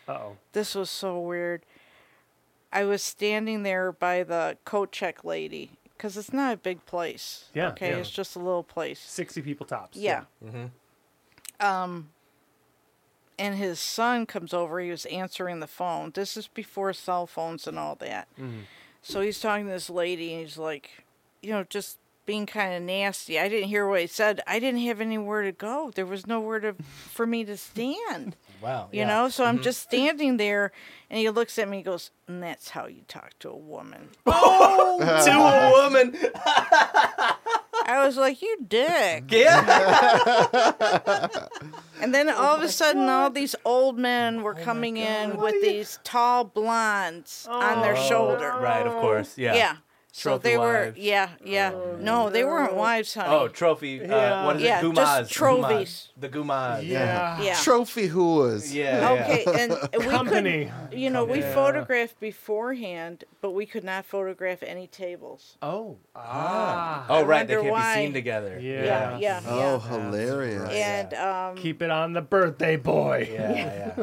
Uh-oh. this was so weird. I was standing there by the coat check lady because it's not a big place. Yeah, Okay, yeah. it's just a little place. Sixty people tops. Yeah. Um, and his son comes over. He was answering the phone. This is before cell phones and all that. Mm-hmm. So he's talking to this lady, and he's like, you know, just being kind of nasty. I didn't hear what he said. I didn't have anywhere to go. There was nowhere to for me to stand. (laughs) Wow. You yeah. Mm-hmm. know, so I'm just standing there, and he looks at me and goes, and that's how you talk to a woman. (laughs) to a woman. (laughs) I was like, you dick. Yeah. And then all of a sudden, all these old men were coming in with these tall blondes on their shoulder. Oh. Right, of course. Yeah. Yeah. So Trophy they were, wives. yeah, yeah. no, they weren't wives, honey. Oh, trophy. Uh, Yeah. what is Yeah, it? Gumas. just Gumas. trophies. The Gumas. Yeah. yeah. Trophy who was. Yeah. yeah. Okay, and we could, Company. not you know, we Yeah. photographed beforehand, but we could not photograph any tables. Oh. Ah. Oh, right. They wonder can't why. be seen together. Yeah. Yeah, yeah, Oh, hilarious. yeah. And um, Keep it on the birthday boy. Yeah. (laughs) yeah.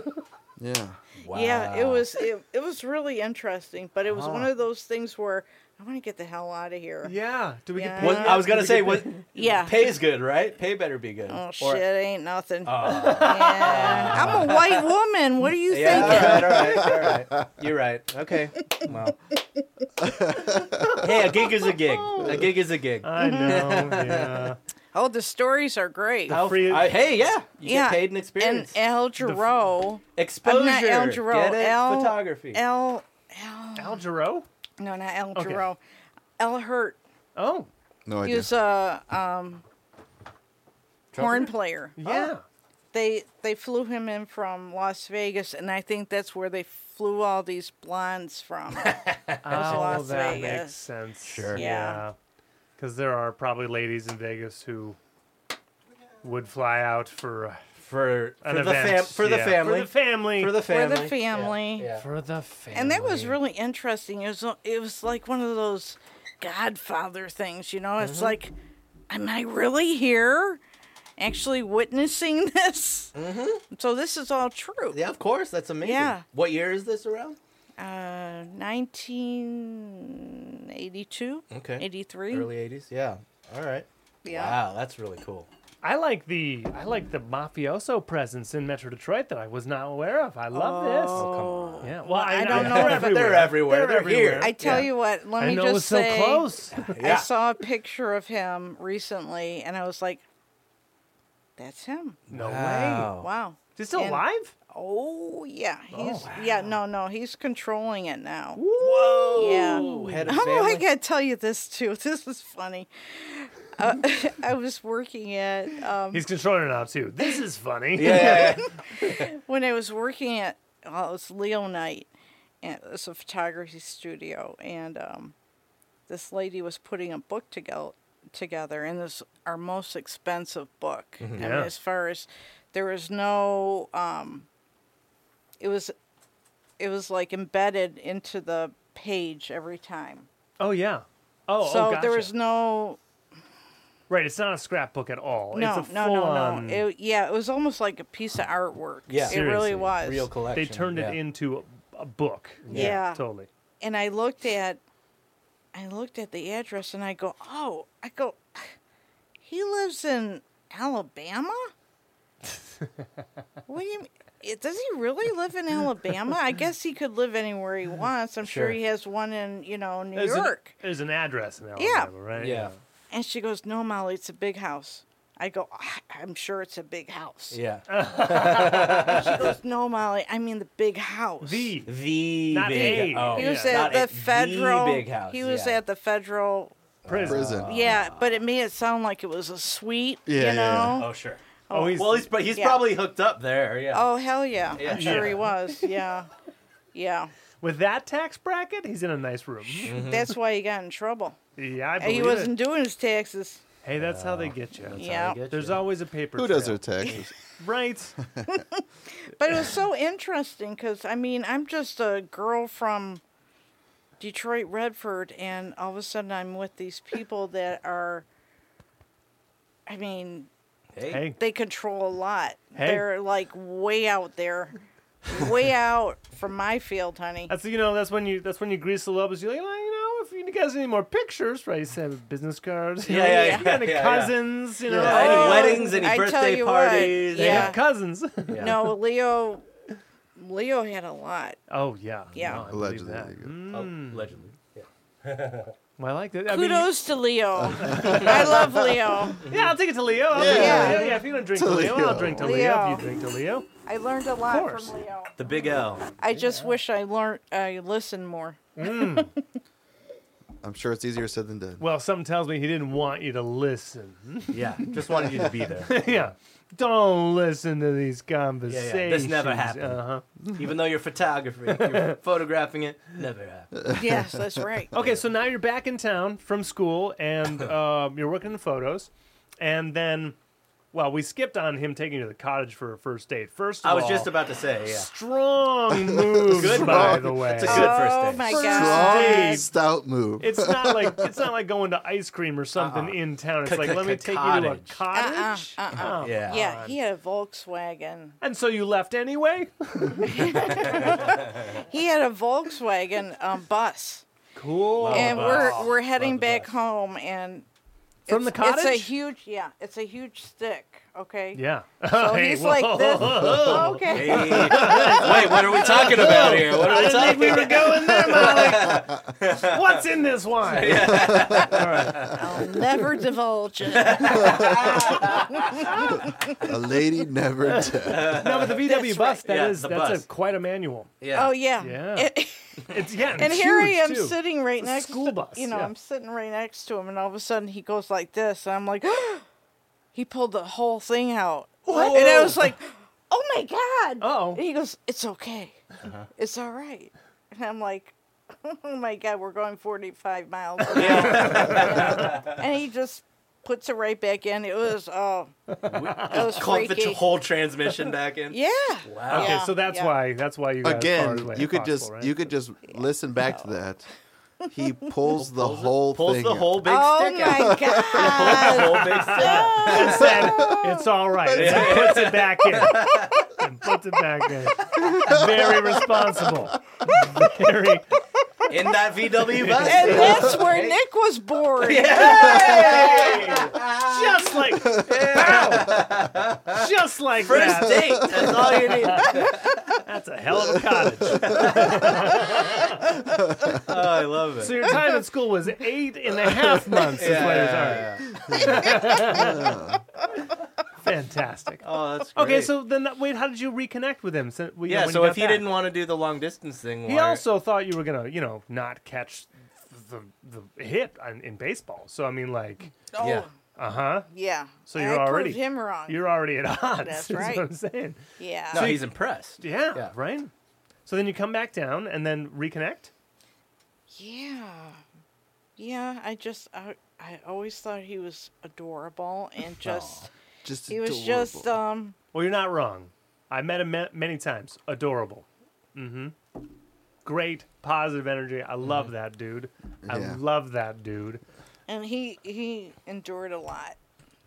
Yeah. Wow. Yeah, it was it, it was really interesting, but it was one of those things where I want to get the hell out of here. Yeah. Do we get Yeah. Was- paid? I was Do we gonna get say, paid? was, uh, Yeah. pay's good, right? Pay better be good. Oh Or- shit, ain't nothing. Oh. (laughs) Yeah. I'm a white woman. What are you Yeah, all thinking? right, all (laughs) right, all right. You're right. Okay. Well. hey, a gig is a gig. A gig is a gig. I know. Yeah. Oh, the stories are great. How- free- I- hey, yeah. You Yeah, get paid an And experience. El Giro, Exposure. I'm not El Giro, Get it? El- Photography. El Al Jarreau? no, not El Okay. Giro, El Hurt. Oh. No He idea. was a um, horn player. Yeah. They they flew him in from Las Vegas, and I think that's where they flew all these blondes (laughs) from. Oh, Las that Vegas. makes sense. Sure. Yeah. Because there are probably ladies in Vegas who would fly out for uh, for, for, an the, event. fam- for the Yeah. For family. the family. For the For family. the family. Yeah. For the family. And that was really interesting. It was uh, it was like one of those Godfather things, you know. It's like, am I really here, actually witnessing (laughs) this? Mm-hmm. So this is all true. Yeah, of course. That's amazing. Yeah. What year is this around? Uh, 1982, Okay. 83. Early 80s. Yeah. All right. yeah. Wow, that's really cool. I like the I like the mafioso presence in Metro Detroit that I was not aware of. I love Oh, this. come on. Yeah. Well, I, I know don't that know They're if- everywhere. They're everywhere. They're here. I tell Yeah. you what. Let I me know just it's so say, (laughs) close. I saw a picture of him recently, and I was like, "That's him! (laughs) no way. Wow. Wow." Is he still And- alive? Oh yeah, he's yeah no no he's controlling it now. Whoa. Yeah. Head of Oh, I family. gotta tell you this too. (laughs) This is funny. Uh, (laughs) I was working at um, He's controlling it now too. This is funny. (laughs) Yeah. (laughs) when I was working at well, it was Leonite, and it was a photography studio, and um, this lady was putting a book together. Together, and this our most expensive book. I mean, Mm-hmm. Yeah. as far as There was no. Um, it was, it was like embedded into the page every time. (laughs) Oh yeah. Oh, so oh gotcha. there was no. right. It's not a scrapbook at all. No, it's a no, full no, on. no. It, yeah, it was almost like a piece of artwork. Yeah. it really Seriously. was. Real collection. they turned it yeah. into a, a book. Yeah. Totally. and I looked at I looked at the address and I go, "Oh, I go he lives in (laughs) Alabama?" what do you mean? It- Does he really live in Alabama? I guess he could live anywhere (laughs) he wants. I'm sure, Sure. he has one in, you know, New There's an- York. there's an address in Alabama, Yeah. right? Yeah. And she goes, "No, Molly, it's a big house." I go, "Ah, "I'm sure it's a big house." Yeah. Uh, She goes, "No, Molly, I mean the big house." The The Not big a. house. Oh, he was Yeah. at Not the at the federal. big house, He was yeah. at the federal prison. Prison. Yeah, but it made it sound like it was a suite, Yeah, yeah, you yeah. know? Oh sure. Oh, he's, Well, he's but he's Yeah. probably hooked up there. Yeah. Oh, hell yeah. Yeah. I'm sure he Yeah. was. Yeah. Yeah. with that tax bracket, he's in a nice (laughs) room. That's why he got in trouble. yeah, I And believe he it. wasn't doing his taxes. Hey, that's how they get you. That's how yeah. they get There's you. always a paper. Who does trail. their taxes? (laughs) Right. But it was so interesting because, I mean, I'm just a girl from Detroit, Redford, and all of a sudden I'm with these people that are, I mean, Hey. hey, they control a lot. Hey. They're like way out there, way out from my field, honey. that's you know that's when you that's when you grease the lobes. You're like, well, you know, if you guys need any more pictures, right? You have business cards. you (laughs) Yeah, know, yeah, if you got yeah, any yeah, yeah. cousins, you know, Yeah, (laughs) any Oh, weddings, any I tell birthday you what, parties. they yeah. have cousins. (laughs) (laughs) Yeah. No, Leo. Leo had a lot. oh yeah. Yeah. No, I (laughs) believe Allegedly, that. Hmm? they go. Oh, allegedly. Yeah. Well, I like that. I mean, you- Kudos to Leo. I love Leo. Yeah, I'll take it to Leo. I'll Yeah. Take it to Yeah. Leo. Yeah, if you're gonna drink To to Leo, Leo. I'll drink to Leo. Leo. If you drink to Leo, I learned a lot course. from Leo. The big L. I just wish I learned. I listened more. I'm sure it's easier said than done. well, something tells me he didn't want you (laughs) to listen. Yeah. Just wanted you to be there. yeah, don't listen to these conversations. This never happened. Uh-huh. (laughs) Even though you're photographer, you're photographing it. Never happened. Yes, that's right. Okay, so now you're back in town from school, (laughs) and um, you're working in photos, and then, well, we skipped on him taking you to the cottage for a first date. First, of I was all, just about to say. Yeah. (laughs) strong move. Good by move. the way. It's a good first Oh date. my First God. date. Stout move. (laughs) It's not like it's not like going to ice cream Uh-uh. or something in town. It's like let me take you to a Cottage. cottage. Uh-uh, Oh. Yeah. Yeah, he had a Volkswagen. And so you left anyway? He had a Volkswagen um, bus, Cool. and bus. we're we're heading the back bus. home, and From the it's- cottage? It's a huge, yeah, it's a huge stick. Okay. yeah. (laughs) (laughs) So Hey, he's whoa. like this. Okay. Hey. (laughs) Wait, what are we talking about here? What are we (laughs) I think talking we were going there, Molly. (laughs) What's in this wine? I'll never divulge it. A (laughs) lady never tells. No, but the VW That's bus, right. that is Uh, Yeah, the that's bus. a, quite a manual. Yeah. Oh yeah. Yeah. It- (laughs) It's (laughs) yeah. and it's here I huge, am too. sitting right It's a next school to bus, you know, yeah. I'm sitting right next to him and all of a sudden he goes like this and I'm like (gasps) he pulled the whole thing out. And I was like, "Oh my god." Uh-oh. And he goes, "It's okay. It's all right." And I'm like, (laughs) "Oh my god, we're going 45 miles." an hour." and he just puts it right back in. It was oh, it was Clunk the freaky. tr- whole transmission back in. yeah. Wow. Okay, Yeah, so that's yeah. why that's why you got as far Again, away you as could possible, just right? you could just listen back to that. (laughs) He pulls the whole Pulls thing. the out. whole big Oh stick out. my (laughs) god. Whole big stick. and said, (laughs) "It's all right." And then puts it back in. And puts it back in. Very responsible. Very. in that VW And (laughs) (laughs) bus. that's where Nick was born. Just like Pow! Just like First that. date. That's all you need. That's a hell of a cottage. Oh, I love it. So your time at school was eight and a half months. Is what it's alright. yeah, yeah. Fantastic. Oh, that's great. Okay, so then wait, how did you reconnect with him? So, we- yeah, when so you if got he back? didn't want to do the long distance thing, he why- also thought you were gonna, you know, not catch the the hit on, in baseball. So I mean, like, Oh, Yeah. uh huh. yeah. So you're I proved already- him wrong. You're already at odds. (laughs) That's is right. what I'm saying. yeah. no, he's impressed. Yeah, Yeah. Right. So then you come back down and then reconnect. yeah. Yeah. I just I, (laughs) I always thought he was adorable and just Just he was adorable. just um Well, you're not wrong. I met him ma- many times. Adorable. Mm-hmm. Great positive energy. I Mm-hmm. love that dude. I Yeah. love that dude. And he he endured a lot,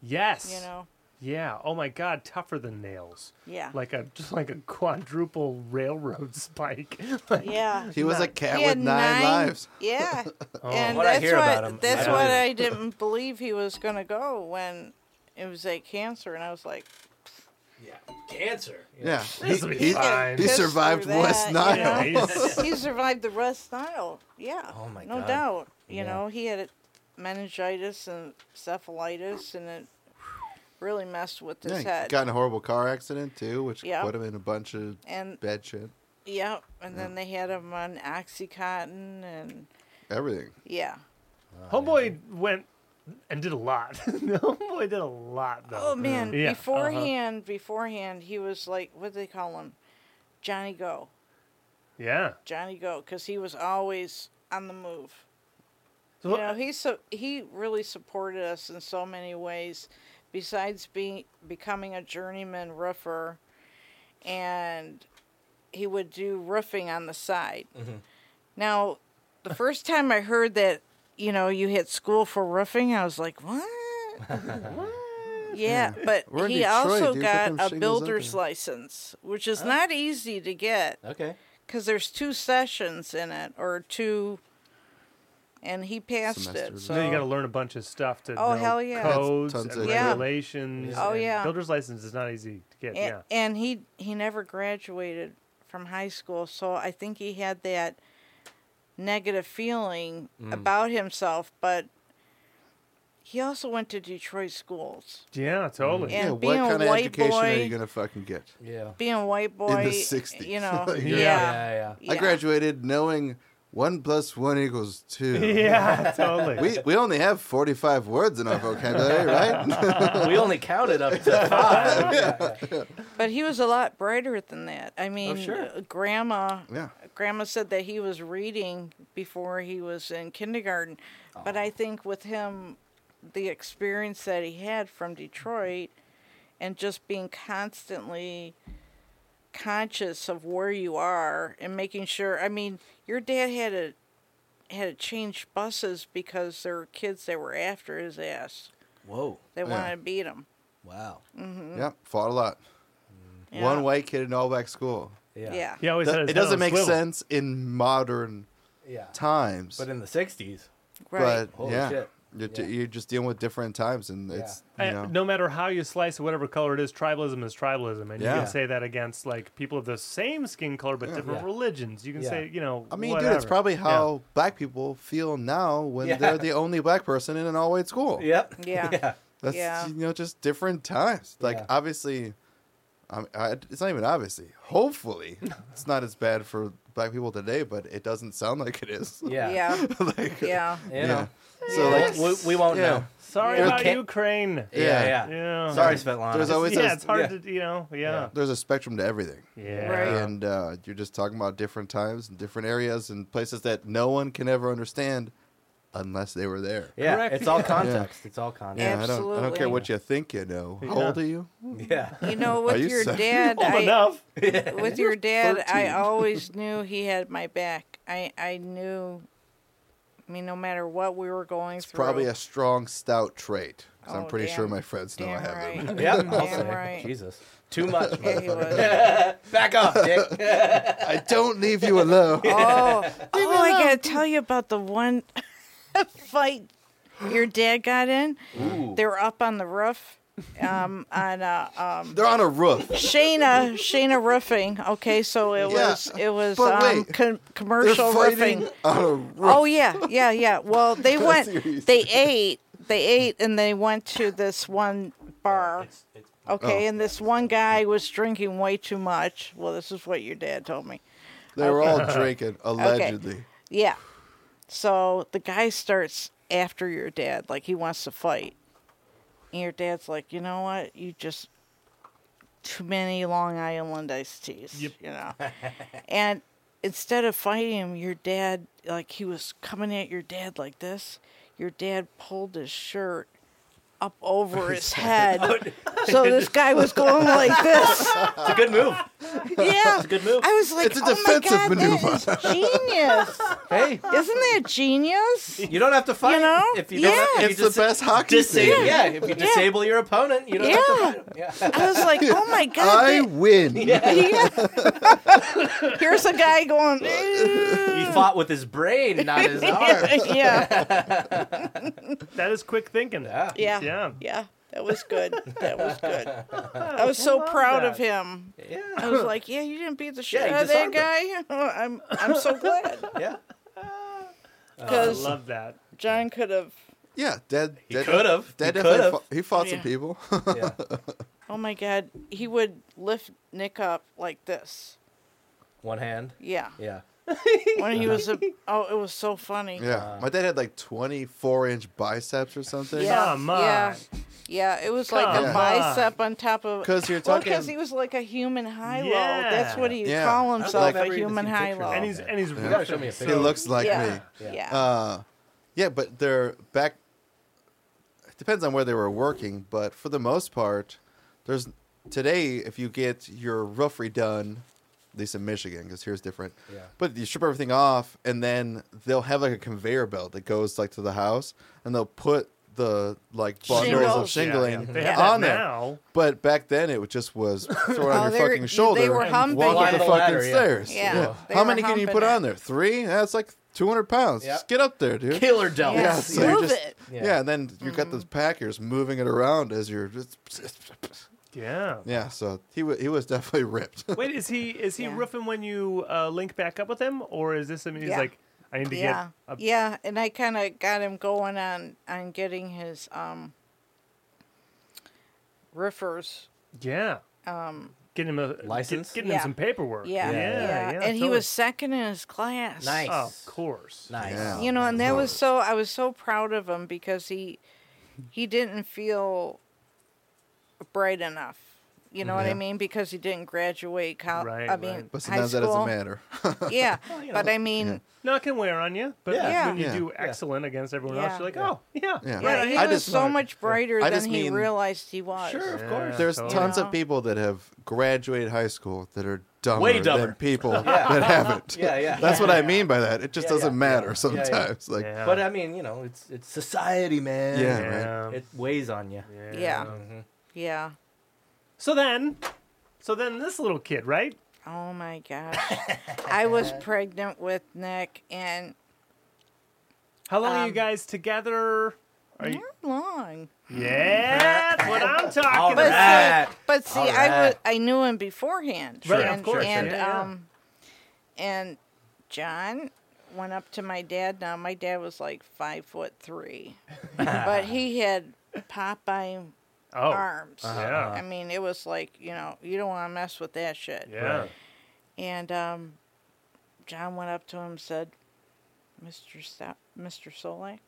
Yes. you know. Yeah. Oh my God. Tougher than nails. Yeah. Like a just like a quadruple (laughs) railroad spike. (laughs) Like, yeah. He was a Nine. cat He with had nine, lives. (laughs) Yeah. and Oh. What I that's hear why about him, that's I what (laughs) believe I didn't believe he was going to go when it was like cancer and I was like Yeah. Cancer. Yeah, he, This'll be he- fine. he Pissed survived through West that, Nile. you know? Yeah, he's- (laughs) he survived the West Nile. Yeah. Oh my no God. doubt. You Yeah. know, he had meningitis and cephalitis, and it really messed with his Yeah, he head. got in a horrible car accident too, which Yeah. put him in a bunch of and bad shit. yeah, and then they had him on oxycontin, and Everything. yeah. Oh, Homeboy went and did a lot. (laughs) Homeboy did a lot though. Oh man! Yeah, uh-huh. Beforehand, beforehand, he was like, what do they call him? Johnny Go, Yeah. Johnny Go, because he was always on the move. So, you know he so he really supported us in so many ways besides being becoming a journeyman roofer and he would do roofing on the side now the first time i heard that you know you hit school for roofing i was like what yeah but We're in he Detroit, also dude. Put got them a shingles up builder's there. license which is not easy to get Okay. because there's two sessions in it or two and he passed it Semesters. so No, you got to learn a bunch of stuff to Oh, know hell yeah. That's codes tons and of- Yeah. regulations. Oh, and yeah. builder's license is not easy to get. and, yeah, and he he never graduated from high school so i think he had that negative feeling about himself but he also went to detroit schools yeah, totally. And yeah, what being a kind of white education are boy- you gonna fucking get? Yeah. being a white boy 60s. you know Like, yeah, yeah. Yeah. Oh, Yeah. I yeah. graduated knowing one plus one equals two. (laughs) (laughs) Yeah, totally. We we only have forty five words in our vocabulary, right? (laughs) (laughs) (laughs) we only counted up to five. but he was a lot brighter than that Oh, i mean sure. uh, grandma yeah. grandma said that he was reading before he was in kindergarten but Oh. i think with him the experience that he had from detroit and just being constantly conscious of where you are and making sure i mean your dad had to had to change buses because there were kids that were after his ass Whoa. they Yeah. wanted to beat him Wow. Yeah. Fought a lot. Mm. Yeah. One white kid in all black school. Yeah. yeah (laughs) he always Th- had it his head on doesn't a make swivel. sense in modern Yeah. times. But in the 60s. right but, Holy yeah, shit. You're, Yeah. you're just dealing with different times, and it's Uh, you know, no matter how you slice it, whatever color it is, tribalism is tribalism, and you Yeah. can say that against like people of the same skin color but different Yeah. religions. You can Yeah. say, you know, I mean, whatever. dude, it's probably how black people feel now when Yeah. they're the only black person in an all white school. Yep. (laughs) Yeah. yeah. That's Yeah. you know just different times. Like Yeah. obviously, I, I, it's not even obviously. Hopefully, (laughs) it's not as bad for black people today, but it doesn't sound like it is. Yeah. yeah (laughs) like, yeah You know. So Well, like, we, we won't yeah. know. Sorry Yeah. about Can't- Ukraine. Yeah. Yeah. Yeah. Yeah. Sorry, Svetlana. There's always yeah, a- it's hard yeah. to you know, yeah, there's a spectrum to everything. yeah. Right. and uh, you're just talking about different times and different areas and places that no one can ever understand unless they were there. yeah. Correct. It's all context. It's all context. Yeah, I don't, I don't Absolutely. care what you think you know. How Yeah. old are you? (laughs) Yeah. (laughs) you know with you your serious? dad Oh, Old I, enough. (laughs) with your dad, I 13. (laughs) always knew he had my back. I I knew. I mean, no matter what we were going It's through. probably a strong, stout trait. 'cause I'm Oh, pretty sure damn- my friends know I damn have them. (laughs) right. Yep. I'll Damn say. right. Jesus. Too much. (laughs) Yeah, he motherfucker. was. Back off, Dick. I don't leave you (laughs) alone. Oh, oh! I gotta tell you about the one (laughs) fight your dad got in. Ooh. They were up on the roof, um, on uh, um, They're on a roof. Shayna Shayna Roofing. Okay, so it Yeah, was it was but um, wait. com- They're commercial roofing. fighting on a roof. Oh yeah, yeah, yeah. Well, they went. Serious. They ate. They ate, and they went to this one bar. Okay, and this one guy was drinking way too much. Well, this is what your dad told me. They were all drinking, allegedly. Yeah. So the guy starts after your dad, like he wants to fight. And your dad's like, you know what? You just too many Long Island iced teas. You (laughs) know. and instead of fighting him, your dad like he was coming at your dad like this. Your dad pulled his shirt up over his head. so (laughs) this guy was going like (laughs) this. It's a good move. Yeah. Good move. I was like, It's a oh defensive my God, maneuver." That is genius. Hey, Isn't that (laughs) genius? you don't have to fight You know? if you Yeah. don't. Have, if It's you the just best hockey disable. team. Yeah. if you disable your opponent, you don't have to Yeah. fight him. Yeah. I was (laughs) like, oh my God. I that- win. (laughs) Yeah. Here's a guy going, "Mm." He fought with his brain, not his arm. (laughs) yeah, That is quick thinking. Yeah. yeah, Yeah. yeah. That was good. That was good. I was so love proud that. of him. Yeah. (laughs) I was like, yeah, you didn't beat the shit Yeah, you Oh, out of that disarmed him. guy. (laughs) I'm, I'm so glad Yeah. Oh, I because love that. John could have. Yeah, Dad. He could have. He Dad could definitely have. fought, he fought some Yeah. people. Yeah. Oh my God, he would lift Nick up like this. One hand. Yeah, Yeah. when (laughs) he was a. Oh, it was so funny. yeah, Uh, my dad had like 24 inch biceps or something. Yeah, Come yeah, on. yeah. It was like Come a on. bicep on top of. 'Cause you're Well, talking- because he was like a human high low. Yeah. That's what he would Yeah. call I don't himself, know if a I've human even high pictured low. that. And he's and he's You gotta show me a ripped, He picture. so- looks like yeah. me. Yeah. Yeah. Uh, yeah, but they're back. It depends on where they were working, but for the most part, there's today if you get your roof redone, at least in Michigan, because here's different. Yeah. But you strip everything off, and then they'll have like a conveyor belt that goes like to the house, and they'll put the like bundles of Shingles. Yeah, yeah. shingling They have that on there. now. But back then, it just was throw it Oh, on they your were- fucking they shoulder. were and humping Walk it. up the fucking Climb the ladder, yeah. stairs. Yeah, they How were many can you humping put it. on there? Three? That's like 200 pounds. Yeah. Just get up there, dude. Killer delts. Yeah. Yeah, so you're Move just, it. Yeah. Yeah. and then you got this Mm-hmm. pack. You're just moving it around as you're just. (laughs) Yeah. Yeah, so he wa he was definitely ripped. (laughs) Wait, is he is he Yeah. roofing when you uh, link back up with him, or is this? I mean, he's Yeah. like, I need to yeah get. A, yeah and i kind of got him going on on getting his um riffers yeah. um Getting him a get- License? Getting Yeah. him some paperwork. yeah yeah, Yeah. yeah and he totally. was second in his class Nice. Oh, of course. Nice. Yeah. you know and that was so i was so proud of him because he he didn't feel bright enough you know what Yeah. i mean because he didn't graduate college Right, i right. mean But high sometimes that school doesn't matter. yeah (laughs) you but i mean No, it can wear on you, but Yeah. when you Yeah. do Yeah. excellent against everyone Yeah. else, you're like, oh, yeah. Yeah. yeah, he I was just- so much brighter I than just he mean- realized he was Sure, of Yeah. course. There's totally. tons Yeah. of people that have graduated high school that are dumber, Way dumber. than (laughs) people that haven't. Yeah, yeah. That's what I mean by that. It just Yeah, doesn't yeah, matter yeah, yeah, yeah. sometimes. Like, Yeah. But I mean, you know, it's it's society, man. Yeah. yeah. It weighs on you. yeah. yeah Mhm. yeah So then, so then this little kid, right? Oh my (laughs) gosh. I was pregnant with Nick and How long are Um, you guys together? Are you, not long. yeah, that's what I'm All talking But about. right. see, but see All I was right. I knew him beforehand. Right, of and, course, And yeah, yeah. um and John went up to my dad now. My dad was like five foot (laughs) three. but he had Popeye Oh, arms. yeah. I mean, it was like, you know, you don't want to mess with that shit. yeah. Right. And um, John went up to him and said, Mr. Sa- Mr. Solak,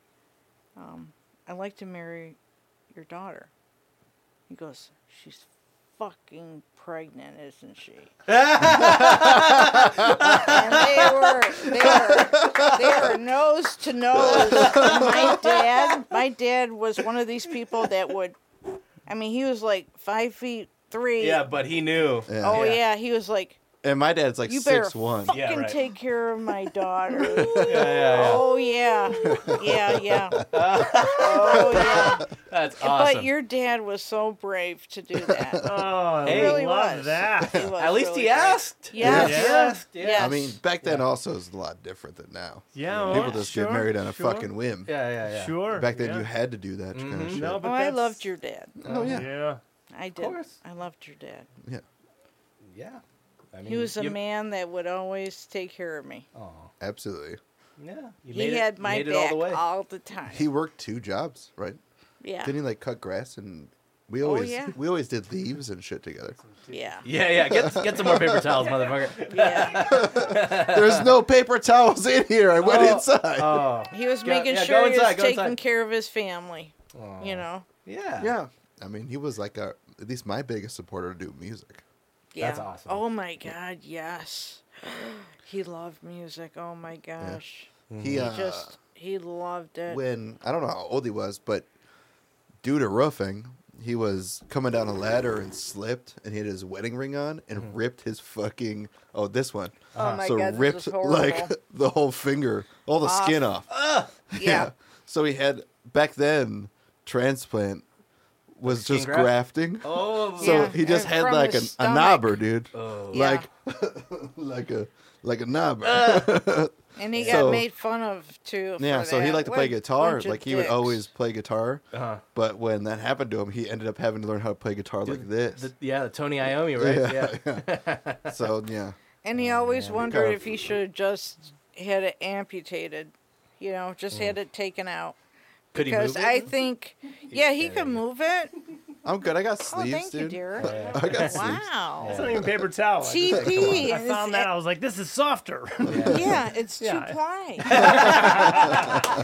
um, I'd like to marry your daughter. He goes, She's fucking pregnant, isn't (laughs) she? and they were, they were, they were nose to nose. And My dad, my dad was one of these people that would, I mean, he was like five feet three. Yeah, but he knew. yeah. Oh, Yeah. yeah, he was like, And my dad's like you better six one. fucking Yeah, right. take care of (laughs) my daughter. Yeah, yeah, yeah. oh yeah, (laughs) yeah, yeah. oh yeah. That's awesome. But your dad was so brave to do that. (laughs) Oh, I Hey. really love was. (laughs) that. He was At least really he brave. asked. Yes. He Yeah. asked. Yeah. Yes. I mean, back then also is a lot different than now. Yeah, People well, just Oh, sure, get married on a sure, fucking whim. Yeah, yeah, yeah. Sure. Back then yeah. you had to do that kind of Mhm. shit. No, but Oh, I that's- loved your dad. oh yeah. Yeah. I did. course. I loved your dad. yeah. Yeah. I mean, He was a you- man that would always take care of me. Aw. Absolutely. Yeah. You He made it- had my made back it all the way. time. He worked two jobs, right? yeah. Didn't he like cut grass and we Oh, always yeah. we always did leaves and shit (laughs) together. yeah. Yeah, yeah. Get get some more paper towels, motherfucker. (laughs) Yeah. (laughs) There's no paper towels in here. I went Oh. inside. Oh. He was Go- making yeah, go sure he inside, was go taking inside. Oh, care of his family. Aw. You know. Yeah. yeah. I mean, he was like a at least my biggest supporter to do music. Yeah. That's awesome. Oh my god, yes. (gasps) he loved music. Oh my gosh. He uh, Mm-hmm. Just he loved it. when I don't know how old he was, but due to roughing, he was coming down a ladder and slipped, and he had his wedding ring on and ripped his fucking oh this one. Oh my so God, this ripped is horrible. like (laughs) the whole finger, all the Off. skin off. (laughs) Yeah. So he had back then transplant was Skin just graft? grafting. Oh, So Yeah, he just and had from like an, his a stomach. knobber, dude. Yeah. Like (laughs) like a like a knobber. And he So- got made fun of too. for yeah, so he that. liked to play What a guitar. bunch of Like he would dicks. always play guitar. Uh-huh. But when that happened to him, he ended up having to learn how to play guitar like this. The, yeah, the Tony Iommi, right? Yeah. so yeah, And he always wondered Kind of- if he should have just had it amputated, you know, just had Mm. it taken out. Could he Because move it? I think, yeah, he could move it. I'm good. I got Oh, sleeves, thank you, dude. dear. Yeah. (laughs) I got sleeves. Wow. It's not even paper towel. I just- (laughs) TP. I found that. I was like, this is softer. Yeah, it's (laughs) two Yeah. ply.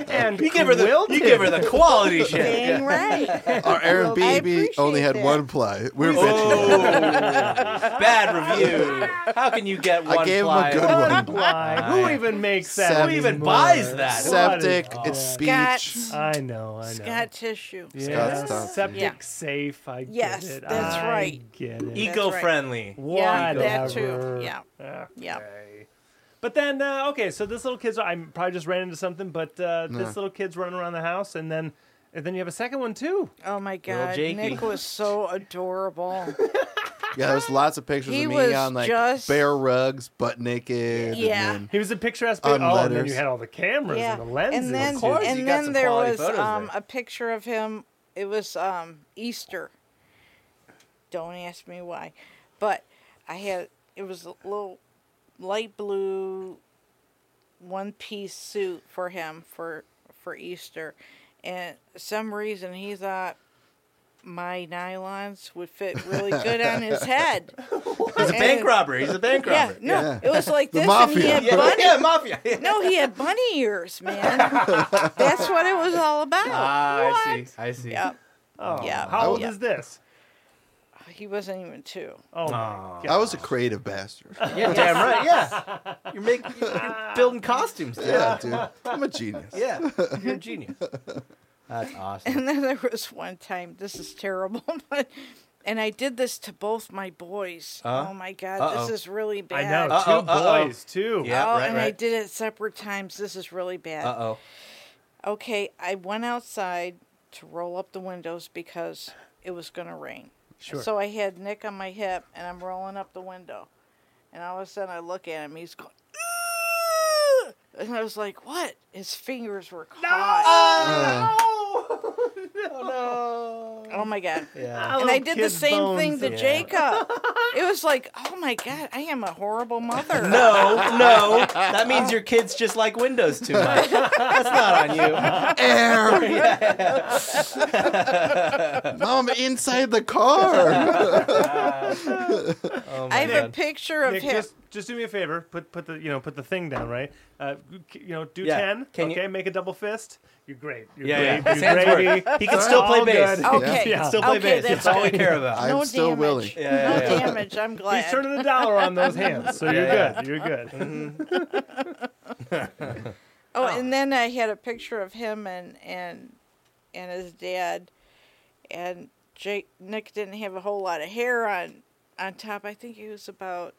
and You give her the you give her the quality shit. (laughs) Dang right. Our Airbnb only appreciate had that. one ply. We were bitching. Oh, bad review. How can you get one I gave him ply? a good one. Why? Who even makes that? Seven. Who Who even anymore? buys that? What Septic. is- Oh. It's speech. Scott's, Oh, I know. I know. Scott tissue. yeah. Scott's tough. Septic Yeah. safe. I get Yes, it. that's I right. Get it. Eco-friendly. Yeah, that Whatever. too. Yeah, Okay. yeah. But then, uh, okay, so this little kid's, I probably just ran into something, but uh, Yeah. this little kid's running around the house, and then and then you have a second one, too. Oh my God, Jakey. Nick was (laughs) so adorable. Yeah, there's lots of pictures He of me was on like just- bare rugs, butt naked. and Yeah. then- He was a picturesque. On oh, and then letters. you had all the cameras yeah, and the lenses. and then Of course, you and got then some there quality was photos um, there. a picture of him. It was um, Easter. Don't ask me why, but I had it was a little light blue one piece suit for him for for Easter, and some reason he thought my nylons would fit really good on his head. He's a bank robber. He's a bank Yeah, robber. no, Yeah. it was like The this, and mafia. he had Yeah, bunny. yeah, mafia. No, he had bunny ears, man. That's what it was all about. Ah, what? I see. I see. Yep. Oh, Yeah. How old Yeah. is this? He wasn't even two. (laughs) Oh, my Aw. God. I was a creative (laughs) bastard. Yeah, damn right. Yeah, (laughs) you're making you're building costumes. Dude. yeah, dude. I'm a genius. Yeah, you're a genius. That's awesome. And then there was one time, this is terrible, (laughs) but and I did this to both my boys. Uh-huh. oh my god, Uh-oh. this is really I bad. know. 2 Uh-oh, uh-oh. boys, too. Yeah. oh, right, and I right. did it separate times. This is really bad. Uh oh. Okay, I went outside to roll up the windows because it was going to rain. Sure. So I had Nick on my hip and I'm rolling up the window. And all of a sudden I look at him, he's going, "Ugh!" and I was like, what? His fingers were caught. Uh. Oh my God. (laughs) Yeah. and I did the same thing to Yeah. (laughs) Jacob. it was like, oh my God, I am a horrible mother. (laughs) No, Oh, no. That means your kids just like Windows too much. (laughs) That's not on (laughs) you. Air. Mom, inside the (laughs) car. Oh my I have a God. picture of Nick, him. just just do me a favor. Put put the you know put the thing down, right? Uh, c- you know, do Yeah. ten. Can you- okay, make a double fist. You're great. You're Yeah, yeah. great. His hands You're work. gravy. He can still play All bass. good. Okay. Yeah. Still play Okay, bass. that's That's all we good. care about. I'm no still damage. willing. Yeah, yeah, no yeah. damage. I'm glad. He's turning a dollar on (laughs) those hands, so you're Yeah, good. You're good. Mm-hmm. Oh, and then I had a picture of him and and and his dad, and Jake Nick didn't have a whole lot of hair on on top. I think he was about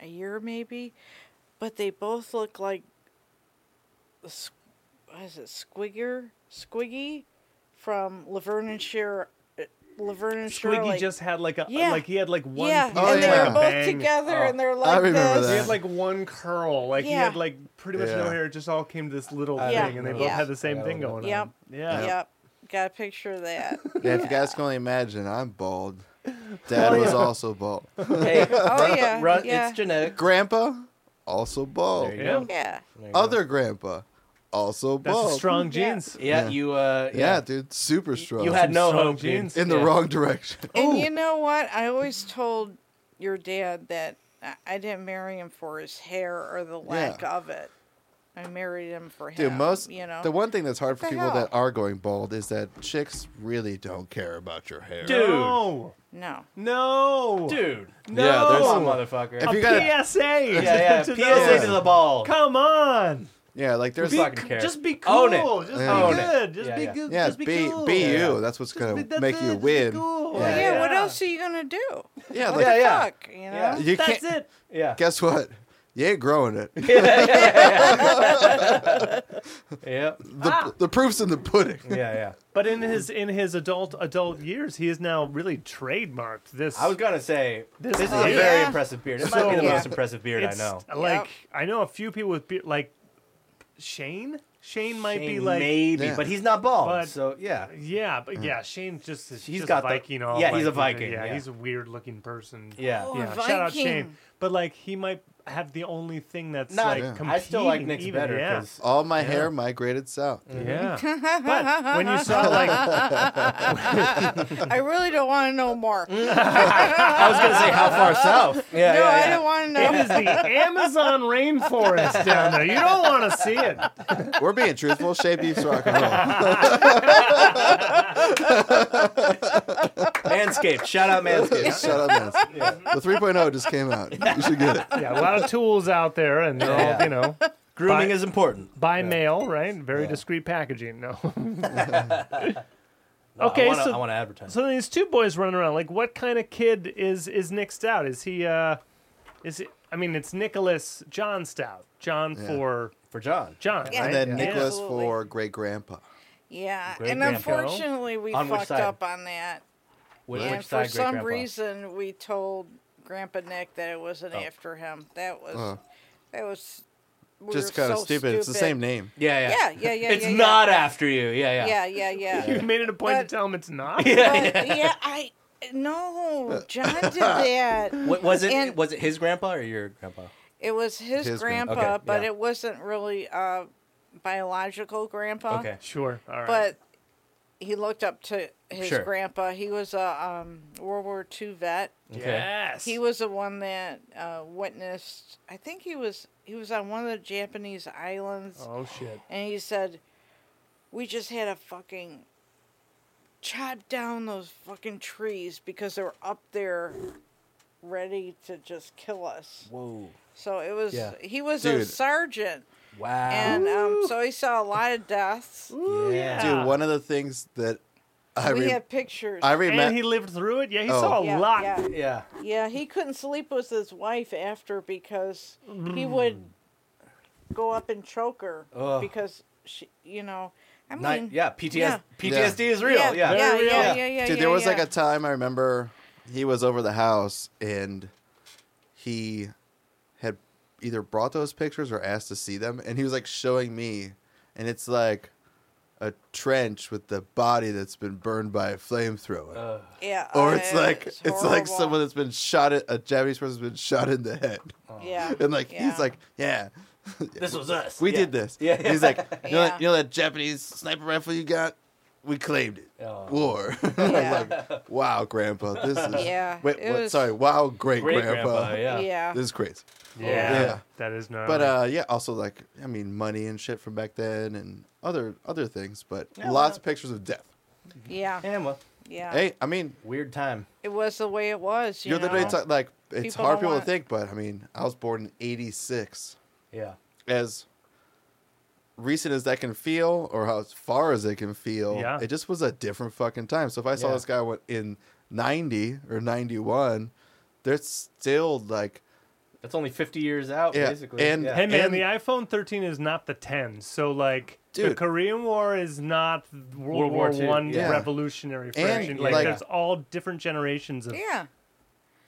a year maybe, but they both look like the s- what is it Squigger Squiggy from Laverne and Shirley. Laverne and Squiggy Shirley. just had like a Yeah. like he had like one. yeah, piece Oh, and of, they yeah. like, were both bang. together, Oh, and they're like I remember this. He that. had like one curl. Like he Yeah. had like pretty much no Yeah. hair. It just all came to this little I thing, and they remember both that. had the same Yeah. thing going Yep. on. Yeah. Yep, got a picture of (laughs) that. Yeah, if you guys can only imagine, I'm (laughs) bald. Dad was also bald. Hey, Oh yeah, run, yeah. it's genetic. Grandpa, also There bald. you Yeah. go. yeah. There you go. Other grandpa, also That's bald. strong Yeah. genes. Yeah, Yeah. you. Uh, Yeah, dude, super strong. You had no Strong hope, dude. genes. in the Yeah. wrong (laughs) direction. And you know what? I always told your dad that I- I didn't marry him for his hair or the lack Yeah. of it. I married him for him. Dude, most you know. the one thing that's hard for the people hell? that are going bald is that chicks really don't care about your hair. Dude. No. no. No. Dude. No. Come on, motherfucker. If you a gotta- (laughs) PSA. yeah, yeah. to PSA those. to the ball. Come on. Yeah, like there's Be- like fucking care. Just be cool. Own it. Just Yeah. be Own it. good. Just Yeah, be yeah. good. yeah, just be, be cool. be you. That's what's gonna That's make it, you just be win. cool. Yeah, Yeah, what else are you gonna do? Yeah, What like the yeah. fuck? You know? Yeah. you That's can't. it. Yeah. Guess what? You ain't growing it. The yeah. Ah. the proof's in the pudding. (laughs) Yeah. Yeah. But in his in his adult adult years, he has now really trademarked this. I was gonna say This this, is beard. a very Yeah. impressive beard. It So- might be the Yeah. most impressive beard I It's know. Like I know a few people with be- like Shane. Shane might be Shane, like maybe, Yeah. but he's not bald. But- so yeah, yeah, but yeah, Shane just is He's just got a the- Viking. all yeah, he's a like- Viking, Yeah, yeah. he's a weird looking person. yeah. Oh, yeah. a Shout out Shane. Viking. But like he might have the only thing that's Not- like Yeah. competing. I still like Nick's even, better Yeah. because All my hair migrated south. (laughs) Yeah. but when you saw like I really don't want to know Mm. more. I was gonna say how far south. Yeah, no, yeah, I yeah. don't want to (laughs) it know. is the Amazon rainforest down there. You don't want to see it. We're being truthful. Shea beef's rock and roll. (laughs) Manscaped. Shout out Manscaped. Shut up, man. The 3.0 just came out. You should get it. Yeah, a lot of tools out there, and they're all Yeah. you know Grooming Bye. is important. by mail, right? Very discreet packaging. (laughs) No. No, Okay, I wanna, so- I want to advertise. So these two boys running around, like what kind of kid is is Nick Stout? Is he uh is it I mean it's Nicholas John Stout. John for for John. John, right? Yeah. And then Yeah. Nicholas Absolutely. for great grandpa. Yeah, Great and grandpa. unfortunately, we On which fucked side? up on that. Which, and which for side, some great-grandpa? reason, we told Grandpa Nick that it wasn't Oh. after him. That was Uh. that was we Just were kind of so stupid. It's the same name. Yeah, yeah, Yeah, yeah, yeah. It's yeah, yeah. not after you. Yeah, yeah. Yeah, yeah, yeah. (laughs) You made it a point But- to tell him it's not. (laughs) But (laughs) yeah, I no, John did that. What, was it? And- was it his grandpa or your grandpa? It was his, His grandpa. grandpa, Okay, but yeah. it wasn't really uh, biological grandpa. Okay. Sure. All right. But he looked up to his Sure. grandpa. He was a um, World War II vet. Okay. yes. He was the one that uh, witnessed. I think he was he was on one of the Japanese islands, Oh shit. and he said, "We just had to fucking chop down those fucking trees because they were up there." Ready to just kill us. Whoa. So it was, Yeah. he was a Dude. sergeant. Wow. And um, so he saw a lot of deaths. yeah. Yeah. Dude, one of the things that I we re- have pictures. I remember. and he lived through it. Yeah, he Oh. saw a yeah, lot. Yeah. Yeah. yeah, he couldn't sleep with his wife after because he would go up and choke her Ugh. because she, you know, I mean, Night, yeah. PTS, yeah. PTSD is real. Yeah. yeah, yeah, Very yeah, real. yeah, yeah, Dude, there was like a time I remember he was over the house and he had either brought those pictures or asked to see them, and he was like showing me, and it's like a trench with the body that's been burned by a flamethrower. yeah, or uh, it's like it's, like horrible. someone that's been shot at a Japanese person's been shot in the head, (laughs) Oh. yeah, and uh, like yeah. he's like, yeah, This was us. we Yeah. did this. Yeah. And he's (laughs) like, you know, Yeah. that, you know that Japanese sniper rifle you got, we claimed it. (laughs) Oh. War. (laughs) yeah, wow, Grandpa, this is Yeah, Wait, it what? was- Sorry, wow, great, Great grandpa. grandpa. Yeah. yeah. This is crazy. Yeah. Yeah. That is not But uh, yeah, also like I mean, money and shit from back then, and other other things. But Yeah, lots well- of pictures of death. yeah, And well, yeah. Hey, I mean, weird time. It was the way it was. You you're know? literally talking like it's People hard don't people want- to think, but I mean, I was born in '86. Yeah. As recent as that can feel, or how as far as it can feel, Yeah. it just was a different fucking time. So if I saw Yeah. this guy wa- in '90 or '91, they're still like That's only 50 years out, Yeah, basically. and- yeah. Hey man, And- the iPhone 13 is not the 10. So like the Dude. Korean War is not World, World War, War II, One yeah. Revolutionary French. And, like, like- there's all different generations of Yeah,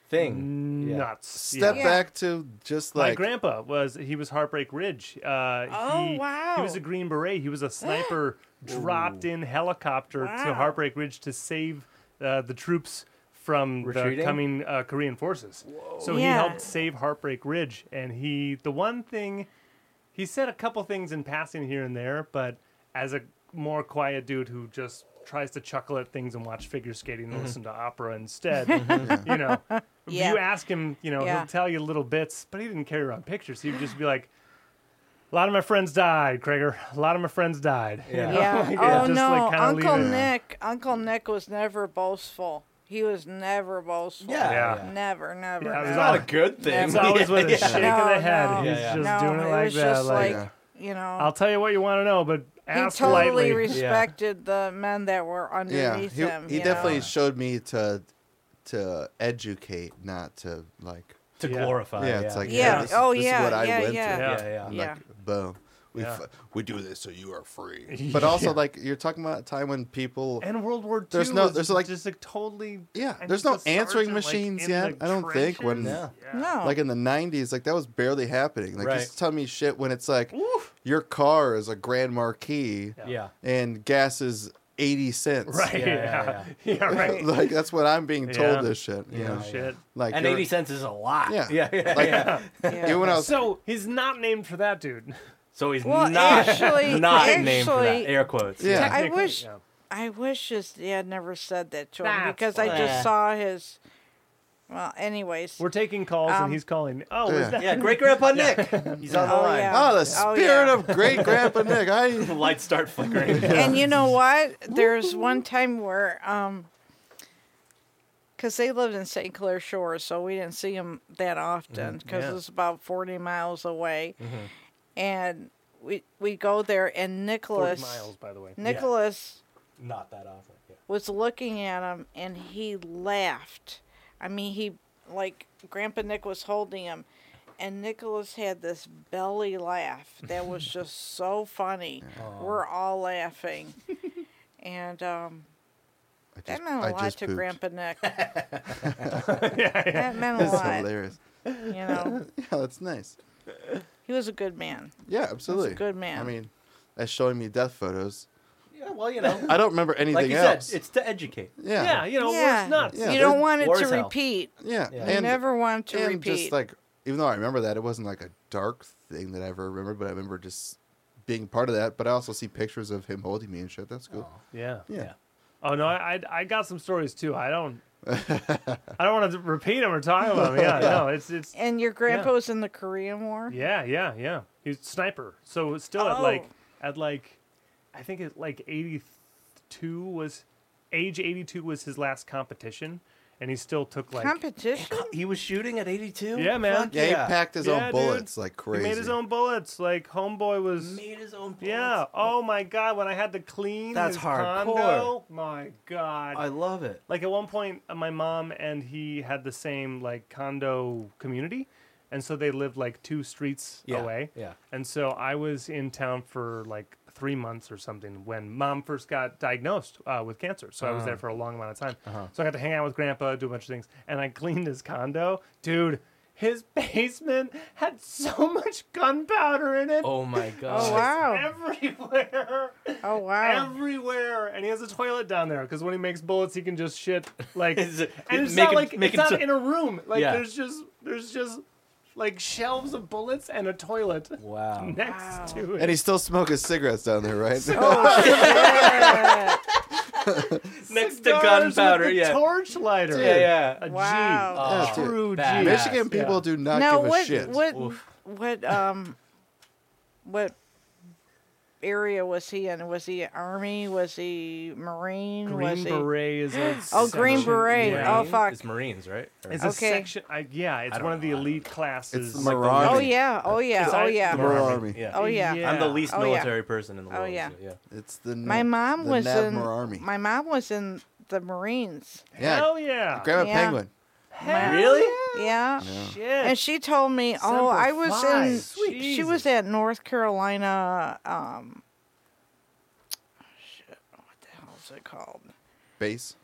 thing. Yeah. nuts. Yeah. step Yeah. back to just My like grandpa was he was Heartbreak Ridge. Uh, Oh, he, He wow. was a Green Beret. He was a sniper (gasps) dropped in helicopter to Wow. Heartbreak Ridge to save uh, the troops from the Retreating? coming uh, Korean forces. So he Yeah. helped save Heartbreak Ridge, and he the one thing he said a couple things in passing here and there, but as a more quiet dude who just tries to chuckle at things and watch figure skating and listen to opera (laughs) instead, you know, if Mm-hmm. Yeah. you ask him, you know, Yeah. he'll tell you little bits, but he didn't carry around pictures. He'd just be like, "A lot of my friends died, Krager. A lot of my friends died." You Yeah. know? (laughs) Yeah. Like, uh, oh just, no, like, kinda Uncle leave it. Nick. Uncle Nick was never boastful. He was never boastful. Yeah. Yeah. Never, never. Yeah, it was never. Not a good thing. It's always with a (laughs) Yeah. shake No, of the head. no. He's Yeah, yeah. just No, doing it it like was that. just like, like- yeah. you know. I'll tell you what you want to know, but he ask totally lightly. respected the men that were underneath yeah, him. He, he you definitely know? showed me to to educate, not to like. to Yeah. glorify. yeah, it's like Yeah. hey, this, Oh, this yeah, is what I yeah, went yeah. through. yeah, yeah. I'm Yeah. Like, boom. We Yeah. fu- we do this so you are free. But also like you're talking about a time when people And World War II There's no- was there's, like- just like totally. Yeah, and there's he's a no answering sergeant, like, machines in yet, the I don't think, when- trenches. No. like in the 90s like that was barely happening. Like Right. just tell me shit when it's like Oof. your car is a Grand Marquis yeah. and gas is 80 cents. Right. Yeah, (laughs) Yeah. (laughs) yeah, Yeah. right. like that's what I'm being told Yeah. this Oh, shit, you Yeah. know. Oh, Shit. Like And you're- eighty cents is a lot. Yeah. (laughs) yeah, yeah. Like- yeah. Yeah. even (laughs) when I was So he's not named for that dude. (laughs) So he's Well, not actually- (laughs) not named for that. actually- Air quotes. Yeah. I Technically, wish- yeah. I wish his dad never said that to him That's because I why. just saw his. Well, anyways. We're taking calls Um, and he's calling. Oh, Yeah. is that? (laughs) Yeah, great grandpa Nick. He's on the Oh, line. yeah. Oh, the Oh, spirit yeah. of great (laughs) grandpa Nick. I The (laughs) lights start (laughs) flickering. And you know what? There's one time where, um, because they lived in St. Clair Shores, so we didn't see him that often because Mm-hmm. yeah. Mm-hmm. it's about 40 miles away. And we we go there, and Forty Nicholas miles, by the way. Nicholas Not that often. Yeah. was looking at him, and he laughed. I mean, he like Grandpa Nick was holding him, and Nicholas had this belly laugh that (laughs) was just so funny. We're all laughing, and um, I just, that meant a I lot just to pooped. (laughs) Grandpa (laughs) Nick. That meant a That's lot. hilarious. You know, Yeah, that's nice. he was a (laughs) good man. Yeah, absolutely. good man. I mean, that's showing me death photos. Yeah, well, you know, I don't remember (laughs) anything like you else. said, it's to educate. yeah, Yeah, you know, yeah. Yeah. worse nuts. Yeah. you don't there's- want it War to is hell. repeat. yeah. Yeah. You And, never want to and repeat. just like, even though I remember that, it wasn't like a dark thing that I ever remembered, but I remember just being part of that. But I also see pictures of him holding me and shit. That's cool. Yeah. Yeah. Yeah. Oh no, I, I I got some stories too. I don't. I don't want to repeat them or talk about them. Yeah, no, it's (laughs) it's. and your grandpa was in the Korean War. Yeah, yeah, yeah. He was a sniper. So it's still at Oh. like at like, I think it like eighty two was, age eighty two was his last competition, and he still took like. (laughs) Competition. He was shooting at 82? Yeah, man. Fuck Yeah, yeah. he packed his Yeah, own dude. bullets like crazy. He made his own bullets. Like homeboy was. Made his own bullets. Yeah. Oh my god, when I had to clean That's his hardcore. condo, my god. I love it. like at one point, uh, my mom and he had the same like condo community, and so they lived like two streets Yeah. away. Yeah. And so I was in town for like three months or something when mom first got diagnosed uh, with cancer. So I was there Uh-huh. for a long amount of time. So I got to hang out with grandpa, do a bunch of things, and I cleaned his condo, dude. His (laughs) basement had so much gunpowder in it. Oh my god. oh wow. Everywhere, Oh wow. everywhere, and he has a toilet down there because when he makes bullets, he can just shit like, (laughs) Is it- and it's make not him- like make it's him not so- in a room. Like Yeah. there's just there's just like shelves of bullets and a toilet (laughs) Wow. next Wow. to it. (laughs) and he still smoked his cigarettes down there, right? Oh, (laughs) Yeah. Next to Cigars with gunpowder, the yeah. torch lighter. yeah. Yeah, A G. Wow. Oh, Yeah, dude. True G. (laughs) badass. Michigan (laughs) Yeah. people do not now give a what shit. what Oof. what um what area was he in? Was he army? Was he marine? Oh, was Green he Beret is (gasps) a Oh, Green section- Beret. Yeah. Oh, fuck. It's Marines, right? Or- It's a Okay. section. I, yeah, it's don't one of the know. elite classes. It's like the Mirage. Oh Army. yeah, oh yeah, Because oh I- yeah. the Royal Army. Yeah. Oh yeah. Yeah. I'm the least Oh, yeah. military person in the Oh, world. so yeah. yeah. It's the My mom the was in Navmer Army. my mom was in the Marines. yeah, Hell yeah. Grandma Yeah. Penguin. Hell Really? Yeah. Shit. And she told me, oh, Semper I was Fi. in. Sweet She was Jesus. at North Carolina. Um, shit, what the hell is it called? Base.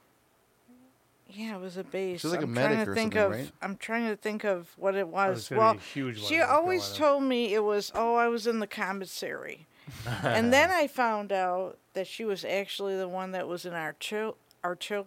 Yeah, it was a base. She's like a I'm trying medic to or think something, of, right? I'm trying to think of what it Oh, it's was. gonna well, be a huge one she in North always Carolina. told me it was, oh, I was in the commissary. (laughs) and then I found out that she was actually the one that was in artil-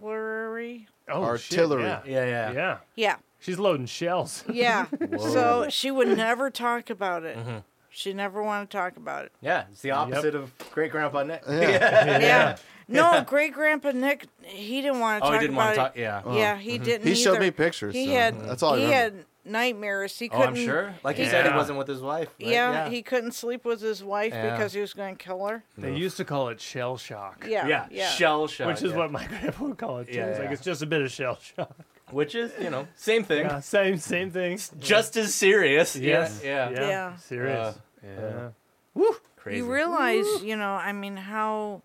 artillery. Oh, shit, Artillery. yeah. Yeah, yeah. yeah. Yeah, She's loading shells. yeah. so she would never talk about it. Mm-hmm. She never wanted to talk about it. Yeah, it's the opposite of great grandpa Nick. Yeah. (laughs) (laughs) Yeah. No, great grandpa Nick, he didn't want to Oh, talk he didn't about want to talk. it. Yeah. Oh. Yeah, he Mm-hmm. didn't. He showed either. me pictures. He so had that's all I he remember. had nightmares. He Oh, couldn't. I'm sure. Like he he- said, it Yeah. wasn't with his wife. right? Yeah, he couldn't sleep with his wife Yeah. because he was going to kill her. They used to call it shell shock. Yeah, yeah. yeah, Shell shock. Which is yeah. what my (laughs) grandpa would call it too. Yeah, it's like yeah. it's just a bit of (laughs) shell shock. Which is, you know, same thing. Yeah, same same thing. Just as serious. Yes. Yeah. Yeah. Yeah. Serious. Uh, yeah. uh. Woo. Crazy. You realize, you know, I mean, how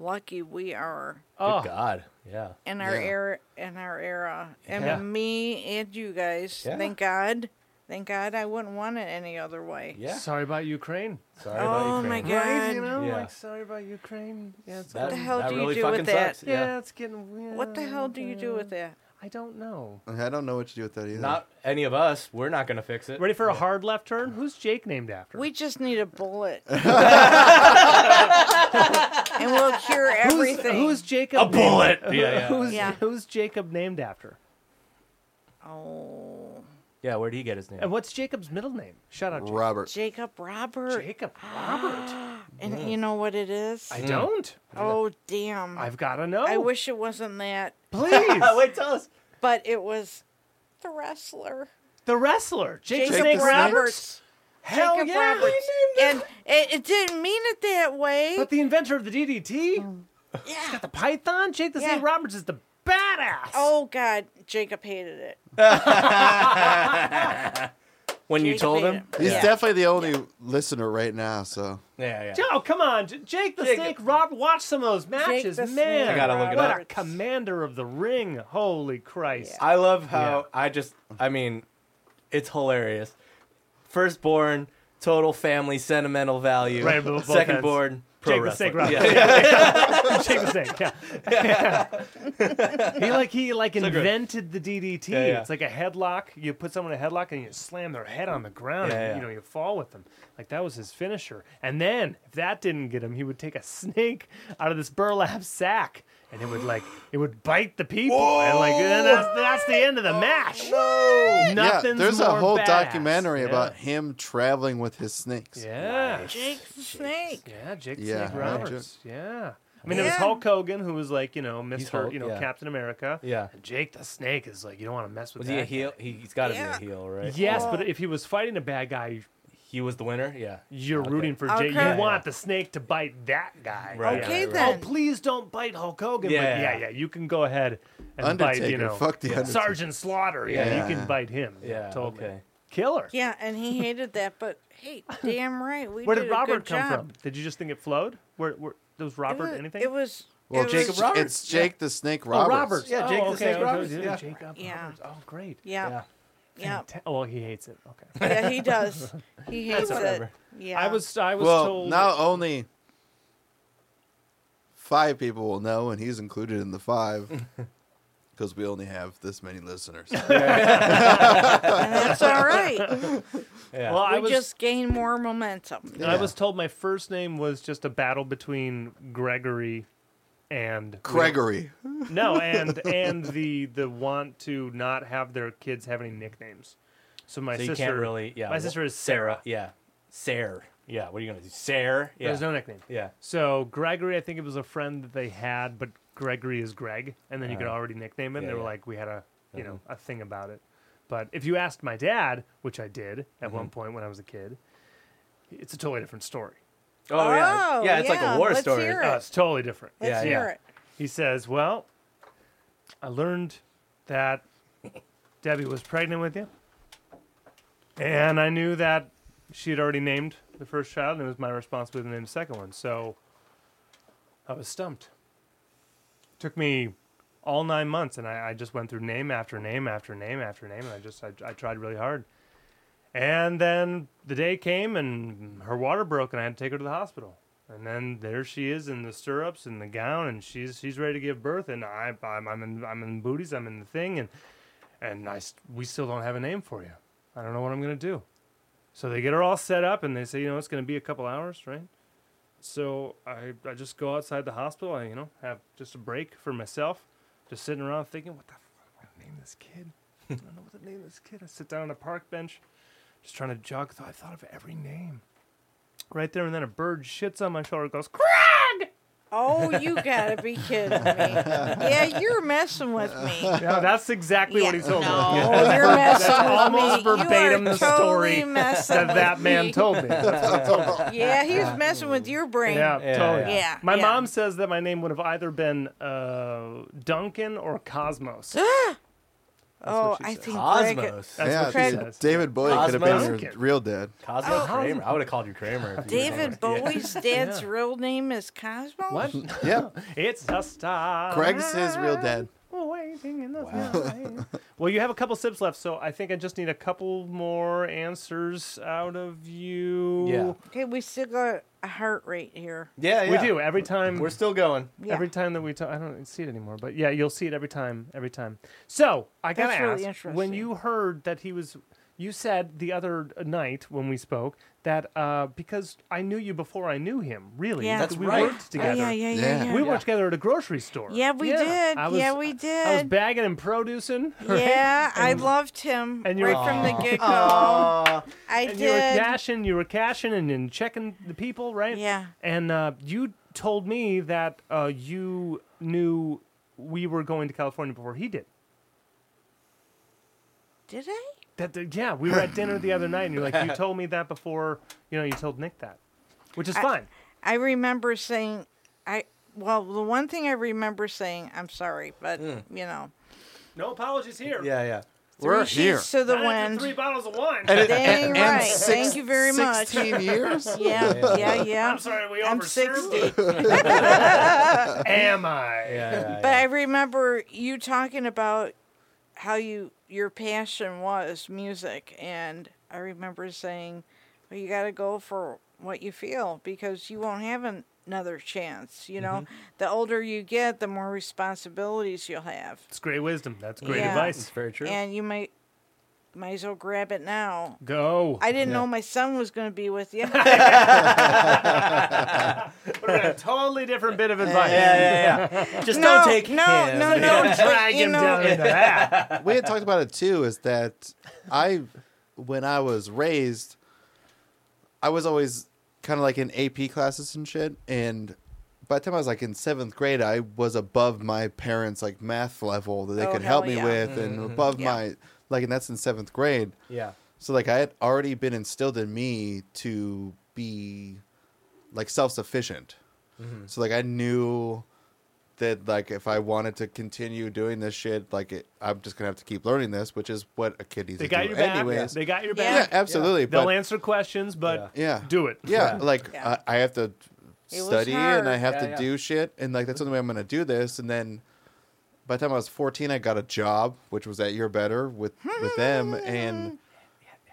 lucky we are Good Oh, God. Yeah. in our Yeah. era. In our era, and Yeah. me and you guys. Yeah. Thank God. Thank God, I wouldn't want it any other way. Yeah. sorry about Ukraine. Sorry Oh about my Ukraine. God! Right, you know, Yeah. like sorry about Ukraine. Yeah, it's That, the hell that do you really do with fucking that? sucks. yeah, Yeah. it's getting. Yeah, What the hell do you do with that? I don't know. I don't know what to do with that either. Not any of us. We're not gonna fix it. Ready for a hard left turn? Who's Jake named after? We just need a bullet, (laughs) and we'll cure everything. Who's Jacob? (laughs) A bullet! named- Yeah, yeah. Who's, Yeah. who's Jacob named after? oh, Yeah. Where would he get his name? And what's Jacob's middle name? Shout out, Jacob. Robert. Jacob Robert? Jacob Robert. And you know what it is? Hmm. I don't. oh, damn! I've got to know. I wish it wasn't that, (laughs) Please. (laughs) Wait, tell us. but it was the wrestler. The wrestler, Jake the Jacob Snake Roberts. Roberts. Hell Jacob yeah. Roberts. And it, it didn't mean it that way. But the inventor of the DDT, yeah. the Python, Jake the Snake Mm. Yeah. Roberts is the badass. Oh God, Jacob hated it. When you Jake told made him? it. He's yeah. definitely the only listener right now, so yeah, yeah. Joe, come on, J- Jake the Jake- Snake Rob. Watch some of those matches, the man. Snake I gotta look it what up. a commander of the ring! Holy Christ! Yeah. I love how I just I mean, it's hilarious. Firstborn, total family sentimental value. Right, but both Second heads. born, pro Jake the wrestler. Snake Roberts. Yeah. (laughs) (laughs) Jake the Snake. Yeah. (laughs) he like he like good. invented the DDT. Yeah, yeah. It's like a headlock. You put someone in a headlock and you slam their head on the ground. Yeah, and, yeah. You know you fall with them. Like that was his finisher. And then if that didn't get him, he would take a snake out of this burlap sack. And it would like it would bite the people, and like and that's, that's the end of the match. No, yeah. nothing's There's a more whole badass. documentary Yeah. about him traveling with his snakes. yeah, Jake the Snake. yeah, Jake the Yeah, Snake no Roberts. Yeah. I mean, there was Yeah. Hulk Hogan, who was like, you know, Mr. Hulk, You know, yeah. Captain America. (laughs) Yeah. And Jake the Snake is like, you don't want to mess with Was that. he a heel? He, he's got to Yeah. be a heel, guy. right? Yes, Oh. but if he was fighting a bad guy, He was the winner. Yeah. you're rooting for Okay. Jake. Yeah, You want yeah. the snake to bite that guy. Right, Okay right, Oh, then. please don't bite Hulk Hogan. But Yeah. yeah, yeah, you can go ahead and Undertaker. bite, you know, Fuck the Undertaker. Sergeant Slaughter. Yeah, Yeah. you can bite him. Yeah. totally. Okay. Killer. Yeah, and he hated that. But hey, damn right, we Where did, did a good Robert come job. from? Did you just think it flowed? Where, where was Robert it was, anything? It was. Well, it Jacob was- Roberts, It's Jake the Snake Oh, Roberts. Roberts. Yeah, Oh, Jake the okay. Snake I was- Roberts, yeah, yeah. Jacob Yeah. Roberts. Oh, great. Yeah, yeah, Fanta- Oh, well, he hates it. Okay. yeah. He does. He hates it. whatever. Yeah. I was I was Well, told now only five people will know, and he's included in the five (laughs) because we only have this many listeners. And that's all right. (laughs) Yeah. Well, I we was just gain more momentum. I was told my first name was just a battle between Gregory and Gregory. (laughs) No, and and the the want to not have their kids have any nicknames. So my so you sister can't really. Yeah. my sister is Sarah. Yeah. Sarah. Yeah. What are you gonna do? Sarah. Yeah. There's no nickname. yeah. So Gregory, I think it was a friend that they had, but Gregory is Greg, and then you could already nickname it. and Uh-huh. Yeah, they were yeah. Uh-huh. like, we had a you know a thing about it. But if you asked my dad, which I did at Mm-hmm. one point when I was a kid, it's a totally different story. Oh, yeah. Oh, Yeah. It's like yeah, a war let's story. Uh, hear Oh, Right. it's totally different. Let's Yeah, hear yeah. it. He says, "Well, I learned that Debbie was pregnant with you, and I knew that she had already named the first child, and it was my responsibility to name the second one. So I was stumped. Took me all nine months, and I, I just went through name after name after name after name, and I just I, I tried really hard. And then the day came, and her water broke, and I had to take her to the hospital. And then there she is in the stirrups and the gown, and she's she's ready to give birth. And I I'm, I'm in I'm in booties, I'm in the thing, and and I s- we still don't have a name for you. I don't know what I'm gonna do. So they get her all set up, and they say, you know, it's gonna be a couple hours, right? So I I just go outside the hospital. I you know have just a break for myself, just sitting around thinking, what the fuck am I gonna name this kid? (laughs) I don't know what to name this kid. I sit down on a park bench, just trying to jog. I thought of every name. Right there and then, a bird shits on my shoulder and goes, Craig! Oh, you gotta be kidding me. Yeah, you're messing with me. Yeah, that's exactly what he Yeah, told no, me. you're messing with almost me. You are verbatim the story totally (laughs) messing That, that with man me. told (laughs) me. That's what he told me. Yeah, he was messing with your brain. Yeah, Yeah, totally. yeah. My Yeah. mom says (gasps) that my name would have either been uh, Duncan or Cosmos. oh, I think Greg. Cosmos. Uh, That's yeah, what she dude, says. David Bowie could have been Cosmos? your real dad. Cosmo Kramer. I would have called you Kramer. if you were Oh. David Kramer. Yeah. Bowie's dad's real name is Cosmo. What? Yeah, It's a star. Craig's his real dad. Waiting in the night. (laughs) Well, you have a couple sips left, so I think I just need a couple more answers out of you. Yeah. Okay, we still got a heart rate here. Yeah, We yeah. do every time. We're still going. Yeah, Oh, Every time that we talk, I don't see it anymore, but yeah, you'll see it every time, every time. So I gotta That's really ask: when interesting. you heard that he was, you said the other night when we spoke that uh, because I knew you before I knew him, really, Yeah. that That's we right. worked Oh, yeah, together. yeah, yeah, Yeah. yeah. We Yeah. worked together at a grocery store. Yeah, we did. I was- Yeah, we I was did. bagging and producing. (laughs) right? Yeah, I loved him and you're- right from the get go. Uh, Aw. I And did. you were cashing, you were cashing and, and checking the people, right? Yeah. And uh, you told me that uh, you knew we were going to California before he did. Did I? That the, yeah, we were at dinner the other night, and you're like, you told me that before. You know, you told Nick that, which is fine. I remember saying, I well, the one thing I remember saying, I'm sorry, but you know, No apologies here. Yeah, (laughs) yeah. We're she's here. to the Not after wind. three bottles of wine. (laughs) Dang and- and right. six- Thank you very much. Sixteen years. (laughs) Yeah, yeah, yeah. I'm sorry, we I'm overserved. 60. it. (laughs) Am I? Yeah, yeah, But I remember you talking about how you your passion was music, and I remember saying, "Well, you got to go for what you feel because you won't have an- another chance." You know, Mm-hmm. the older you get, the more responsibilities you'll have, It's great wisdom. That's great Yeah. It's advice. very true. and you might might as well grab it now. Go. I didn't know my son was going to be with you. What a totally different bit of advice. yeah, yeah, yeah. Just no, don't take no, him. no, (laughs) no, Don't but, drag you him know, down into (laughs) that. we had talked about it too is that I when I was raised I was always kind of like in AP classes and shit and by the time I was like in seventh grade I was above my parents like math level that they Oh, could hell help me yeah. with and above Yeah. my like and that's in seventh grade Yeah. so like I had already been instilled in me to be like self sufficient. Mm-hmm. So like I knew that like if I wanted to continue doing this shit, like it, I'm just gonna have to keep learning this, which is what a kid needs They to got do your back. anyways. They got your Yeah. back. yeah, absolutely. They'll But answer questions, but yeah, do it. Yeah, like Yeah. I, I have to It was study and I have hard. Yeah, to yeah. do shit, and like that's the only way I'm gonna do this. And then by the time I was 14, I got a job, which was at You're Better with with them Hmm. and.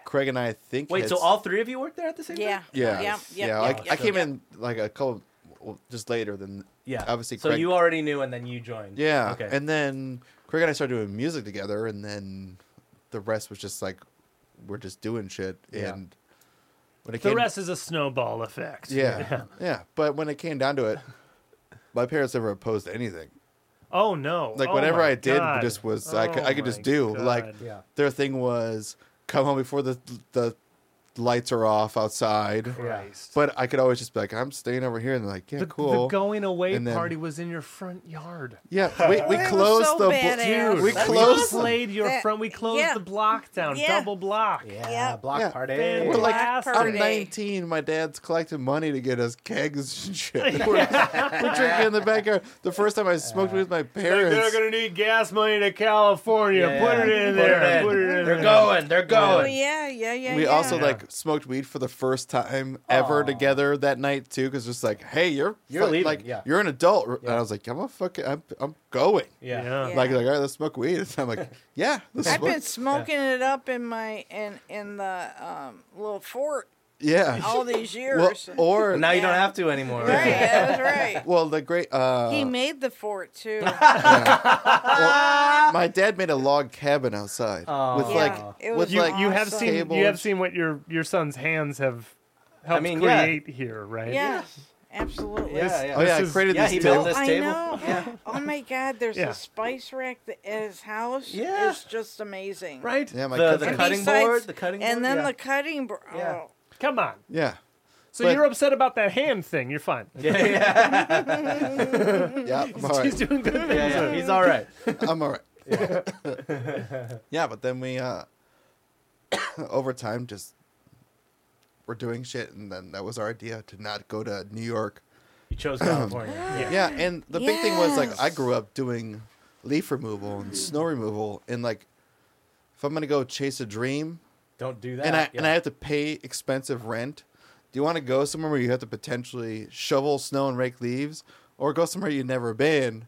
Craig and I think Wait, had so all three of you worked there at the same Yeah. time? Yeah. Yeah. Yeah. yeah, like, yeah, I came yeah. in like a couple, well, just later than. Yeah. Obviously, So Craig- you already knew and then you joined. Yeah. Okay. And then Craig and I started doing music together, and then the rest was just like, we're just doing shit. Yeah. And when it The came, rest is a snowball effect. yeah, (laughs) yeah, But when it came down to it, my parents never opposed anything. Oh no. Like Oh, whatever my I did, God. just was I could Oh, I could just my do God. like yeah. their thing was come home before the the lights are off outside. Christ. But I could always just be like, I'm staying over here, and they're like, yeah, The, cool. the going away And then- party was in your front yard. Yeah, we, we It was closed so the badass. bl- we That's closed We played your That- front. We closed yeah. the block down, Yeah. double block. Yeah. Yeah. Block Yeah. party. Fan- We're like Black I'm Friday. 19. My dad's collecting money to get us kegs and shit. We're, we're drinking in the backyard. The first time I smoked with my parents. gonna need gas money to California. Yeah, yeah. Put it in. They're going. They're Oh going. yeah, yeah, yeah. we yeah. also like smoked weed for the first time ever together that night too, because just like, hey, you're You're fuck- leaving, like yeah. you're an adult, and Yeah. I was like, I'm a fucking, I'm, I'm going. Yeah. Yeah. Like, like, all right, let's smoke weed. (laughs) And I'm like, yeah, let's I've smoke. been smoking it up in my in in the um, little (laughs) fort yeah. (laughs) all these Well, oh, years. or But now you don't Yeah. have to anymore. right, that (laughs) was right. well, the great uh, he made the fort too. Well, my dad made a log cabin outside Aw. with Yeah, like it with was You, like you have seen tables. you have seen what your your son's hands have helped mean, yeah. create here, right? yes, absolutely. Yeah, yeah. Oh yeah, This I is- created Yeah, this he table. built this I table. know. (laughs) Oh my God! There's Yeah. a spice rack that at his house. Yeah. is just amazing. Right? Yeah, my The, cousin- the And cutting besides- board. The cutting board. And then yeah. the cutting board. Yeah. Oh, Come on. (laughs) yeah, So But- you're upset about that hand thing. You're fine. (laughs) Yeah, yeah, (laughs) yeah. I'm all He's right. doing good things. yeah, yeah. He's all (laughs) right. I'm all right. Yeah. (laughs) but then we uh (coughs) over time just we're doing shit, and then that was our idea to not go to New York. You (gasps) chose California. yeah. Yeah, and the big thing was like I Yes. grew up doing leaf removal and snow removal, and like if I'm gonna go chase a dream Don't do that. and I and yeah. I have to pay expensive rent, do you want to go somewhere where you have to potentially shovel snow and rake leaves, or go somewhere you've never been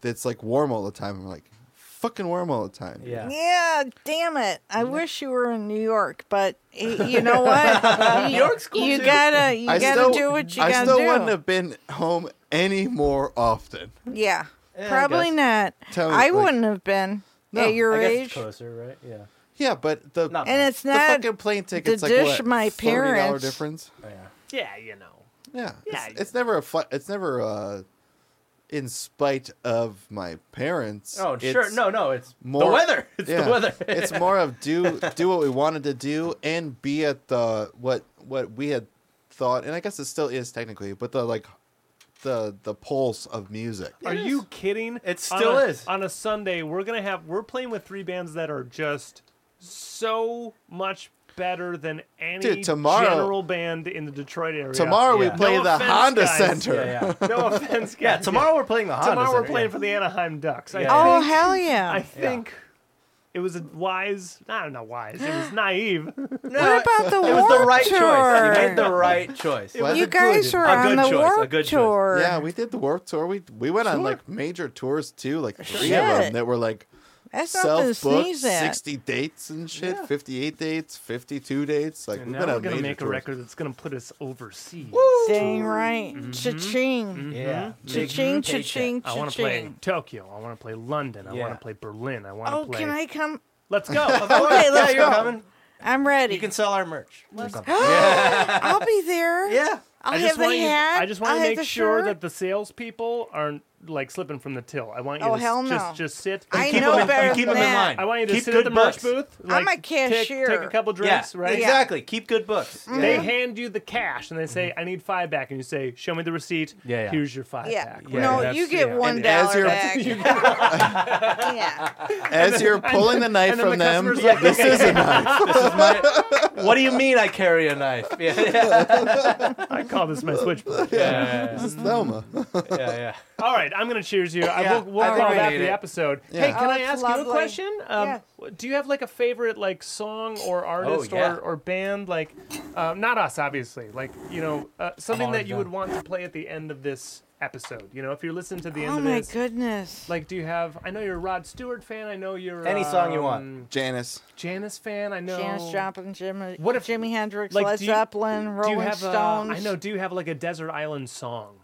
that's like warm all the time? I'm like, fucking warm all the time. Yeah. Yeah, damn it. I wish you were in New York, but y- you (laughs) know what? New York's cool You gotta you I gotta still, do what you I gotta still do. wouldn't have been home any more often. Yeah. I Probably guess. not. Tell me, I like- wouldn't have been No, at your I guess it's age. closer, right? Yeah. Yeah, but the Not And it's the not fucking plane tickets like dish what, my $30 parents- difference. Oh, yeah. Yeah, you know. Yeah, Yeah, it's, it's never a fl- it's never uh, in spite of my parents. Oh, it's sure. No, no. It's more- the weather. (laughs) It's yeah, the weather. it's more of do do what we wanted to do and be at the what what we had thought, and I guess it still is technically, but the like the the pulse of music. Are you kidding? It On still a- is. On a Sunday, we're gonna have we're playing with three bands that are just so much better than any Dude, tomorrow- general band in the Detroit area. Tomorrow Yeah. we play No the offense, Honda guys. Center. (laughs) yeah, yeah. No offense, guys. yeah. Tomorrow we're playing the Honda. Tomorrow we're Center, playing yeah. for the Anaheim Ducks. I Yeah. think- Oh (laughs) hell yeah. I think it was a wise, I don't know, wise. It was naive. what about the It warp was the right tour? choice. You made the right choice. Was you it good? guys were A on good the choice, a warp good choice. tour. Yeah, we did the Warped Tour. We we went on like major tours too, like three of them Shit. that were like That's something to self booked, sneeze at. sixty dates and shit, fifty eight dates, fifty two dates. Like And we've now been we're on gonna major make a tours. record that's gonna put us overseas. Dang right. Cha-ching. (laughs) Yeah. Big Mm-hmm. Cha-ching, paycheck. cha-ching, I want to play cha-ching. Tokyo. I want to play London. I want Yeah. to play Berlin. I want to Oh, play. can I come? Let's go. Okay, let's yeah, you're go. coming. I'm ready. (gasps) You can sell our merch. (laughs) I'll be there. yeah. I'll I have just the want you, hat. I just want I'll to have make the sure shirt. that the salespeople aren't like slipping from the till. I want you Oh, to hell no. just just sit. I keep 'em know in- you better keep than 'em in that. line. I want you to Keep sit good at the merch books. booth. I'm like, a take- cashier. Take, a couple drinks, yeah. right? Exactly. Keep good books. Mm-hmm. They hand you the cash and they say, "I need five back," and you say, "Show me the receipt. Yeah, yeah. Here's your five Yeah. pack." Yeah, no, that's- you get yeah. one And as dollar you're- (laughs) back. (laughs) yeah. (laughs) As you're pulling the knife and then from the them, customer's like, this "Okay." is a knife. What do you mean I carry a knife? (laughs) Yeah, yeah, (laughs) I call this my switchblade. yeah, This (laughs) is Thelma. yeah, yeah. All right, I'm going to cheers you. I Yeah, will, we'll I think call we that need the it. episode. Yeah. Hey, can Oh, I that's ask you lovely. a question? Um, Yeah. w- Do you have like a favorite like song or artist Oh, yeah. or, or band? Like, um, not us, obviously. Like, you know, uh, something that you would want to play at the end of this episode. You know, if you're listening to the end Oh of my this. goodness. Like, do you have? I know you're a Rod Stewart fan. I know you're Any song you want. um, Janice. Janis fan. I know. Janis Joplin, Jimi, What if- Jimi Hendrix, like, Led do you- Zeppelin, Do Rolling you have? A, Stones. I know. Do you have like a desert island song?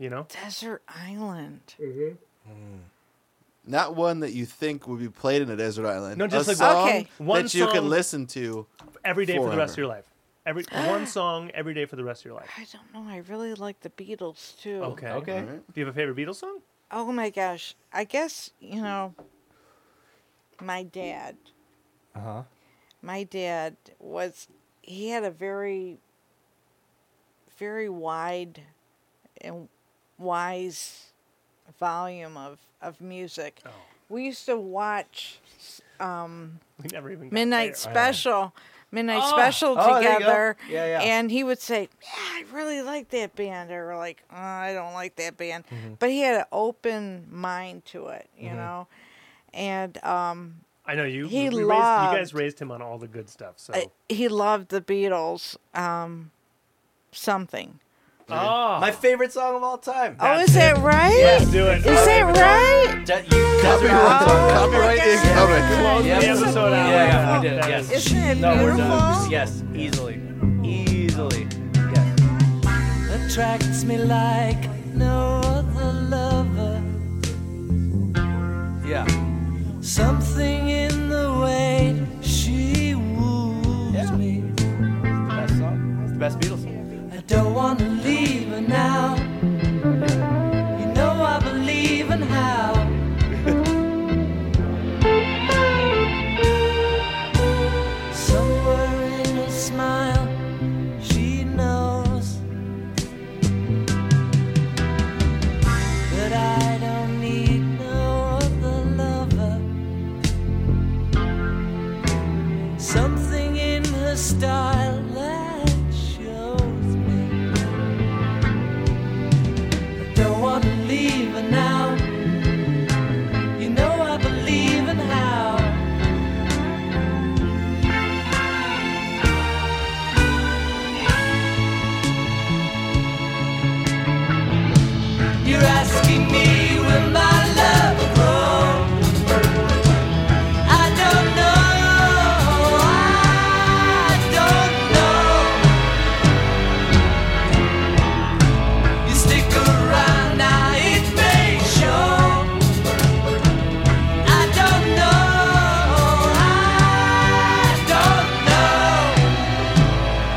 You know. Desert Island. Not one that you think would be played in a desert island. No, just a like- song Okay. One that you could song- listen to. every day for the rest of Forever. your life. Every one song every day for the rest of your life. I don't know. I really like the Beatles too. Okay. Okay. Do you have a favorite Beatles song? (laughs) Oh my gosh. I guess, you know, my dad. Uh huh. My dad was, he had a very, very wide and wise volume of, of music. We used to watch We never even got Midnight there. Special. Midnight Special uh, Oh, there you go. together, Yeah, yeah. and he would say, "Yeah, I really like that band," or like, oh, "I don't like that band," Mm-hmm. but he had an open mind to it, you know. And um, I know you. He we raised, you loved- guys raised him on all the good stuff. So. Oh. I- uh, he loved the Beatles. Um, something. oh. My favorite song of all time. oh, is that right? Let's do it. Is that right? Oh De- you desert Copyright, island song. copyright is God. coming. Close Yeah. the episode out. Yeah, yeah, we did. That Yes. is- Isn't it No, we're beautiful? done. Yes, easily, easily. Yes. attracts me like no other lover. Yeah. Something in the way she woos Yeah. me. Best song. It's the best Beatles song. I don't want to leave her now. You know I believe in how. Somewhere in her smile, she knows that I don't need no other lover. Something in her style that shows me. I don't want to leave her now. You know I believe in how. you're asking me where my love grows. I don't know. I don't know. You stick around, now it may show. I don't know. I don't know.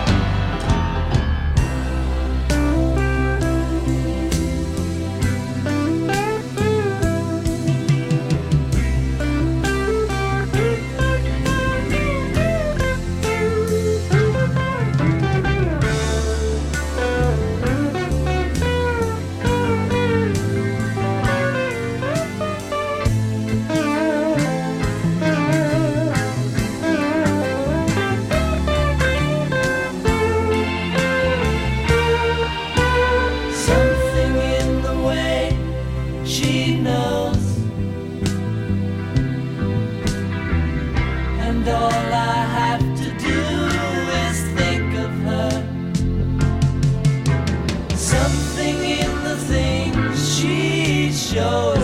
Something in the way she knows. And all I have to do is think of her. Something in the things she shows.